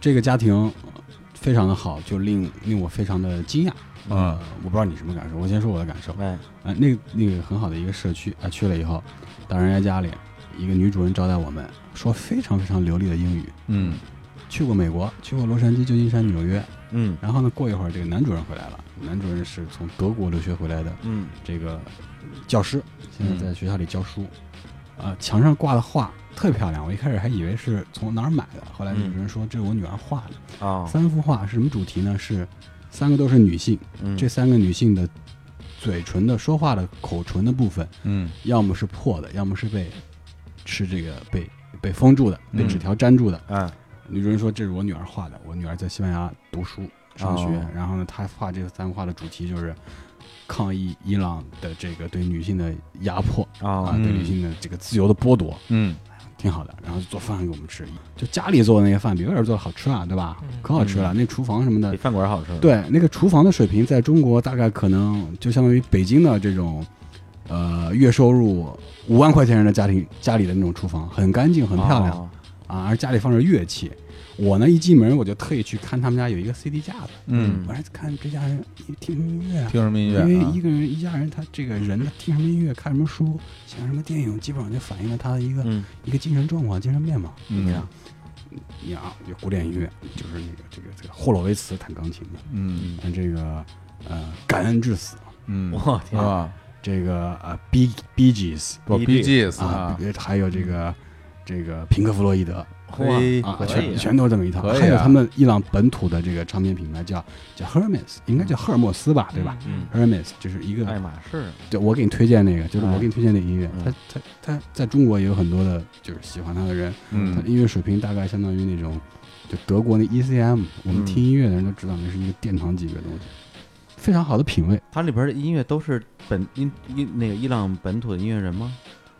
E: 这个家庭呃非常的好，就令令我非常的惊讶。
B: 嗯
E: 呃，我不知道你什么感受，我先说我的感受。
A: 嗯，哎，
E: 啊、那个那个很好的一个社区啊、去了以后，到人家家里，一个女主人招待我们，说非常非常流利的英语。
B: 嗯
E: 去过美国，去过洛杉矶、旧金山、纽约。
A: 嗯
E: 然后呢，过一会儿这个男主人回来了，男主人是从德国留学回来的
A: 嗯
E: 这个教师，现在在学校里教书。啊、墙上挂的画特漂亮，我一开始还以为是从哪儿买的，后来
A: 嗯
E: 女主人说这是我女儿画的。
A: 啊，
E: 三幅画是什么主题呢？是三个都是女性，
A: 嗯
E: 这三个女性的嘴唇的说话的口唇的部分。
B: 嗯
E: 要么是破的，要么是被是这个被被封住的，
B: 嗯
E: 被纸条粘住的。
A: 嗯
E: 女主人说：“这是我女儿画的，我女儿在西班牙读书上学，
A: 哦
E: 然后呢，她画这三幅画的主题就是抗议伊朗的这个对女性的压迫啊，
A: 啊
B: 嗯
E: 对女性的这个自由的剥夺，
B: 嗯
E: 挺好的。然后就做饭给我们吃，就家里做的那些饭比外边做的好吃啊，对吧？
D: 嗯
E: 可好吃了，那厨房什么的
A: 比饭馆好吃。，
E: 对，那个厨房的水平在中国大概可能就相当于北京的这种，呃，月收入五万块钱人的家庭家里的那种厨房，很干净，很漂
B: 哦
E: 亮、
A: 啊
E: 啊，而家里放着乐器。我呢一进门我就特意去看他们家有一个 CD 架子，
B: 嗯，
E: 我说看这家人听什么音乐啊？
B: 听什么音乐
E: 因为
B: 啊
E: 一？个人一家人他这个人他听什么音乐、看什么书、想什么电影，基本上就反映了他的一个、
A: 嗯
E: 一个精神状况、精神面貌。
B: 嗯
E: 你啊，有古典音乐，就是那个这个这个霍洛维茨弹钢琴的。
B: 嗯
E: 但这个呃，感恩至死，
B: 嗯，
A: 我天
B: 啊，
E: 这个呃，B B G S
B: 我
A: BG
B: B G S
E: 啊
B: 啊，，
E: 还有这个这个平克·弗洛伊德
A: 嘿
E: 啊，
A: 可以
E: 全全都是这么一套，
B: 可以啊
E: 还有他们伊朗本土的这个唱片品牌叫叫 Hermes，应该叫赫尔墨斯吧，对吧？
A: 嗯，
E: Hermes 就是一
A: 爱
E: 个，
A: 马仕
E: 对我给你推荐那个，就是我给你推荐的音乐，
A: 嗯
E: 他他他在中国也有很多的，就是喜欢他的人，他
B: 嗯
E: 音乐水平大概相当于那种，就德国那 ECM，我们
A: 嗯
E: 听音乐的人都知道那是一个殿堂级别的东西，非常好的品味。
A: 它里边的音乐都是本音音那个伊朗本土的音乐人吗？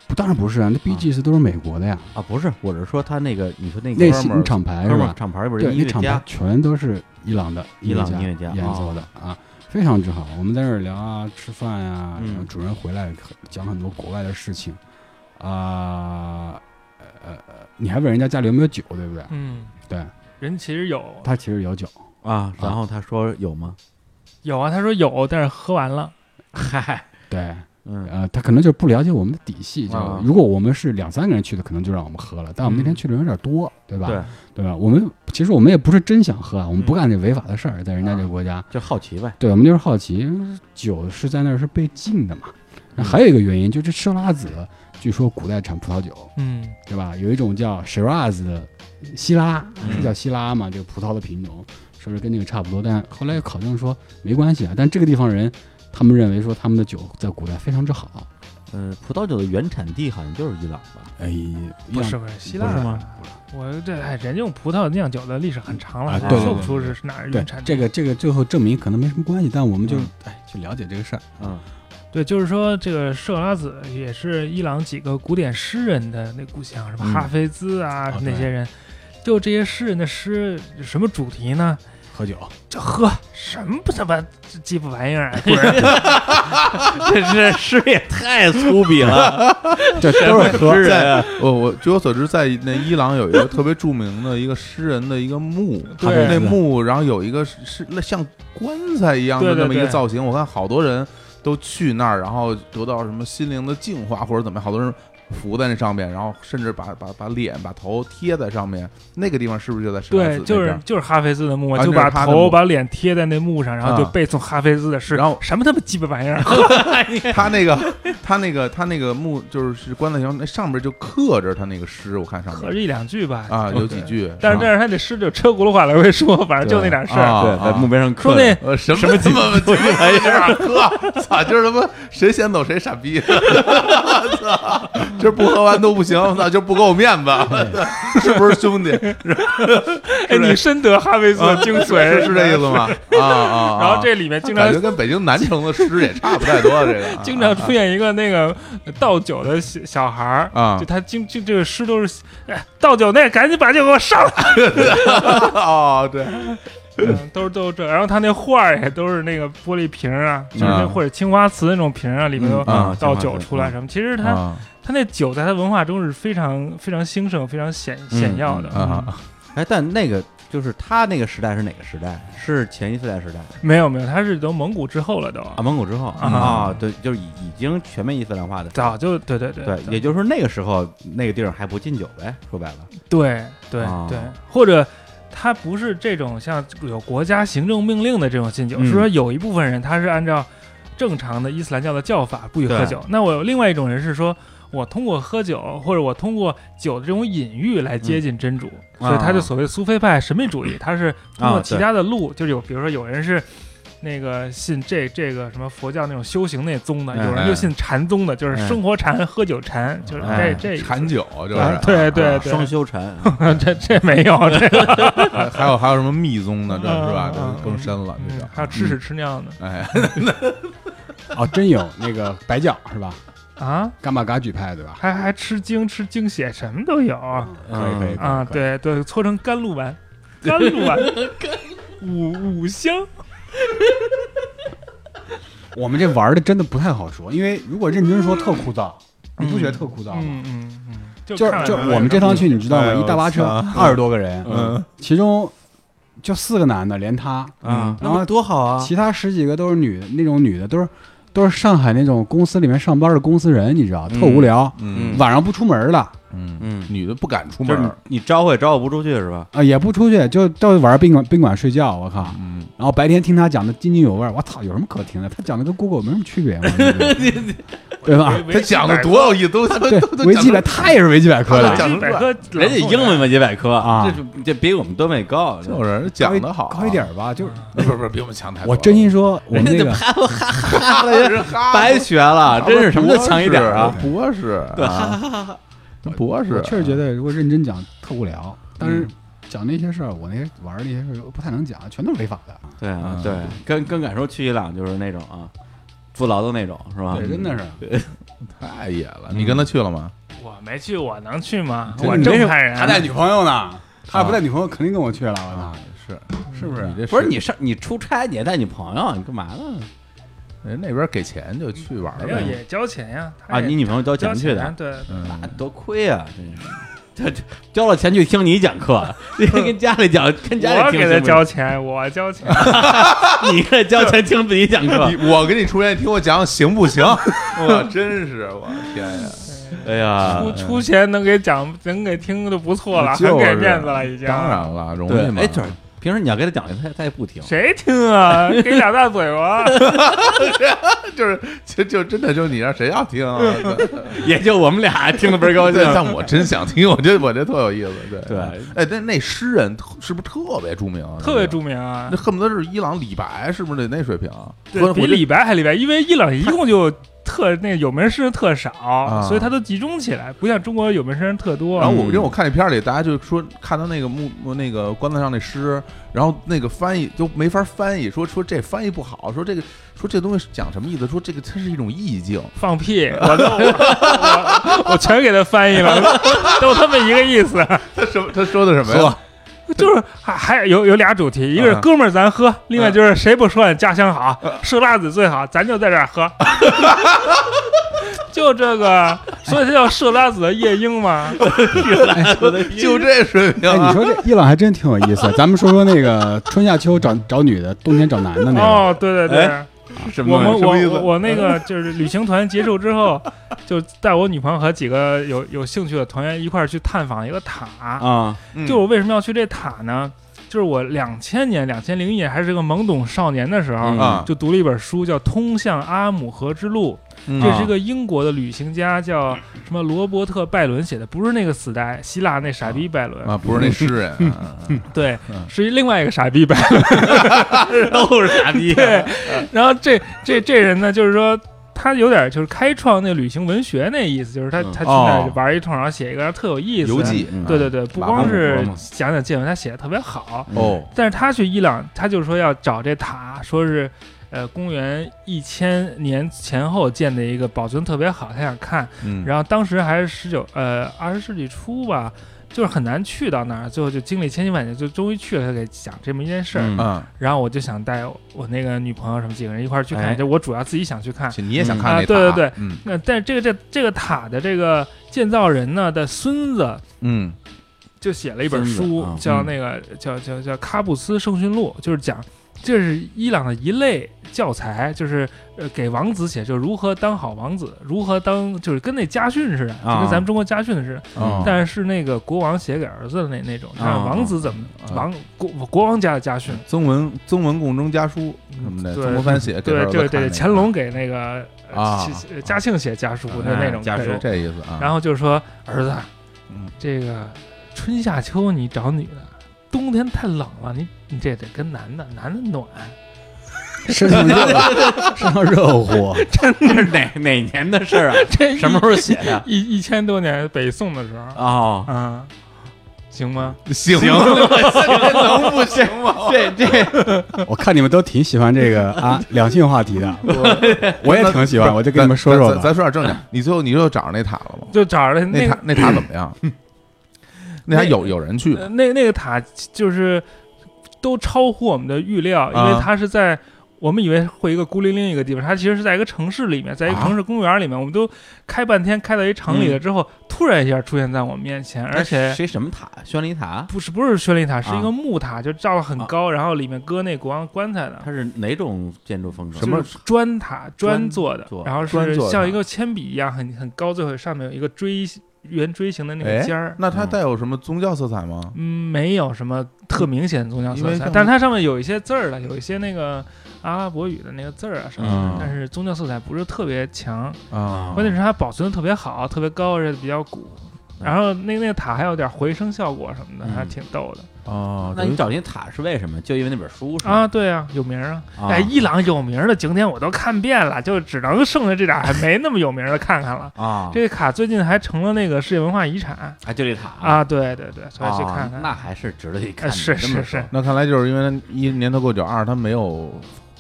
E: 不，当然不是啊，那 B G S 都是美国的呀，
A: 啊，不是，我是说他那个，你说那
E: 那
A: 个
E: 新厂牌是
A: 哥们儿
E: 吧？
A: 厂牌不是
E: 对，
A: 音
E: 那
A: 乐
E: 厂牌
A: 家？
E: 全都是伊朗的
A: 伊朗音乐
E: 乐
A: 家哦
E: 演奏的啊，非常之好。我们在这儿聊啊，吃饭呀，
A: 嗯
E: 然后主人回来讲很多国外的事情啊，呃呃，呃你还问人家家里有没有酒，对不对？
D: 嗯，
E: 对
D: 人其实有
E: 他其实有酒，
A: 啊，然后他说有吗？
D: 有啊，他说有，但是喝完了。
A: 嗨，
E: 对，
A: 嗯
E: 呃，他可能就是不了解我们的底细。就
A: 啊
E: 如果我们是两三个人去的，可能就让我们喝了，但我们那天
A: 嗯
E: 去的人有点多，对吧？
A: 对，
E: 对吧？我们其实我们也不是真想喝啊，我们
A: 嗯
E: 不
A: 啊
E: 干这违法的事儿，在人家这个国家，
A: 就好奇呗。
E: 对，我们就是好奇，酒是在那儿是被禁的嘛。那
A: 嗯
E: 还有一个原因，就是设拉子，据说古代产葡萄酒，
D: 嗯，
E: 对吧？有一种叫 Shiraz 的希拉，
A: 嗯
E: 是叫希拉嘛？这个葡萄的品种是不是跟那个差不多？但后来又考证说没关系啊。但这个地方人，他们认为说他们的酒在古代非常之好。
A: 嗯，葡萄酒的原产地好像就是伊朗吧？
E: 哎，
D: 不是不是，希腊
A: 不是
D: 的
A: 吗？
D: 我这哎，人用葡萄酿酒的历史很长
E: 啊
D: 了，
E: 对
A: 对
D: 说
A: 对
D: 不出是哪儿
E: 对
D: 原产，地。
E: 这个这个最后证明可能没什么关系，但我们就
A: 嗯
E: 哎去了解这个事儿。
A: 嗯
D: 对，就是说这个舍拉子也是伊朗几个古典诗人的那故乡，什么
A: 嗯
D: 哈菲兹啊，
E: 哦
D: 什么那些人，就这些诗人的诗有什么主题呢？
E: 喝酒，
D: 这喝什么他妈这鸡巴玩意 儿啊！不是这这诗也
A: 太粗鄙了，
E: 这都是喝。
B: 在我我据我所知，在那伊朗有一个特别著名的一个诗人的一个墓，
D: 对
B: 他那墓，然后有一个是是像棺材一样的
D: 对对
B: 那么一个
D: 对
B: 造型，我看好多人都去那儿，然后得到什么心灵的净化或者怎么样，好多人浮在那上面，然后甚至把把把脸把头贴在上面，那个地方是不是就在神来
D: 对
B: 寺，
D: 就
B: 那
D: 是
B: 边
D: 就是哈菲兹的墓，
B: 啊
D: 就
B: 那是
D: 把
B: 他的墓
D: 头把脸贴在那墓上，然后就
B: 啊
D: 背诵哈菲兹的诗，
B: 然后
D: 什么他妈鸡巴玩意儿，啊
B: 他那个他那个他那个墓就是是棺材墙，那上面就刻着他那个诗，我看上
D: 合
B: 面
D: 着一两句吧。
B: 啊
D: 对
B: 有几。句，
D: 但是
B: 啊
D: 但是他这诗就车轱辘话来回说，反正就那点事儿。
B: 啊
A: 对，在墓碑上刻
D: 说
A: 着
D: 那
B: 呃什么
A: 什么
B: 鸡
A: 鸡
B: 巴鸡巴玩意儿啊，哥，操，就是他妈谁先走谁傻逼，操，就是不喝完都不行，操，就不给我面子，是不是兄弟？
D: 哎，你深得哈菲兹的精髓，
B: 是是这意思吗？啊啊，啊
D: 然后这里面经
B: 感
D: 常
B: 觉跟北京南城的诗也差不太多，这个啊
D: 经常出现一个那个倒酒的小小孩儿
B: 啊
D: 就他经就这个诗都是，哎，倒酒那赶紧把这给我上 来，
B: 哦，对，
D: 嗯都是都是这，然后他那画儿也都是那个玻璃瓶儿啊，就是那
B: 嗯
D: 或者青花瓷那种瓶儿啊，里面
B: 嗯啊
D: 都倒
B: 青花
D: 酒
B: 瓷
D: 出来什么，其实他
B: 啊
D: 他那酒在他文化中是非常非常兴盛、非常显
B: 嗯
A: 嗯
D: 显要的。嗯
B: 啊，
A: 哎，但那个就是他那个时代是哪个时代？是前一次代时代
D: 没有没有，他是都蒙古之后了都，
A: 啊，蒙古之后
D: 嗯
A: 啊，对，就是已已经全面伊斯兰化的。
D: 早就对对对
A: 对，也就是说那个时候那个地儿还不禁酒呗，说白了，
D: 对对
A: 啊
D: 对，或者他不是这种像有国家行政命令的这种禁酒，
A: 嗯
D: 是说有一部分人他是按照正常的伊斯兰教的教法不许喝
A: 对
D: 酒。那我有另外一种人是说。我通过喝酒，或者我通过酒的这种隐喻来接近真主，
A: 啊
D: 所以他就所谓苏菲派神秘主义，他是通过
A: 啊
D: 其
A: 对
D: 他的路，就是有，比如说有人是那个信这这个什么佛教那种修行那宗的，
B: 哎
D: 有人就信禅宗的，就是
A: 哎
D: 生活禅、喝酒禅，就是这、
A: 哎
D: 这
B: 馋酒就是
D: 啊，对对
A: 啊
D: 对，
A: 双 修禅，
D: 这这没有，这个
B: 还还有还有什么密宗呢？这是吧？
D: 嗯嗯
B: 这更深了，这
D: 嗯
B: 叫
D: 还有吃屎吃尿呢
B: 哎，
E: 哦，真有那个白脚是吧？
D: 啊，
E: 伽马噶举派对吧？
D: 还还吃精吃精血，什么都有啊，
E: 可以可以可以可以
D: 对对，搓成甘露 丸，甘露丸，五五香，
E: 我们这玩的真的不太好说，因为如果认真说特枯燥，你不觉得特枯燥吗？
D: 嗯嗯嗯，就
E: 就是
D: 看
E: 就
D: 着
E: 我们这趟去，你知道
B: 哎
E: 吗？
B: 呦
E: 一大巴车
B: 我
E: 二十多个人，
B: 嗯，
E: 其中就四个男的，连他，
D: 嗯
A: 啊，
E: 然后
A: 多好啊，
E: 其他十几个都是女的，那种女的都是都是上海那种公司里面上班的公司人，你知道，特无聊，
B: 嗯
E: 晚上不出门了
B: 嗯，
A: 嗯，
B: 女的不敢出
A: 就是
B: 门
A: 你，你招呼也招呼不出去是吧？
E: 啊，也不出去，就都玩宾馆宾馆睡觉，我靠。
B: 嗯，
E: 然后白天听他讲的津津有味儿，我操，有什么可听的？他讲的跟 Google 没什么区别嘛，对不对 对吧？
B: 他讲的多有意思，都他
E: 对
B: 都都，
E: 维
B: 讲
E: 基
B: 得
E: 百他也是维基百科
B: 啊
E: 的，
B: 讲
D: 百科，
A: 人家英文维基百科
E: 啊
A: 这这比我们多美高，
B: 就是讲的好，啊
E: 高一点儿吧，就是
B: 不是不是比我们强太多了。
E: 我真心说，我们
A: 人家就
E: 那个
A: 哈哈哈哈哈
B: 他
A: 的，白学
B: 啊
A: 了，真是什么都强一点儿啊！
B: 博士，对， 博士
E: 我，确实觉得，如果认真讲特无聊，但
B: 嗯
E: 是讲那些事儿，我那些玩儿那些事儿我不太能讲，全都是违法的，
A: 对啊
B: 嗯，
A: 对，跟跟敢说去伊朗就是那种啊，坐牢的那种是吧
B: 啊
E: 对，？真的是。
B: 太野了。嗯你跟他去了吗？
D: 我没去，我能去吗？
E: 真的
D: 我
E: 没
D: 正
E: 事
D: 派人，
E: 他带女朋友呢，他
B: 啊
E: 不带女朋友肯定跟我去了，我操，，
B: 是啊
E: 是不是
B: 你？这
A: 不是你上你出差你还带你朋友，你干嘛呢？
B: 人那边给钱就去玩
D: 没有
B: 呗。
D: 哎也交钱呀，他
A: 啊，
D: 也
A: 你女朋友交
D: 哎交
A: 钱去
D: 啊
A: 的，
D: 对，
B: 嗯
A: 那多亏啊，真是。这这交了钱去听你讲课，你 跟家里讲，跟家
D: 我
A: 里听
D: 给他
A: 行不行
D: 交，钱，我交钱，
A: 你给他交钱听自己讲课
B: 你。我给你出钱，你听我讲行不行？ 我真是，我天呀！
A: 哎呀，
D: 出出钱能给讲能给听就不错了，
B: 就
D: 很给
B: 是
D: 面子了已经。
B: 当然了，容易
A: 对，
B: 吗？
A: 哎，就是平时你要给他讲，他他也不听。
D: 谁听啊？给俩大嘴巴！
B: 就是就就真的就你让谁要听 啊？对
A: 也就我们俩听得倍儿高兴
B: 对，。但我真想听，我觉得我这特有意思。对
A: 哦对，
B: 哎，但那诗人特是不是特别著名啊？
D: 特别
B: 那个
D: 著名啊
B: 那，恨不得是伊朗李白，是不是得那水平？啊
D: 对
B: 我
D: 比李白还李白，因为伊朗一共就特那有名诗人特少，所以他都集中起来，不像中国有名诗人特多。
B: 啊然后我
A: 嗯
B: 因为我看那片儿里，大家就说看他那个木那个棺材上那诗，然后那个翻译就没法翻译，说说这翻译不好，说这个说这东西讲什么意思？说这个它是一种意境，
D: 放 屁！我都我我全给他翻译了，都他妈一个意思，
B: 他什么他说的什么呀？
D: 就是还还有有俩主题，一个是
B: 嗯
D: 哥们儿咱喝，另外就是谁不说俺家乡
B: 啊
D: 好，射辣子最好，咱就在这儿喝。 就这个，所以他叫射辣子的夜莺嘛。
B: 就这水平
E: 哎，你
B: 啊！
E: 说这伊朗还真
B: 哎
E: 挺有意思。咱们说说那个春夏秋找找女的，冬天找男的那个。
D: 哦，对对对，
A: 什
D: 我
A: 么
D: 们
A: 东西？
B: 什么意思
D: 我我那个就是旅行团结束之后，就带我女朋友和几个有有兴趣的团员一块儿去探访一个塔。
A: 啊，
B: 嗯
D: 就是我为什么要去这塔呢？就是我两千年、两千零一年还是个懵懂少年的时候，
A: 嗯
B: 啊，
D: 就读了一本书，叫《通向阿姆河之路》，
B: 嗯
D: 这是一个英国的旅行家叫什么罗伯特·拜伦写的，不是那个死呆，希腊那傻逼拜伦，
B: 啊，不是那诗人啊，
D: 对
E: 嗯，
D: 是另外一个傻逼拜伦。
A: 都是傻逼。
D: 对， 然后这这这人呢，就是说。他有点就是开创那旅行文学那意思，就是他
A: 嗯
D: 他去那
B: 哦
D: 儿玩一通，然后写一个，然后特有意思。
B: 游记
A: 嗯
D: 对对对，不
B: 马可波
D: 光是
A: 罗嘛
D: 讲讲见闻，他写的特别好。
B: 哦，
D: 但是他去伊朗，他就说要找这塔，说是，呃，公元一千年前后建的一个，保存特别好，他想看。
B: 嗯，
D: 然后当时还是十九呃二十世纪初吧，就是很难去到那儿，最后就经历千辛万苦，就终于去了。他给讲这么一件事儿，
A: 嗯
B: 啊，
D: 然后我就想带我那个女朋友什么几个人一块儿去看，
A: 哎
D: 就我主要自己想去看。
B: 你也想
D: 啊
B: 看那塔？
D: 对对对
B: 嗯
D: 那但是这个这这个塔的这个建造人呢的孙子
B: 嗯
D: 就写了一本
A: 孙子
D: 书，
A: 啊
D: 叫那个、叫叫叫《喀布斯圣训录》，就是讲这是伊朗的一类教材，就是呃给王子写，就是如何当好王子，如何当就是跟那家训似的，就
A: 啊
D: 跟咱们中国家训似的。
B: 哦
D: 但是是那个国王写给儿子的那那种，但是
A: 啊
D: 王子怎么、王国国王家的家训？
B: 曾文曾文共中家书什么的，
D: 对
B: 曾国藩写给
D: 对
B: 儿子
D: 对
B: 看那
D: 对，
B: 个
D: 乾隆给那个呃
B: 啊嗯
D: 其呃嘉庆写家书的
A: 哎
D: 那种
A: 家
D: 对
A: 书
B: 这意思啊。
D: 然后就说儿子
B: 嗯，
D: 这个春夏秋你找女的，冬天太冷了，你你这得跟男的，男的暖。
E: 身上热， 身上热乎，
A: 这是哪哪年的事儿啊？
D: 这
A: 什么时候写 的？
D: 一一千多年北宋的时候
A: 哦，
D: 啊，行吗？
B: 行
A: 行，能不行吗？
B: 这这
E: 我看你们都挺喜欢这个啊两性话题的，我也挺喜欢，我就跟你们说说
B: 咱
E: 吧。
B: 咱说点正经，你最后你又找着那塔了吗？
D: 就找着那
B: 那塔
D: 个
B: 那塔怎么 样？那塔有有人去吗
D: 呃那那个塔就是都超乎我们的预料，因
B: 啊
D: 为它是在。我们以为会一个孤零零一个地方，它其实是在一个城市里面，在一个
B: 啊嗯
D: 城市公园里面，我们都开半天开到一城里了之后，突然一下出现在我们面前，而且
A: 谁什么塔？宣礼塔？
D: 不是不是宣礼塔，是
A: 啊
D: 一个木塔，就造的很
B: 啊
D: 高，然后里面搁那国王棺材的
A: 它，是哪种建筑风格？
B: 什么
D: 就是砖塔砖做的
A: 砖做，
D: 然后
B: 砖
D: 是
B: 做的啊
D: 像一个铅笔一样很很高，最后上面有一个锥圆锥形的那
B: 哎
D: 个尖儿。
B: 那
E: 嗯
B: 它带有什么宗教色彩吗？
D: 嗯，没有什么特明显的宗教
B: 因
D: 色
B: 为
D: 彩
B: 像，
D: 但是它上面有一些字儿了，有一些那个阿拉伯语的那个字儿啊什么
A: 嗯
D: 的，但是宗教色彩不是特别强。
B: 啊
D: 关键是它保存的特别好，特别高，而且比较古。
B: 啊
D: 然后那那个塔还有点回声效果什么的，
A: 嗯
D: 还挺逗的。
B: 啊，
A: 那你找那塔是为什么？就因为那本书是
D: 啊，
A: 吗？
D: 对啊，有名儿啊！
A: 啊
D: 哎，伊朗有名儿的景点我都看遍了，就只能剩下这点儿还没那么有名儿的看看了。
A: 啊，
D: 这个卡最近还成了那个世界文化遗产
A: 啊，就这塔
D: 啊！对对对，所以去
A: 啊
D: 看看。
A: 那还是值得一看
D: 哎
A: 的。
D: 是
A: 这么
D: 是
A: 说
D: 是，
B: 那看来就是因为一年头够久，二它没有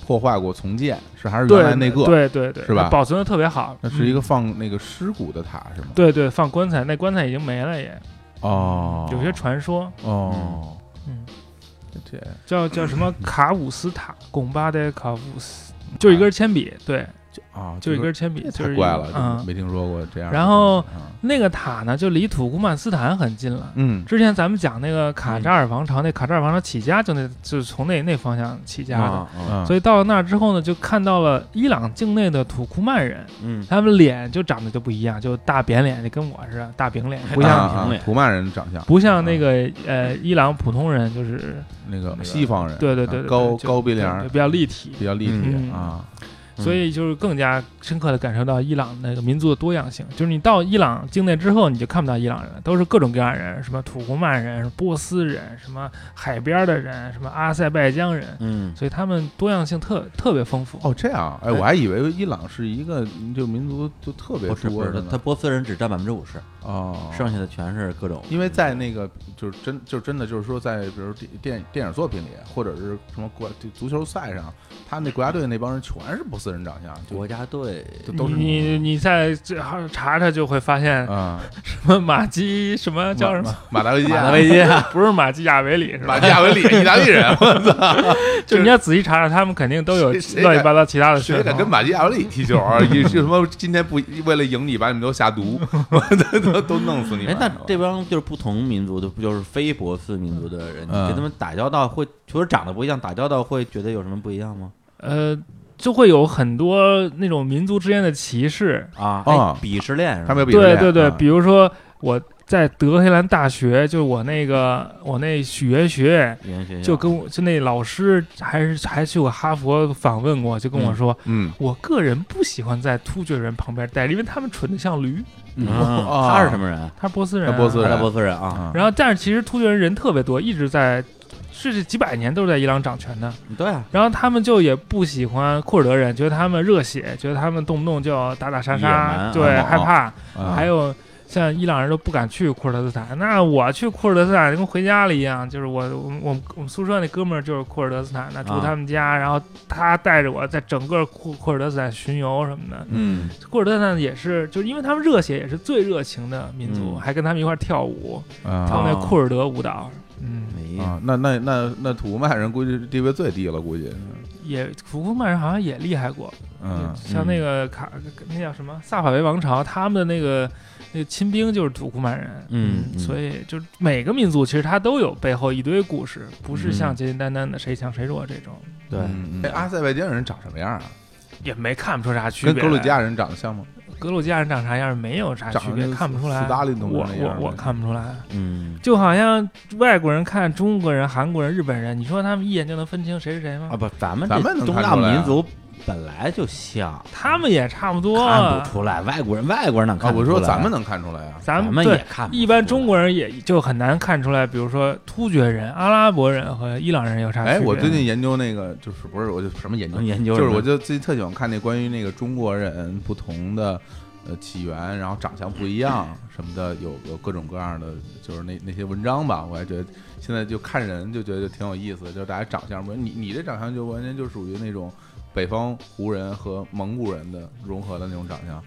B: 破坏过重建，是还是
D: 对
B: 原来那个，
D: 对对对，
B: 是吧
D: 保存的特别好。
B: 那是
D: 嗯
B: 一个放那个尸骨的塔是吗？
D: 对对，放棺材，那棺材已经没了也，
B: 哦，
D: 有些传说，
B: 哦，
D: 嗯，
B: 这
D: 叫叫 什么卡武斯塔，贡巴的卡武斯，就一根铅笔，对，
B: 啊，
D: 就一根
B: 是
D: 铅笔，
B: 这
D: 就是
B: 太
D: 一
B: 怪
D: 个
B: 了，就
D: 嗯，
B: 没听说过这样的东西。
D: 然后
B: 啊
D: 那个塔呢，就离土库曼斯坦很近了。
B: 嗯
D: 之前咱们讲那个卡扎尔王朝，那卡扎尔王朝起家就那就是从那那方向起家的，
A: 啊啊
B: 嗯，
D: 所以到了那儿之后呢，就看到了伊朗境内的土库曼人，
A: 嗯，
D: 他们脸就长得就不一样，就大扁脸，就跟我似的，大饼脸，不
A: 以
B: 啊
D: 像、
A: 你
B: 啊
A: 评论
B: 土曼人长相，嗯
D: 不像那个呃伊朗普通人，就是
B: 那个西方人，
D: 对对对
B: 啊
D: 对
B: 高
D: 就
B: 高鼻
D: 对
B: 梁
D: 对
B: 儿，
D: 比较立体
B: 比。较立体
D: 嗯
B: 啊，
A: 嗯
D: 所以就是更加深刻的感受到伊朗那个民族的多样性。就是你到伊朗境内之后，你就看不到伊朗人了，都是各种各样的人，什么土库曼人、什么波斯人、什么海边的人、什么阿塞拜疆人，
A: 嗯，
D: 所以他们多样性特特别丰富。
B: 哦，这样，哎，我还以为伊朗是一个嗯就民族就特别
A: 不是不
B: 多
A: 是
B: 的，
A: 他
B: 呢，
A: 波斯人只占百分之五十，
B: 哦，
A: 剩下的全是各种，
B: 因为在那个就是真就真的就是说在比如电电电影作品里或者是什么国就足球赛上，他们那国家队那帮人全是波斯人长相，就
A: 国家队
B: 就都是
D: 你你在这哈查查就会发现
B: 啊，
D: 什么马基什么叫什么，
B: 马马达维
A: 马达
B: 加
A: 维加，
D: 不是马基亚维里是吧？
B: 马基亚维里意大利人，
D: 就你要仔细查查，他们肯定都有
B: 谁谁
D: 乱七八糟其 他的
B: 谁
D: 噱
B: 敢跟
D: 头。
B: 马基亚维里踢球 啊？你是什么今天不为了赢你把你们都下毒， 都都都弄死你
A: 哎
B: 们，！
A: 那这帮就是不同民族的，不就是非波斯民族的人，你
B: 嗯
A: 跟他们打交道会，除了长得不一样，打交道会觉得有什么不一样吗？
D: 呃，就会有很多那种民族之间的歧视。
A: 啊，
B: 哎
A: 哎鄙视链是
B: 他
A: 吧？
B: 们有比
D: 对
B: 人
D: 对对，
B: 啊
D: 比如说我在德黑兰大学，就是我那个我那语言学
B: 哎
D: 院，
A: 语言学校
D: 就跟我就那老师还是还去过哈佛访问过，就跟我说，
B: 嗯，
D: 我个人不喜欢在突厥人旁边待着，因为他们蠢的像驴。
E: 嗯
B: 哦
A: 啊他是什么人？
D: 他是波斯人、
B: 他波斯
A: 他
B: 人
A: 是波斯人啊，
D: 然后但是其实突厥人人特别多，一直在。是是几百年都是在伊朗掌权的，
A: 对啊，
D: 然后他们就也不喜欢库尔德人，觉得他们热血，觉得他们动不动就要打打杀
A: 野
D: 杀
A: 蛮，
D: 对，
A: 啊
D: 害怕。
B: 啊
D: 还有像伊朗人都不敢去库尔德斯坦，那我去库尔德斯坦跟回家了一样，就是我我们我们我们宿舍那哥们儿就是库尔德斯坦的，住
A: 啊
D: 他们家，然后他带着我在整个库库尔德斯坦巡游什么的。
A: 嗯
D: 库尔德斯坦也是，就是因为他们热血，也是最热情的民族，
A: 嗯
D: 还跟他们一块儿跳舞，跳
B: 啊
D: 那库尔德舞蹈。嗯，
A: 没
B: 啊，那那那那土库曼人估计地位最低了，估计，
D: 也土库曼人好像也厉害过，
B: 嗯
D: 像那个卡那叫什么萨法维王朝，他们的那个那个亲兵就是土库曼人，
A: 嗯嗯
D: 所以就是每个民族其实它都有背后一堆故事，不是像
A: 嗯
D: 简简单单的谁强谁弱这种，
A: 对
B: 嗯哎，阿塞拜疆人长什么样啊？
D: 也没看不出啥区别
B: 跟
D: 来。
B: 格鲁吉亚人长得像吗？
D: 格鲁吉亚人长啥样没有啥
B: 长
D: 区
B: 得
D: 别，
B: 跟
D: 看不出来。
B: 斯大林总统
D: 我
B: 那
D: 我
B: 样
D: 我
B: 的
D: 看不出来，
A: 嗯
D: 就好像外国人看中国人、韩国人、日本人，你说他们一眼就能分清谁是谁吗？
A: 啊不，咱们
B: 咱
A: 这
B: 们能
A: 东
B: 看
A: 亚
B: 出来啊
A: 民族本来就像，
D: 他们也差不多。啊
A: 看不出来，外国人外国人哪
B: 啊，
A: 看
B: 我
A: 不出
B: 说
A: 来？
B: 咱们能看出来啊，
D: 咱
A: 咱们
D: 对
A: 也看不出来，
D: 一般中国人也就很难看出来，比如说突厥人、阿拉伯人和伊朗人有啥区别。
B: 哎，我最近研究那个，就是不是我就什么研究
A: 能，研究
B: 就是
A: 什么
B: 我就最近特喜欢看那关于那个中国人不同的呃起源，然后长相不一样 什么的，有有各种各样的，就是那那些文章吧。我还觉得现在就看人就觉得挺有意思，就是大家长相不一样，你你这长相就完全就属于那种北方胡人和蒙古人的融合的那种长相。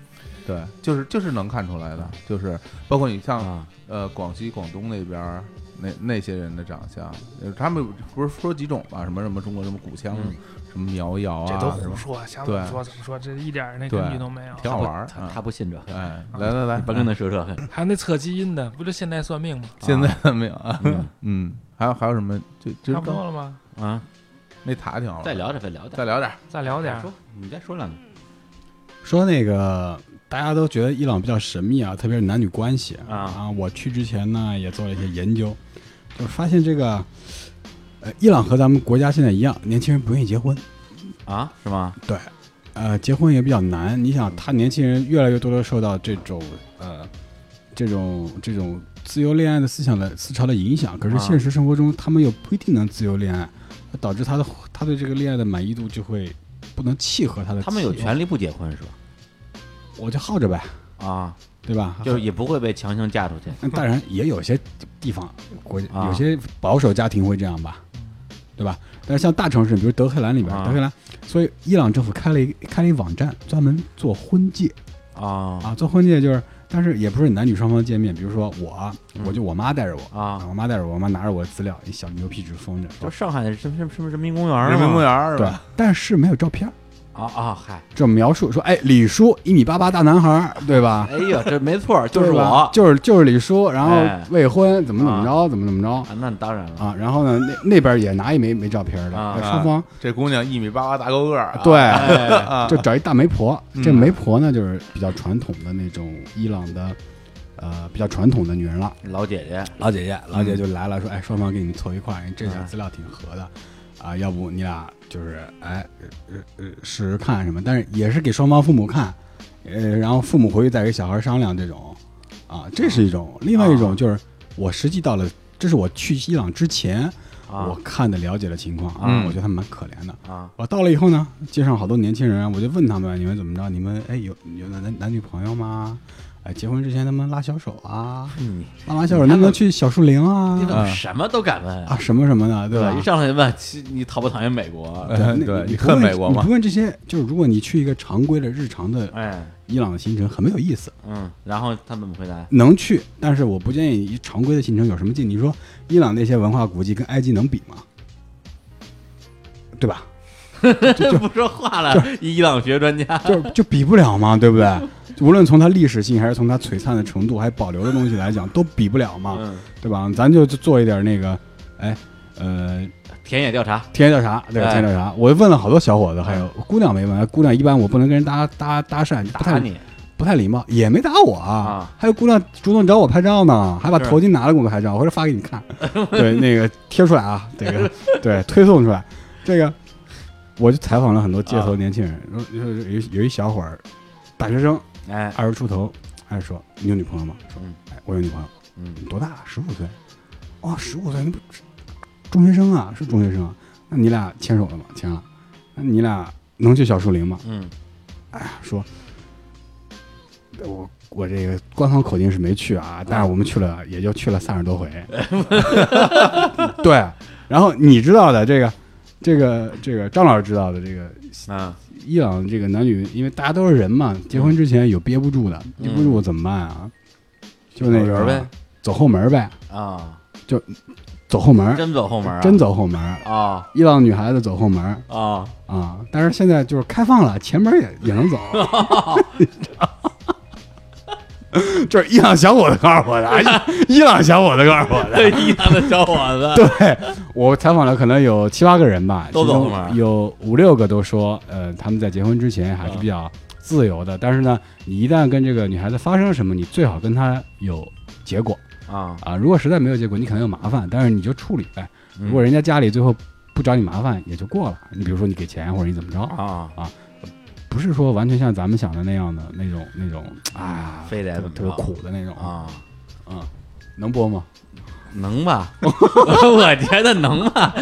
B: 对，就是就是能看出来的，就是包括你像
A: 啊
B: 呃，广西、广东那边儿那那些人的长相，呃他们不是说几种嘛，什么什么中国什么古腔、
A: 嗯
B: 什么苗谣啊，
D: 这都
B: 什
D: 胡
B: 么
D: 说，想怎么
B: 对
D: 说怎么说，这一点儿那根
B: 对
D: 据都没有。
B: 挺好玩儿。
A: 他
B: 嗯
A: 他不信这，
B: 哎，来来来，
A: 不跟他说这个。
D: 还有那测基因的，不就现代算命吗？
B: 现在没有啊
A: 嗯，
B: 嗯，还有还有什么？就就
D: 差不多了吗？
A: 啊，
B: 那塔挺好玩儿，
A: 再聊着再聊着，
B: 再聊点儿，
D: 再聊点儿。
A: 说，啊你再说两句
E: 说那个大家都觉得伊朗比较神秘啊，特别是男女关系
A: 啊
E: 我去之前呢也做了一些研究，就发现这个，呃，伊朗和咱们国家现在一样，年轻人不愿意结婚，
A: 啊，是吗？
E: 呃，结婚也比较难。你想，他年轻人越来越多的受到这种呃这种这种自由恋爱的思想的思潮的影响，可是
A: 啊
E: 现实生活中他们又不一定能自由恋爱，导致他的他对这个恋爱的满意度就会不能契合他的期望。
A: 他们有权利不结婚是吧？
E: 我就耗着呗，
A: 啊，
E: 对吧？
A: 就是也不会被强行嫁出去。
E: 但当然也有些 地方国
A: 啊
E: 有些保守家庭会这样吧，对吧？但是像大城市，比如德黑兰里边，
A: 啊
E: 德黑兰，所以伊朗政府开了一开了一网站，专门做婚介
A: 啊
E: 啊，做婚介就是，但是也不是男女双方见面，比如说我，
A: 嗯
E: 我就我妈带着我
A: 啊，
E: 我妈带着我，我妈拿着我的资料，一小牛皮纸封着，
A: 就
E: 说
A: 上海的什么什么什么人民公园儿
B: 人民公
A: 嘛
B: 园儿是
E: 对
B: 吧？，
E: 但是没有照片儿，
A: 啊啊，嗨，
E: 这描述说，哎，李叔一米八八大男孩儿，对吧？
A: 哎呀，这没错儿，就是
E: 对
A: 我
E: 吧
A: 啊，
E: 就是就是李叔，然后
A: 哎
E: 未婚，怎么怎么着，怎么怎么着
A: 那当然了
E: 啊，然后呢，那那边也拿一枚没照片的，
A: 啊
E: 哎双方
B: 这姑娘一米八八大高个儿啊，
E: 对，
A: 哎
B: 啊，
E: 就找一大媒婆。
B: 嗯
E: 这媒婆呢，就是比较传统的那种伊朗的，呃，比较传统的女人了，
A: 老姐姐，
E: 老姐姐，老姐就来了，说，哎，双方给你们凑一块儿，这下资料挺合的。啊，要不你俩就是哎，呃呃呃试试看什么，但是也是给双方父母看，呃，然后父母回去再给小孩商量这种，啊，这是一种；另外一种就是我实际到了，这是我去伊朗之前
A: 啊
E: 我看的了解的情况啊，
B: 嗯
E: 我觉得他们蛮可怜的。
A: 啊
E: 我到了以后呢，街上好多年轻人，啊我就问他们你们怎么着？你们哎有有男男女朋友吗？哎，结婚之前能不能拉小手啊？
A: 你
E: 拉完小手能不能去小树林啊
A: 你？怎么
B: 啊
A: 什么都敢问
E: 啊，？什么什么的，
A: 对
E: 吧
A: 吧？一？上来就问其你讨不讨厌美国？啊
E: 对，那
B: 对，
E: 你不
B: 恨
E: 问
B: 美国
E: 你
B: 吗
E: 不？问这些，就是如果你去一个常规的日常的
A: 哎，
E: 伊朗的行程，很没有意思。
A: 嗯，然后他怎么回 答？
E: 能去，但是我不建议以常规的行程有什么劲。你说伊朗那些文化古迹跟埃及能比吗？对吧？
A: 不说话了，伊朗学专家
E: 就就比不了嘛，对不对？无论从它历史性还是从它璀璨的程度，还保留的东西啊来讲，都比不了嘛，
A: 嗯，
E: 对吧？咱就做一点那个，哎，呃，
A: 田野调查，
E: 田野调查，对，
A: 哎
E: 田野调查，我问了好多小伙子，还有姑娘没问，哎姑娘一般我不能跟人搭搭搭讪，不
A: 打
E: 太
A: 你，
E: 不太礼貌，也没打我
A: 啊
E: 还有姑娘主动找我拍照呢，还把
A: 是
E: 头巾拿来给我拍照，回头发给 你看。对，那个贴出来啊，这个对推送出来，这
A: 啊
E: 个我就采访了很多街头年轻人，然后有有有一小伙儿，大学生
A: 哎，
E: 二十出头，哎说你有女朋友吗？说
A: 嗯
E: 哎我有女朋友，
A: 嗯
E: 你多大了？十五岁。哦，十五岁，你不中学生啊？是中学生啊？那你俩牵手了吗？牵了。那你俩能去小树林吗？哎
A: 嗯
E: 说，我我这个官方口径是没去啊，但是我们去了，也就去了三十多回。 对，然后你知道的这个，这个这个张老师知道的这个
A: 啊，
E: 伊朗这个男女，因为大家都是人嘛，结婚之前有憋不住的，
A: 嗯
E: 憋不住怎么办啊？就那啊
A: 走人
E: 个
A: 呗
E: 走后门呗，
A: 啊，
E: 走后门，
A: 真走后门啊，
E: 真走后门。
A: 啊
E: 伊朗女孩子走后门
A: 啊，
E: 啊，但是现在就是开放了，前门也也能走。这是伊朗小伙子告诉我的，啊 伊伊朗小伙子告诉我的。
A: 对，一样哎的小伙子，
E: 我采访了可能有七八个人吧，
A: 都
E: 其
A: 走后
E: 中
A: 门
E: 有五六个都说，呃，他们在结婚之前还是比较自由的，但是呢，你一旦跟这个女孩子发生什么，你最好跟她有结果
A: 啊，
E: 啊。如果实在没有结果，你可能有麻烦，但是你就处理呗。
A: 嗯
E: 如果人家家里最后不找你麻烦，也就过了。你比如说你给钱或者你怎么着，
A: 啊，
E: 不是说完全像咱们想的那样的那种那种啊，
A: 非得
E: 特
A: 怎么
E: 特别
A: 着
E: 苦的那种啊，
A: 啊。
E: 嗯，能播吗？
A: 能吧？ 我觉得能吧。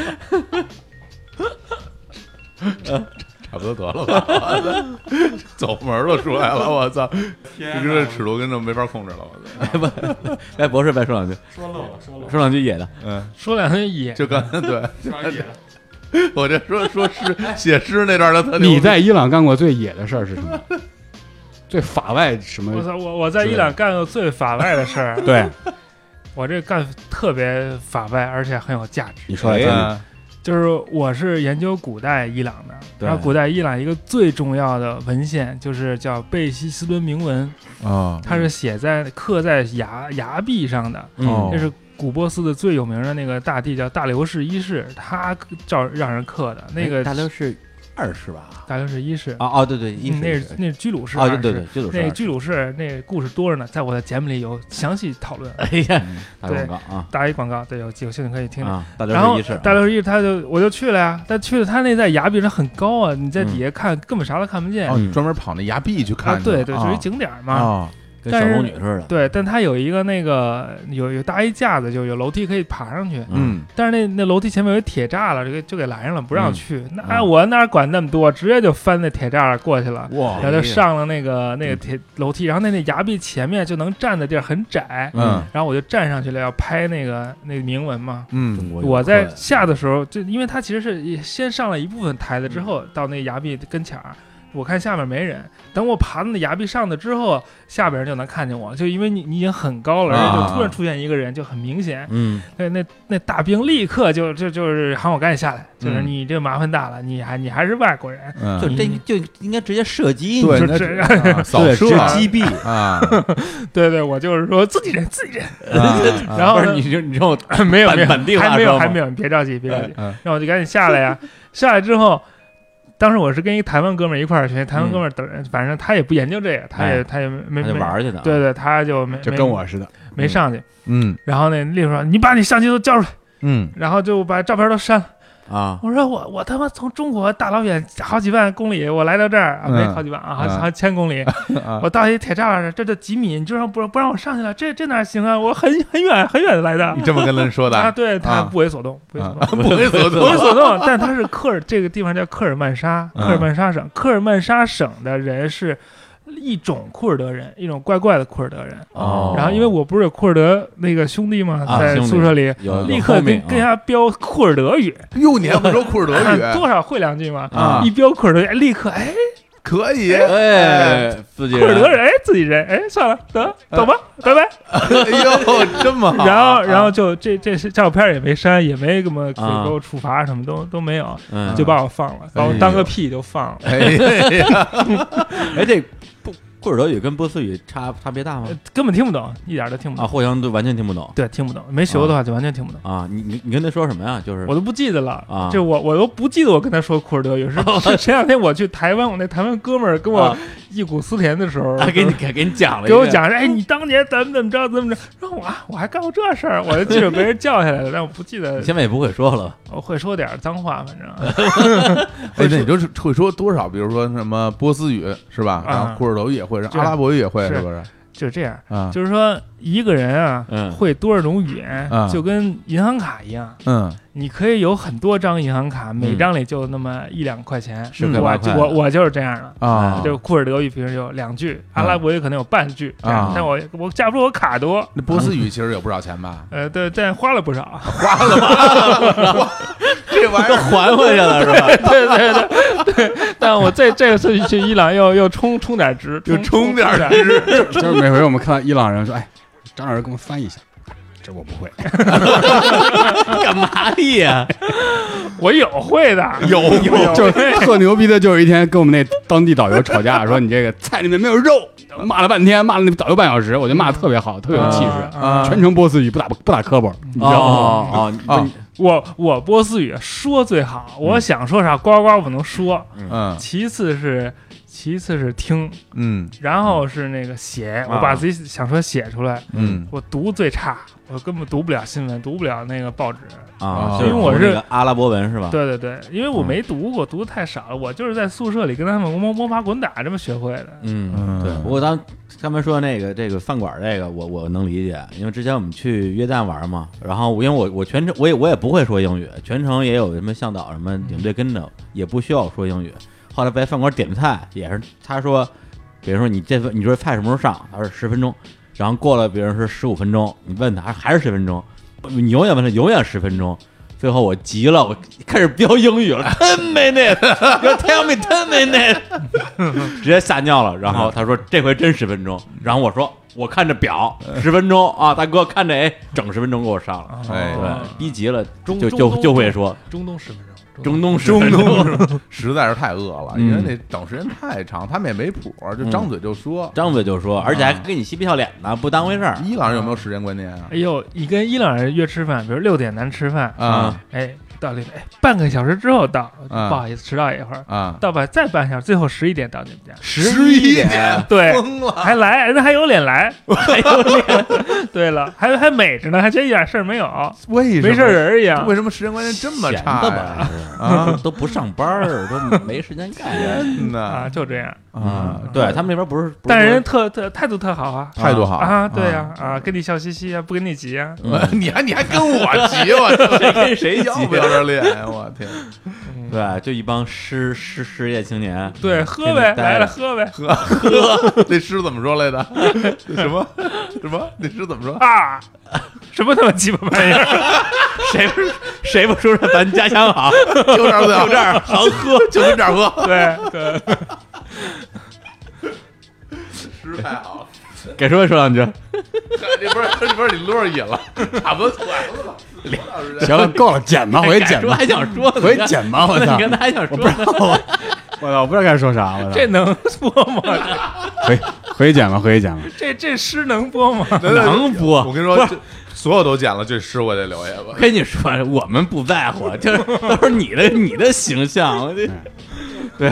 B: 差不多得了吧，走门儿都出来了，我操！这这尺度跟这没法控制了，我操！
A: 哎，博士，再说两句，
D: 说漏了，说漏，
A: 说两句野的。
B: 嗯，
D: 说两句也
B: 就刚才 对，我这说说诗写诗那段的特牛逼，
E: 你在伊朗干过最野的事儿是什么？最法外什
D: 我
E: 么？
D: 操！我我在伊朗干过最法外的事 儿，啊
E: 对，
D: 我这干特别法外，而且很有价值。
E: 你说来
B: 哎
E: 听听。
B: 呀
D: 就是我是研究古代伊朗的，
A: 对
D: 然后古代伊朗一个最重要的文献就是叫贝希斯敦铭文，
B: 啊
D: 它
A: 嗯
D: 是写在刻在崖崖壁上的，
B: 哦
D: 这是古波斯的最有名的那个大帝叫大流士一世，他照让人刻的那个
A: 哎大流士二是吧？
D: 大流士一世，
A: 啊哦，对对，一
D: 嗯那
A: 是
D: 是那是居鲁士
A: 啊，
D: 二
A: 对
D: 世，
A: 对对，这都是
D: 那
A: 二
D: 个
A: 十。
D: 居鲁士那故事多着呢，在我的节目里有详细讨论。
A: 哎呀，打个广告啊
D: 打一广告，对，有有兴趣可以听听。
A: 啊！大
D: 然后
A: 流士一世，
D: 大流士一世他就我就去了呀，但去了他那在崖壁上很高啊，你在
A: 嗯
D: 底下看、根本啥都看不见。
B: 哦，你专门跑那崖壁去
D: 啊
B: 看，去了，
D: 对对，属于
B: 啊
D: 景点儿嘛。
A: 哦
B: 啊，
A: 跟小龙女似的。
D: 对，但它有一个那个有有搭一架子，就有楼梯可以爬上去。
A: 嗯，
D: 但是那那楼梯前面有一铁栅栏，就给就给拦上了，不让
A: 嗯
D: 去。
A: 啊
D: 那我哪管那么多，直接就翻那铁栅栏过去
B: 哦
D: 了。
A: 哇
D: 然后就上了那个那个铁楼梯，然后那那崖壁前面就能站的地儿很窄，
B: 嗯
D: 然后我就站上去了，要拍那个那个铭文嘛。
B: 嗯
A: 中国游客
D: 我在下的时候，就因为它其实是也先上了一部分台子之后，到那崖壁跟前儿，我看下面没人。等我爬到那崖壁上的之后，下边人就能看见我了，就因为你你已经很高了，
B: 啊
D: 然后就突然出现一个人，就很明显。
A: 嗯
D: 那那那大兵立刻就就就是喊我赶紧下来，就是
B: 嗯
D: 你这麻烦大了，你还你还是外国人，
B: 嗯
A: 就
D: 嗯
A: 这就应该直接射击你，
B: 对，
D: 就
B: 那
D: 这样
B: 啊扫
E: 对
B: 射
E: 这
A: 击毙。
B: 啊，
D: 对对，我就是说自己人自己人。
B: 然
D: 然后
A: 啊不是
D: 呢
A: 你就你就
D: 没有
A: 本
D: 没有
A: 本地话
D: 还没有
A: 说吗
D: 还没有，你别着急别着急，
B: 嗯
D: 然后我就赶紧下来呀、下来之后，当时我是跟一台湾哥们儿一块儿去，台湾哥们儿等，反正他也不研究这个，他也、
A: 嗯哎
D: 他也没
A: 他就
D: 没
A: 玩儿去呢。啊
D: 对对，他就没
E: 就
D: 没
E: 跟我似的，
D: 没上去。
B: 嗯
D: 然后那丽说：“你把你相机都交出来。”
B: 嗯
D: 然后就把照片都删了。
A: 啊，
D: 我说我我他妈从中国大老远好几万公里，我来到这儿啊，没
B: 嗯
D: 好几万啊，好
B: 嗯
D: 好几千公里，
B: 啊
D: 我到一铁栅栏这儿，这就几米，你就让不让不让我上去了？这这哪行啊？我很很远很远来的
B: 你这么跟人说的
D: 啊！对他
B: 啊
D: 不为所动，不为所动
B: 啊。不会 走
D: 不为
B: 错，
D: 所动，但他是科尔这个地方叫科尔曼沙，
B: 嗯
D: 科尔曼沙省，科尔曼沙省的人是一种库尔德人，一种怪怪的库尔德人。
A: 哦
D: 然后因为我不是有库尔德那个兄弟嘛，
A: 啊
D: 在
A: 兄弟
D: 宿舍里。
A: 有
D: 立刻跟
A: 啊
D: 跟人家飙库尔德语，
B: 哟，你还会说库尔德 语？
D: 多少会两句嘛。
B: 啊
D: 一飙库尔德语，哎立刻哎，
B: 可以，
A: 哎，自己
D: 库尔
A: 人
D: 德人，哎，自己人，哎，算了，得走吧，
A: 啊
D: 拜拜。
B: 哎呦，这么好。 啊
D: 然后，然后就这这是照片也没删，也没什么给
A: 啊
D: 我处罚，什么都都没有，
A: 嗯，哎
B: 哎
D: 就把我放了，把我当个屁就放了。
B: 哎呀，
A: 哎这不库尔德语跟波斯语差差别大吗
D: 呃？根本听不懂，一点儿都听不
A: 啊，
D: 懂。
A: 互相都完全听不懂
D: 对，听不懂，没学过的话就完全听不懂。
A: 啊！你你你跟他说什么呀？就是
D: 我都不记得了
A: 啊
D: 就我我都不记得我跟他说库尔德语 是是前两天我去台湾，我那台湾哥们儿跟我
A: 啊
D: 忆苦思甜的时候，
A: 他给你给给你讲了，
D: 给我，讲说，哎，你当年怎么怎么着怎么着，然后我啊我还干过这事儿，我就记着被人叫下来了，但我不记得
A: 你，现在也不会说 了
D: 我会说点儿脏话，反正啊
B: 哎，那你就是会说多少？比如说什么波斯语是吧？
D: 啊
B: 然后库尔德语也会，然后
D: 是
B: 阿拉伯语也会，
D: 是
B: 是不是？
D: 就是这样。
B: 啊，
D: 就是说，一个人啊，
A: 嗯
D: 会多少种语言
B: 啊，
D: 就跟银行卡一样，
B: 嗯，
D: 你可以有很多张银行卡，每张里就那么一两块钱。
A: 十
B: 块
A: 八
D: 我
A: 块
D: 我我就是这样的。
B: 啊，
D: 就库尔德语平时有两句，阿拉伯语可能有半句，这
B: 啊
D: 样但我我架不住我卡多，
B: 那波斯语其实有不少 钱吧？
D: 呃，对，但花了不少。啊
B: 这玩意
A: 都
B: 儿
A: 还回去了 是吧？
D: 对对对对，但我这这次去伊朗又又充充点值，
B: 就充点儿
D: 点
E: 就是每回我们看到伊朗人说：“哎，张老师给我们翻译一下。”这我不会，
A: 干嘛的呀？
D: 我有会的，
B: 有有
E: 就是特牛逼的，就是有一天跟我们那当地导游吵架，说你这个菜里面没有肉，骂了半天，骂了那导游半小时，我觉得骂的特别好，特别有气势，
B: 啊
E: 全程波斯语，不打不打磕巴，你知
A: 哦
E: 道吗？
A: 哦哦
B: 啊，
D: 我我波斯语说最好，我想说啥呱呱我能说。
B: 嗯
D: 其次是其次是听，
B: 嗯
D: 然后是那个写，我把自己想说写出来。
B: 啊嗯
D: 我读最差，我根本读不了新闻，读不了那个报纸。
A: 啊
B: 啊嗯
A: 啊！
B: 因为
D: 哦我
A: 就是那个阿拉伯文是吧？
D: 对对对，因为我没读过，读的太少了。我就是在宿舍里跟他们摸摸爬滚打这么学会的。
A: 嗯，
B: 嗯
A: 对。不过当刚才说那个这个饭馆这个，我我能理解，因为之前我们去约旦玩嘛，然后因为我我全程我也我也不会说英语，全程也有什么向导什么领队跟着，也不需要我说英语。后来在饭馆点菜也是，他说，比如说你这份你说菜什么时候上，他说十分钟，然后过了，比如说十五分钟，你问他还是十分钟，你永远问他永远十分钟。最后我急了，我开始飙英语了，ten minutes，you tell me ten minutes，直 接吓尿了。然后他说这回真十分钟，然后我说我看着表十分钟啊，大哥看着哎，整十分钟给我上了，
B: 哎
D: 哦
A: 对，逼急了
F: 中
A: 就
F: 中
A: 就
F: 东
A: 就会说
F: 中东十分钟，
A: 中东十
B: 中
A: 分 钟，
B: 东实在是太饿了，因为
A: 嗯
B: 那等时间太长，他们也没谱，就张嘴就说。
A: 张嘴就说，而且还跟你嬉皮笑脸呢，不当回事儿。
B: 伊朗人有没有时间观念啊
D: 哎？呦，你跟伊朗人约吃饭，比如六点咱吃饭，
B: 啊
D: 哎，到那边，哎，半个小时之后到，
B: 嗯
D: 不好意思，迟到一会儿，
B: 啊，
D: 到吧，再半个小时，最后十一点到你们家，
B: 一点，
D: 对，
B: 疯了，
D: 还来，人家还有脸来， 还有脸，对了，还还美着呢，还觉得一点事儿没有，
B: 为什么
D: 没事儿人一样
B: 为，什么时间观念这么
A: 闲
B: 差
A: 的
B: 呀？
A: 吧，
B: 啊
A: 是都不上班儿，都没时间干。
B: 天
D: 啊，
B: 呐
D: 就这样，
E: 嗯
B: 啊！
A: 对他们那边不是，不是
D: 但人特特态度特好啊，
B: 态度好
D: 啊，对呀，啊，跟你笑嘻嘻啊，不跟你急啊，
A: 嗯
B: 你还你还跟我急，我
A: 谁跟谁急
B: 要不要这脸？我天，
E: 嗯
A: 对，就一帮失失失业青年，
D: 对，喝呗，来了喝呗，
B: 呵呵，那诗怎么说来着？什么什么？那诗怎么说？
D: 啊， 什么他妈鸡巴玩意儿，
A: 谁不谁不说说咱家 乡好，
B: 就这儿就这儿，
A: 好喝。
B: 就跟这儿喝，
D: 对对。
B: 诗太好了。
A: 给说说两句，
B: 这不是这不是你落瘾了，差不多完了。
E: 行了，够了，剪吧，我也剪
A: 哎说
E: 吧
A: 还，想说呢，
E: 我也剪吧，我
A: 那
E: 操
A: 你！刚才还想说呢，
E: 我操，我不知道该说啥，我操
D: 这，能播吗？
E: 回回去剪吧，回去剪吧。
D: 这这诗能播吗？
A: 能播？
B: 我跟你说
A: 不是，，
B: 所有都剪了，这诗我得留下吧。
A: 跟你说，我们不在乎，就是 都是你的你的形象，
E: 嗯
A: 对，对，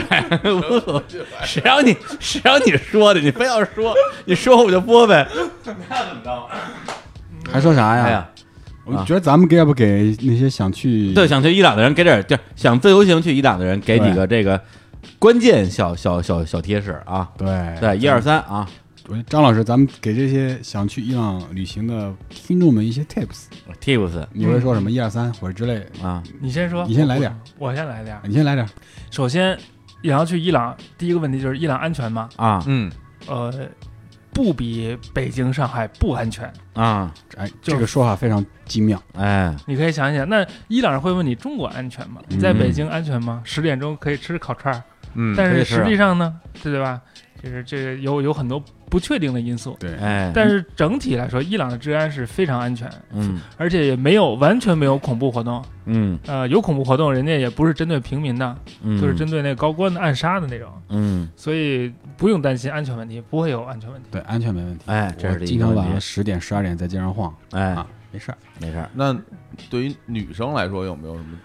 A: 谁让你谁让你说的，你非要说，你说我就播呗，那怎么着？
E: 还说啥
A: 哎
E: 呀
A: 呀？，
E: 我觉得咱们给要不给那些想去
A: 对，想去伊朗的人给点，就是想自由行去伊朗的人给几个这个关键小小小小贴士啊，
E: 哎对
A: 对，一二三啊，
E: 我觉得张老师，咱们给这些想去伊朗旅行的听众们一些 tips，
A: tips
E: 你会说什么一二三或者之类的？
A: 啊，
D: 你先说，
E: 你先来点儿哎
D: 我，我先来点儿。
E: 你先来点儿，
D: 首先，你要去伊朗，第一个问题就是伊朗安全吗？
A: 啊
B: 嗯，
D: 呃，不比北京、上海不安全。
A: 啊，
E: 哎，
D: 就
E: 这个说法非常精妙。
A: 哎，
D: 你可以想一想，那伊朗人会问你中国安全吗？你在
A: 嗯
D: 北京安全吗？十点钟可以吃烤串儿，
B: 嗯，
D: 但
A: 可以
D: 是
A: 吃啊
D: 实际上呢，对吧？就是这个有有很多不确定的因素。
E: 对，
A: 哎，
D: 但是整体来说，伊朗的治安是非常安全，
A: 嗯
D: 而且也没有完全没有恐怖活动。
A: 嗯
D: 呃，有恐怖活动，人家也不是针对平民的，
A: 嗯，
D: 就是针对那个高官的暗杀的那种，
A: 嗯，
D: 所以不用担心安全问题，不会有安全问题。
E: 对，安全没问题。
A: 哎，这
E: 我
A: 是一
E: 经
A: 个
E: 常
A: 问
E: 晚上
A: 题，
E: 十点、十二点在街上晃
A: 哎
E: 啊，，没事儿。
A: 没事儿，
B: 那对于女生来说有没有什么？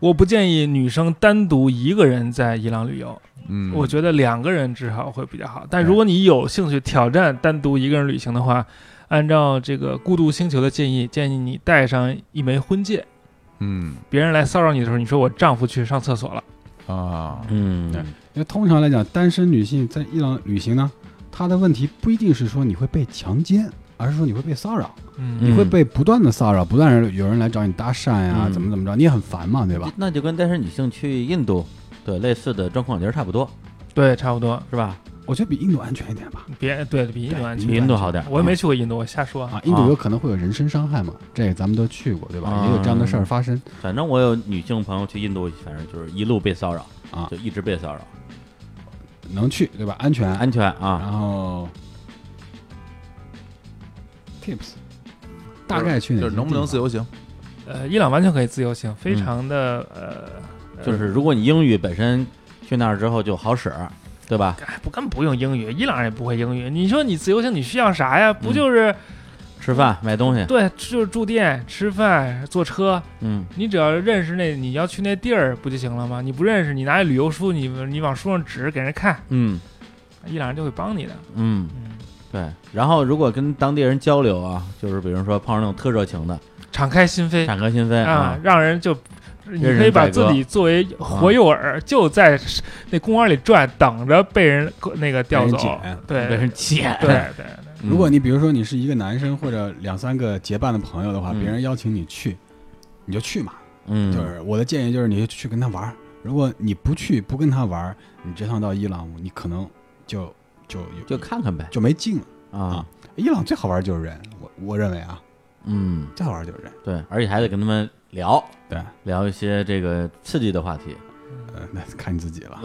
D: 我不建议女生单独一个人在伊朗旅游，
B: 嗯，
D: 我觉得两个人至少会比较好。但如果你有兴趣挑战单独一个人旅行的话，按照这个《孤独星球》的建议，建议你带上一枚婚戒。
B: 嗯
D: 别人来骚扰你的时候，你说我丈夫去上厕所了，
B: 啊，
A: 嗯，
E: 对因为通常来讲，单身女性在伊朗旅行呢，她的问题不一定是说你会被强奸，而是说你会被骚扰，
A: 嗯
D: 嗯
E: 你会被不断的骚扰，不断地有人来找你搭讪呀、
A: 嗯
E: 怎么怎么着，你也很烦嘛，对吧？
A: 那就跟单身女性去印度，对类似的状况其实差不多，
D: 对，差不多。
A: 是吧？
E: 我觉得比印度安全一点吧。
D: 别对比印度安全，
A: 比印度好点儿，嗯
D: 我也没去过印度，我瞎说啊。
E: 啊，印度
A: 啊
E: 有可能会有人身伤害嘛，这个咱们都去过，对吧？
A: 啊
E: 也有这样的事儿发生。
A: 反正我有女性朋友去印度，反正就是一路被骚扰
E: 啊
A: 就一直被骚扰，
E: 能去对吧？安全，
A: 安全啊，
E: 然后 tips，大概去哪些
B: 就是能不能自
E: 地方？
B: 由行？
D: 呃，伊朗完全可以自由行，非常的、呃，
A: 嗯就是如果你英语本身去那儿之后就好使，对吧？
D: 哎不根本不用英语，伊朗人也不会英语。你说你自由行，你需要啥
A: 嗯
D: 呀？不就是、
A: 吃饭买东西，
D: 对，就是住店、吃饭、坐车，
A: 嗯
D: 你只要认识那你要去那地儿不就行了吗？你不认识，你拿旅游书，你你往书上指给人看，
A: 嗯
D: 伊朗人就会帮你的。
A: 嗯，
D: 嗯，
A: 对。然后如果跟当地人交流啊，就是比如说碰上那种特热情的，
D: 敞开心扉
A: 敞开心扉
D: 啊，，让人就。你
A: 人
D: 可以把
A: 宰割
D: 自己作为活诱饵，就在那公园里转，等着被人那个调
E: 被人
D: 走
E: 捡。
D: 对，
A: 被人捡。
D: 对对对，
A: 嗯
E: 如果你比如说你是一个男生或者两三个结伴的朋友的话，
A: 嗯
E: 别人邀请你去，你就去嘛。
A: 嗯，
E: 就是我的建议就是你去跟他玩儿。如果你不去不跟他玩儿，你这趟到伊朗你可能就就
A: 就看看呗
E: 就没劲了。
A: 啊
E: 啊，伊朗最好玩儿就是人，我我认为啊，
A: 嗯，
E: 最好玩儿就是人。
A: 对，而且还得跟他们聊
E: 对，
A: 聊一些这个刺激的话 题，
E: 呃，那看你自己了。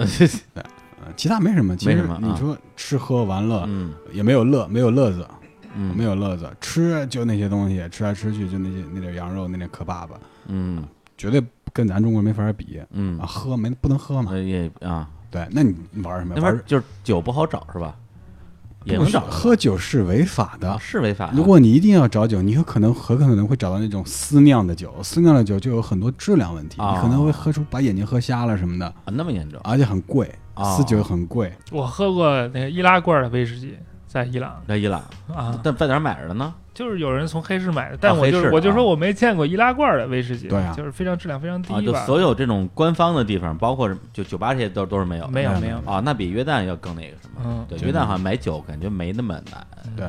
E: 呃，其他没什么，
A: 嗯
E: 其
A: 没
E: 实
A: 什么啊
E: 你说吃喝玩乐
A: 嗯
E: 也没有乐，没有乐子，
A: 嗯，
E: 啊没有乐子，吃就那些东西，吃来吃去就那些那点羊肉，那点可爸爸，
A: 嗯
E: 绝对跟咱中国人没法比
A: 嗯
E: 啊！，喝没不能喝嘛？
A: 呃也啊，
E: 对，那你玩什么
A: 那
E: 呀？
A: 边
E: 玩
A: 就是酒不好找是吧？也
E: 不
A: 能
E: 是
A: 找啊
E: 喝酒是违法的。
A: 是违法的，
E: 如果你一定要找酒，你有可能很可能会找到那种私酿的酒，私酿的酒就有很多质量问题，
A: 啊
E: 你可能会喝出把眼睛喝瞎了什么的，
A: 啊那么严重，
E: 而且很贵，
A: 啊
E: 私酒很贵。
D: 我喝过那个易拉罐的威士忌，在伊朗
A: 在伊朗，
D: 啊，
A: 但在哪儿买着的呢？
D: 就是有人从黑市买的，但我
A: 黑
D: 就
A: 市
D: 是
A: 的
D: 我就说
A: 嗯啊
D: 我没见过易拉罐的威士忌，
E: 对啊
D: 就是非常质量非常
A: 啊，
D: 低
A: 就
D: 吧，
A: 所有这种官方的地方，包括就酒吧这些都都是没有的，
D: 没有
E: 没有
D: 没有，
A: 啊，那比约旦要更那个什么。
D: 嗯，
A: 对，
E: 就
A: 约旦好像买酒感觉没那么难，
E: 对，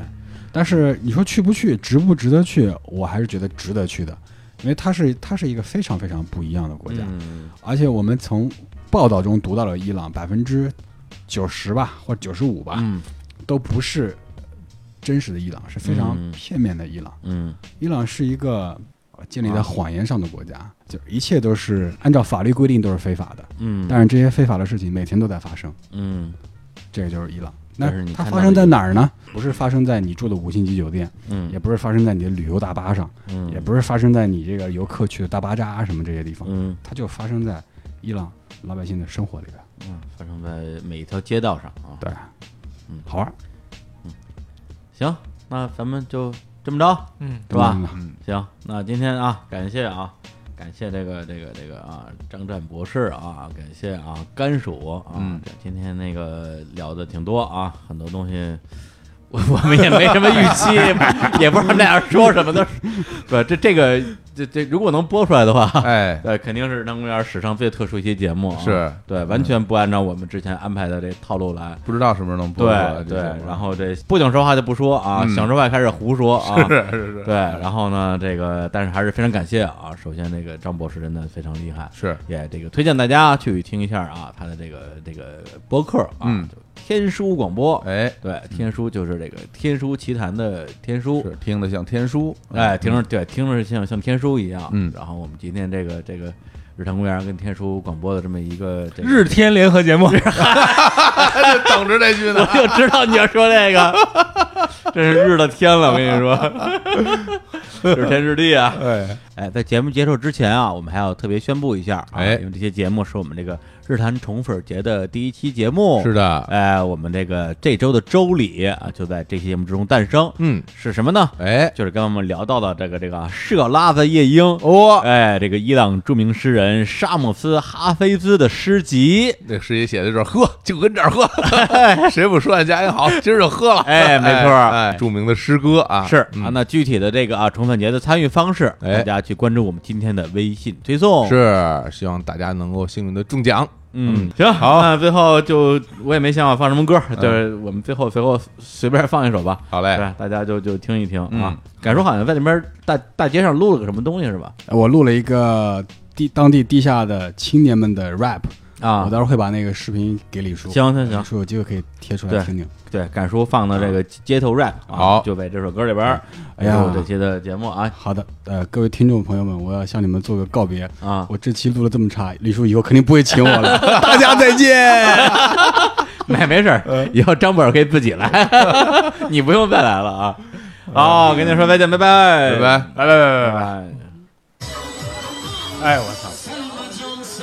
E: 但是你说去不去，值不值得去，我还是觉得值得去的，因为它是它是一个非常非常不一样的国家，
A: 嗯
E: 而且我们从报道中读到了伊朗百分之九十吧，或者九十五吧，
A: 嗯
E: 都不是真实的伊朗，是非常
A: 嗯
E: 片面的伊朗。
A: 嗯
E: 伊朗是一个呃建立
A: 啊
E: 在谎言上的国家，就一切都是按照法律规定都是非法的，
A: 嗯，
E: 但是这些非法的事情每天都在发生，
A: 嗯
E: 这个就是伊朗。那
A: 但是你
E: 它
A: 看
E: 发
A: 到
E: 生
A: 的
E: 在哪儿呢？不是发生在你住的五星级酒店，
A: 嗯
E: 也不是发生在你的旅游大巴上，
A: 嗯
E: 也不是发生在你这个游客去的大巴扎啊什么这些地方，
A: 嗯
E: 它就发生在伊朗老百姓的生活里边。
A: 嗯，发生在每一条街道上啊。
E: 对，
A: 嗯
E: 好玩儿
A: 行，那咱们就这么着，
D: 嗯，
A: 是吧？
E: 嗯
B: 嗯，
A: 行，那今天啊，感谢啊，感谢这个这个这个啊，张湛博士啊，感谢啊，甘薯啊，
B: 嗯
A: 这今天那个聊的挺多啊，很多东西。我我们也没什么预期，也 不也不知道那样说什么的，不，这这个这这如果能播出来的话，
B: 哎，
A: 对，肯定是《南公园》史上最特殊一期节目、啊，
B: 是
A: 对，完全不按照我们之前安排的这套路来，
B: 不知道什么时候能播出来
A: 对
B: 这
A: 对
B: 节目，
A: 然后这不想说话就不说啊，
B: 嗯
A: 想说话开始胡说啊，
B: 是是是
A: 对，然后呢，这个但是还是非常感谢啊，首先这个张博士真的非常厉害，
B: 是
A: 也这个推荐大家去听一下啊，他的这个这个播客啊，
B: 嗯
A: 就天书广播，
B: 哎，
A: 对，天书就是这个天书奇谈的天书，哎
B: 是听得像天书，
A: 嗯哎，听着对，听着像像天书一样。
B: 嗯
A: 然后我们今天这个这个日坛公园跟天书广播的这么一个这个
D: 日 天联合节目，
B: 等着这句呢
A: 我。就知道你要说这 个，这是日了天了，我跟你说， 日天日地啊！
B: 哎，
A: 哎，在节目结束之前啊，我们还要特别宣布一下啊，
B: 哎
A: 因为这些节目是我们这个日坛宠粉节的第一期节目，
B: 是的，
A: 哎，我们这个这周的周礼啊，就在这期节目之中诞生，
B: 嗯，
A: 是什么呢？
B: 哎，
A: 就是刚刚我们聊到的这个这个设拉的夜莺。
B: 哦，
A: 哎，这个伊朗著名诗人沙姆斯·哈菲兹的诗集，
B: 那师爷写的就是喝，就跟这儿 喝，谁不说俺家也好，今儿就喝了。
A: 哎没错
B: 哎，哎著名的诗歌啊，
A: 是
B: 嗯
A: 啊，那具体的这个啊，重返节的参与方式，
B: 哎
A: 大家去关注我们今天的微信推送。，
B: 是，希望大家能够幸运的中奖。
A: 嗯，行，好，那最后就我也没想好放什么歌，就是我们最后随后随便放一首吧，
B: 好
A: 对
B: 嘞，
A: 吧，大家就就听一听啊
B: 哎嗯。
A: 敢说好像在那边大大街上录了个什么东西是吧？
E: 我录了一个地当地地下的青年们的 rap，我
A: 啊，
E: 到时候会把那个视频给李叔，
A: 行行
E: 李
A: 行，
E: 叔有机会可以贴出
A: 对
E: 来听听。
A: 对，敢说放的这个街头 rap，啊
B: 好
A: 就在这首歌里边儿，
E: 哎呀
A: 录这期的节目啊
E: 好的，呃，各位听众朋友们，我要向你们做个告别。
A: 啊，
E: 我这期录的这么差，李叔以后肯定不会请我了。大家再见。
A: 没没事儿，以后张本儿可以自己来，你不用再来了啊。好，跟您说再见，拜拜，
B: 拜拜。
D: 来来来来
A: 拜
D: 来，
A: 拜。
D: 哎我操！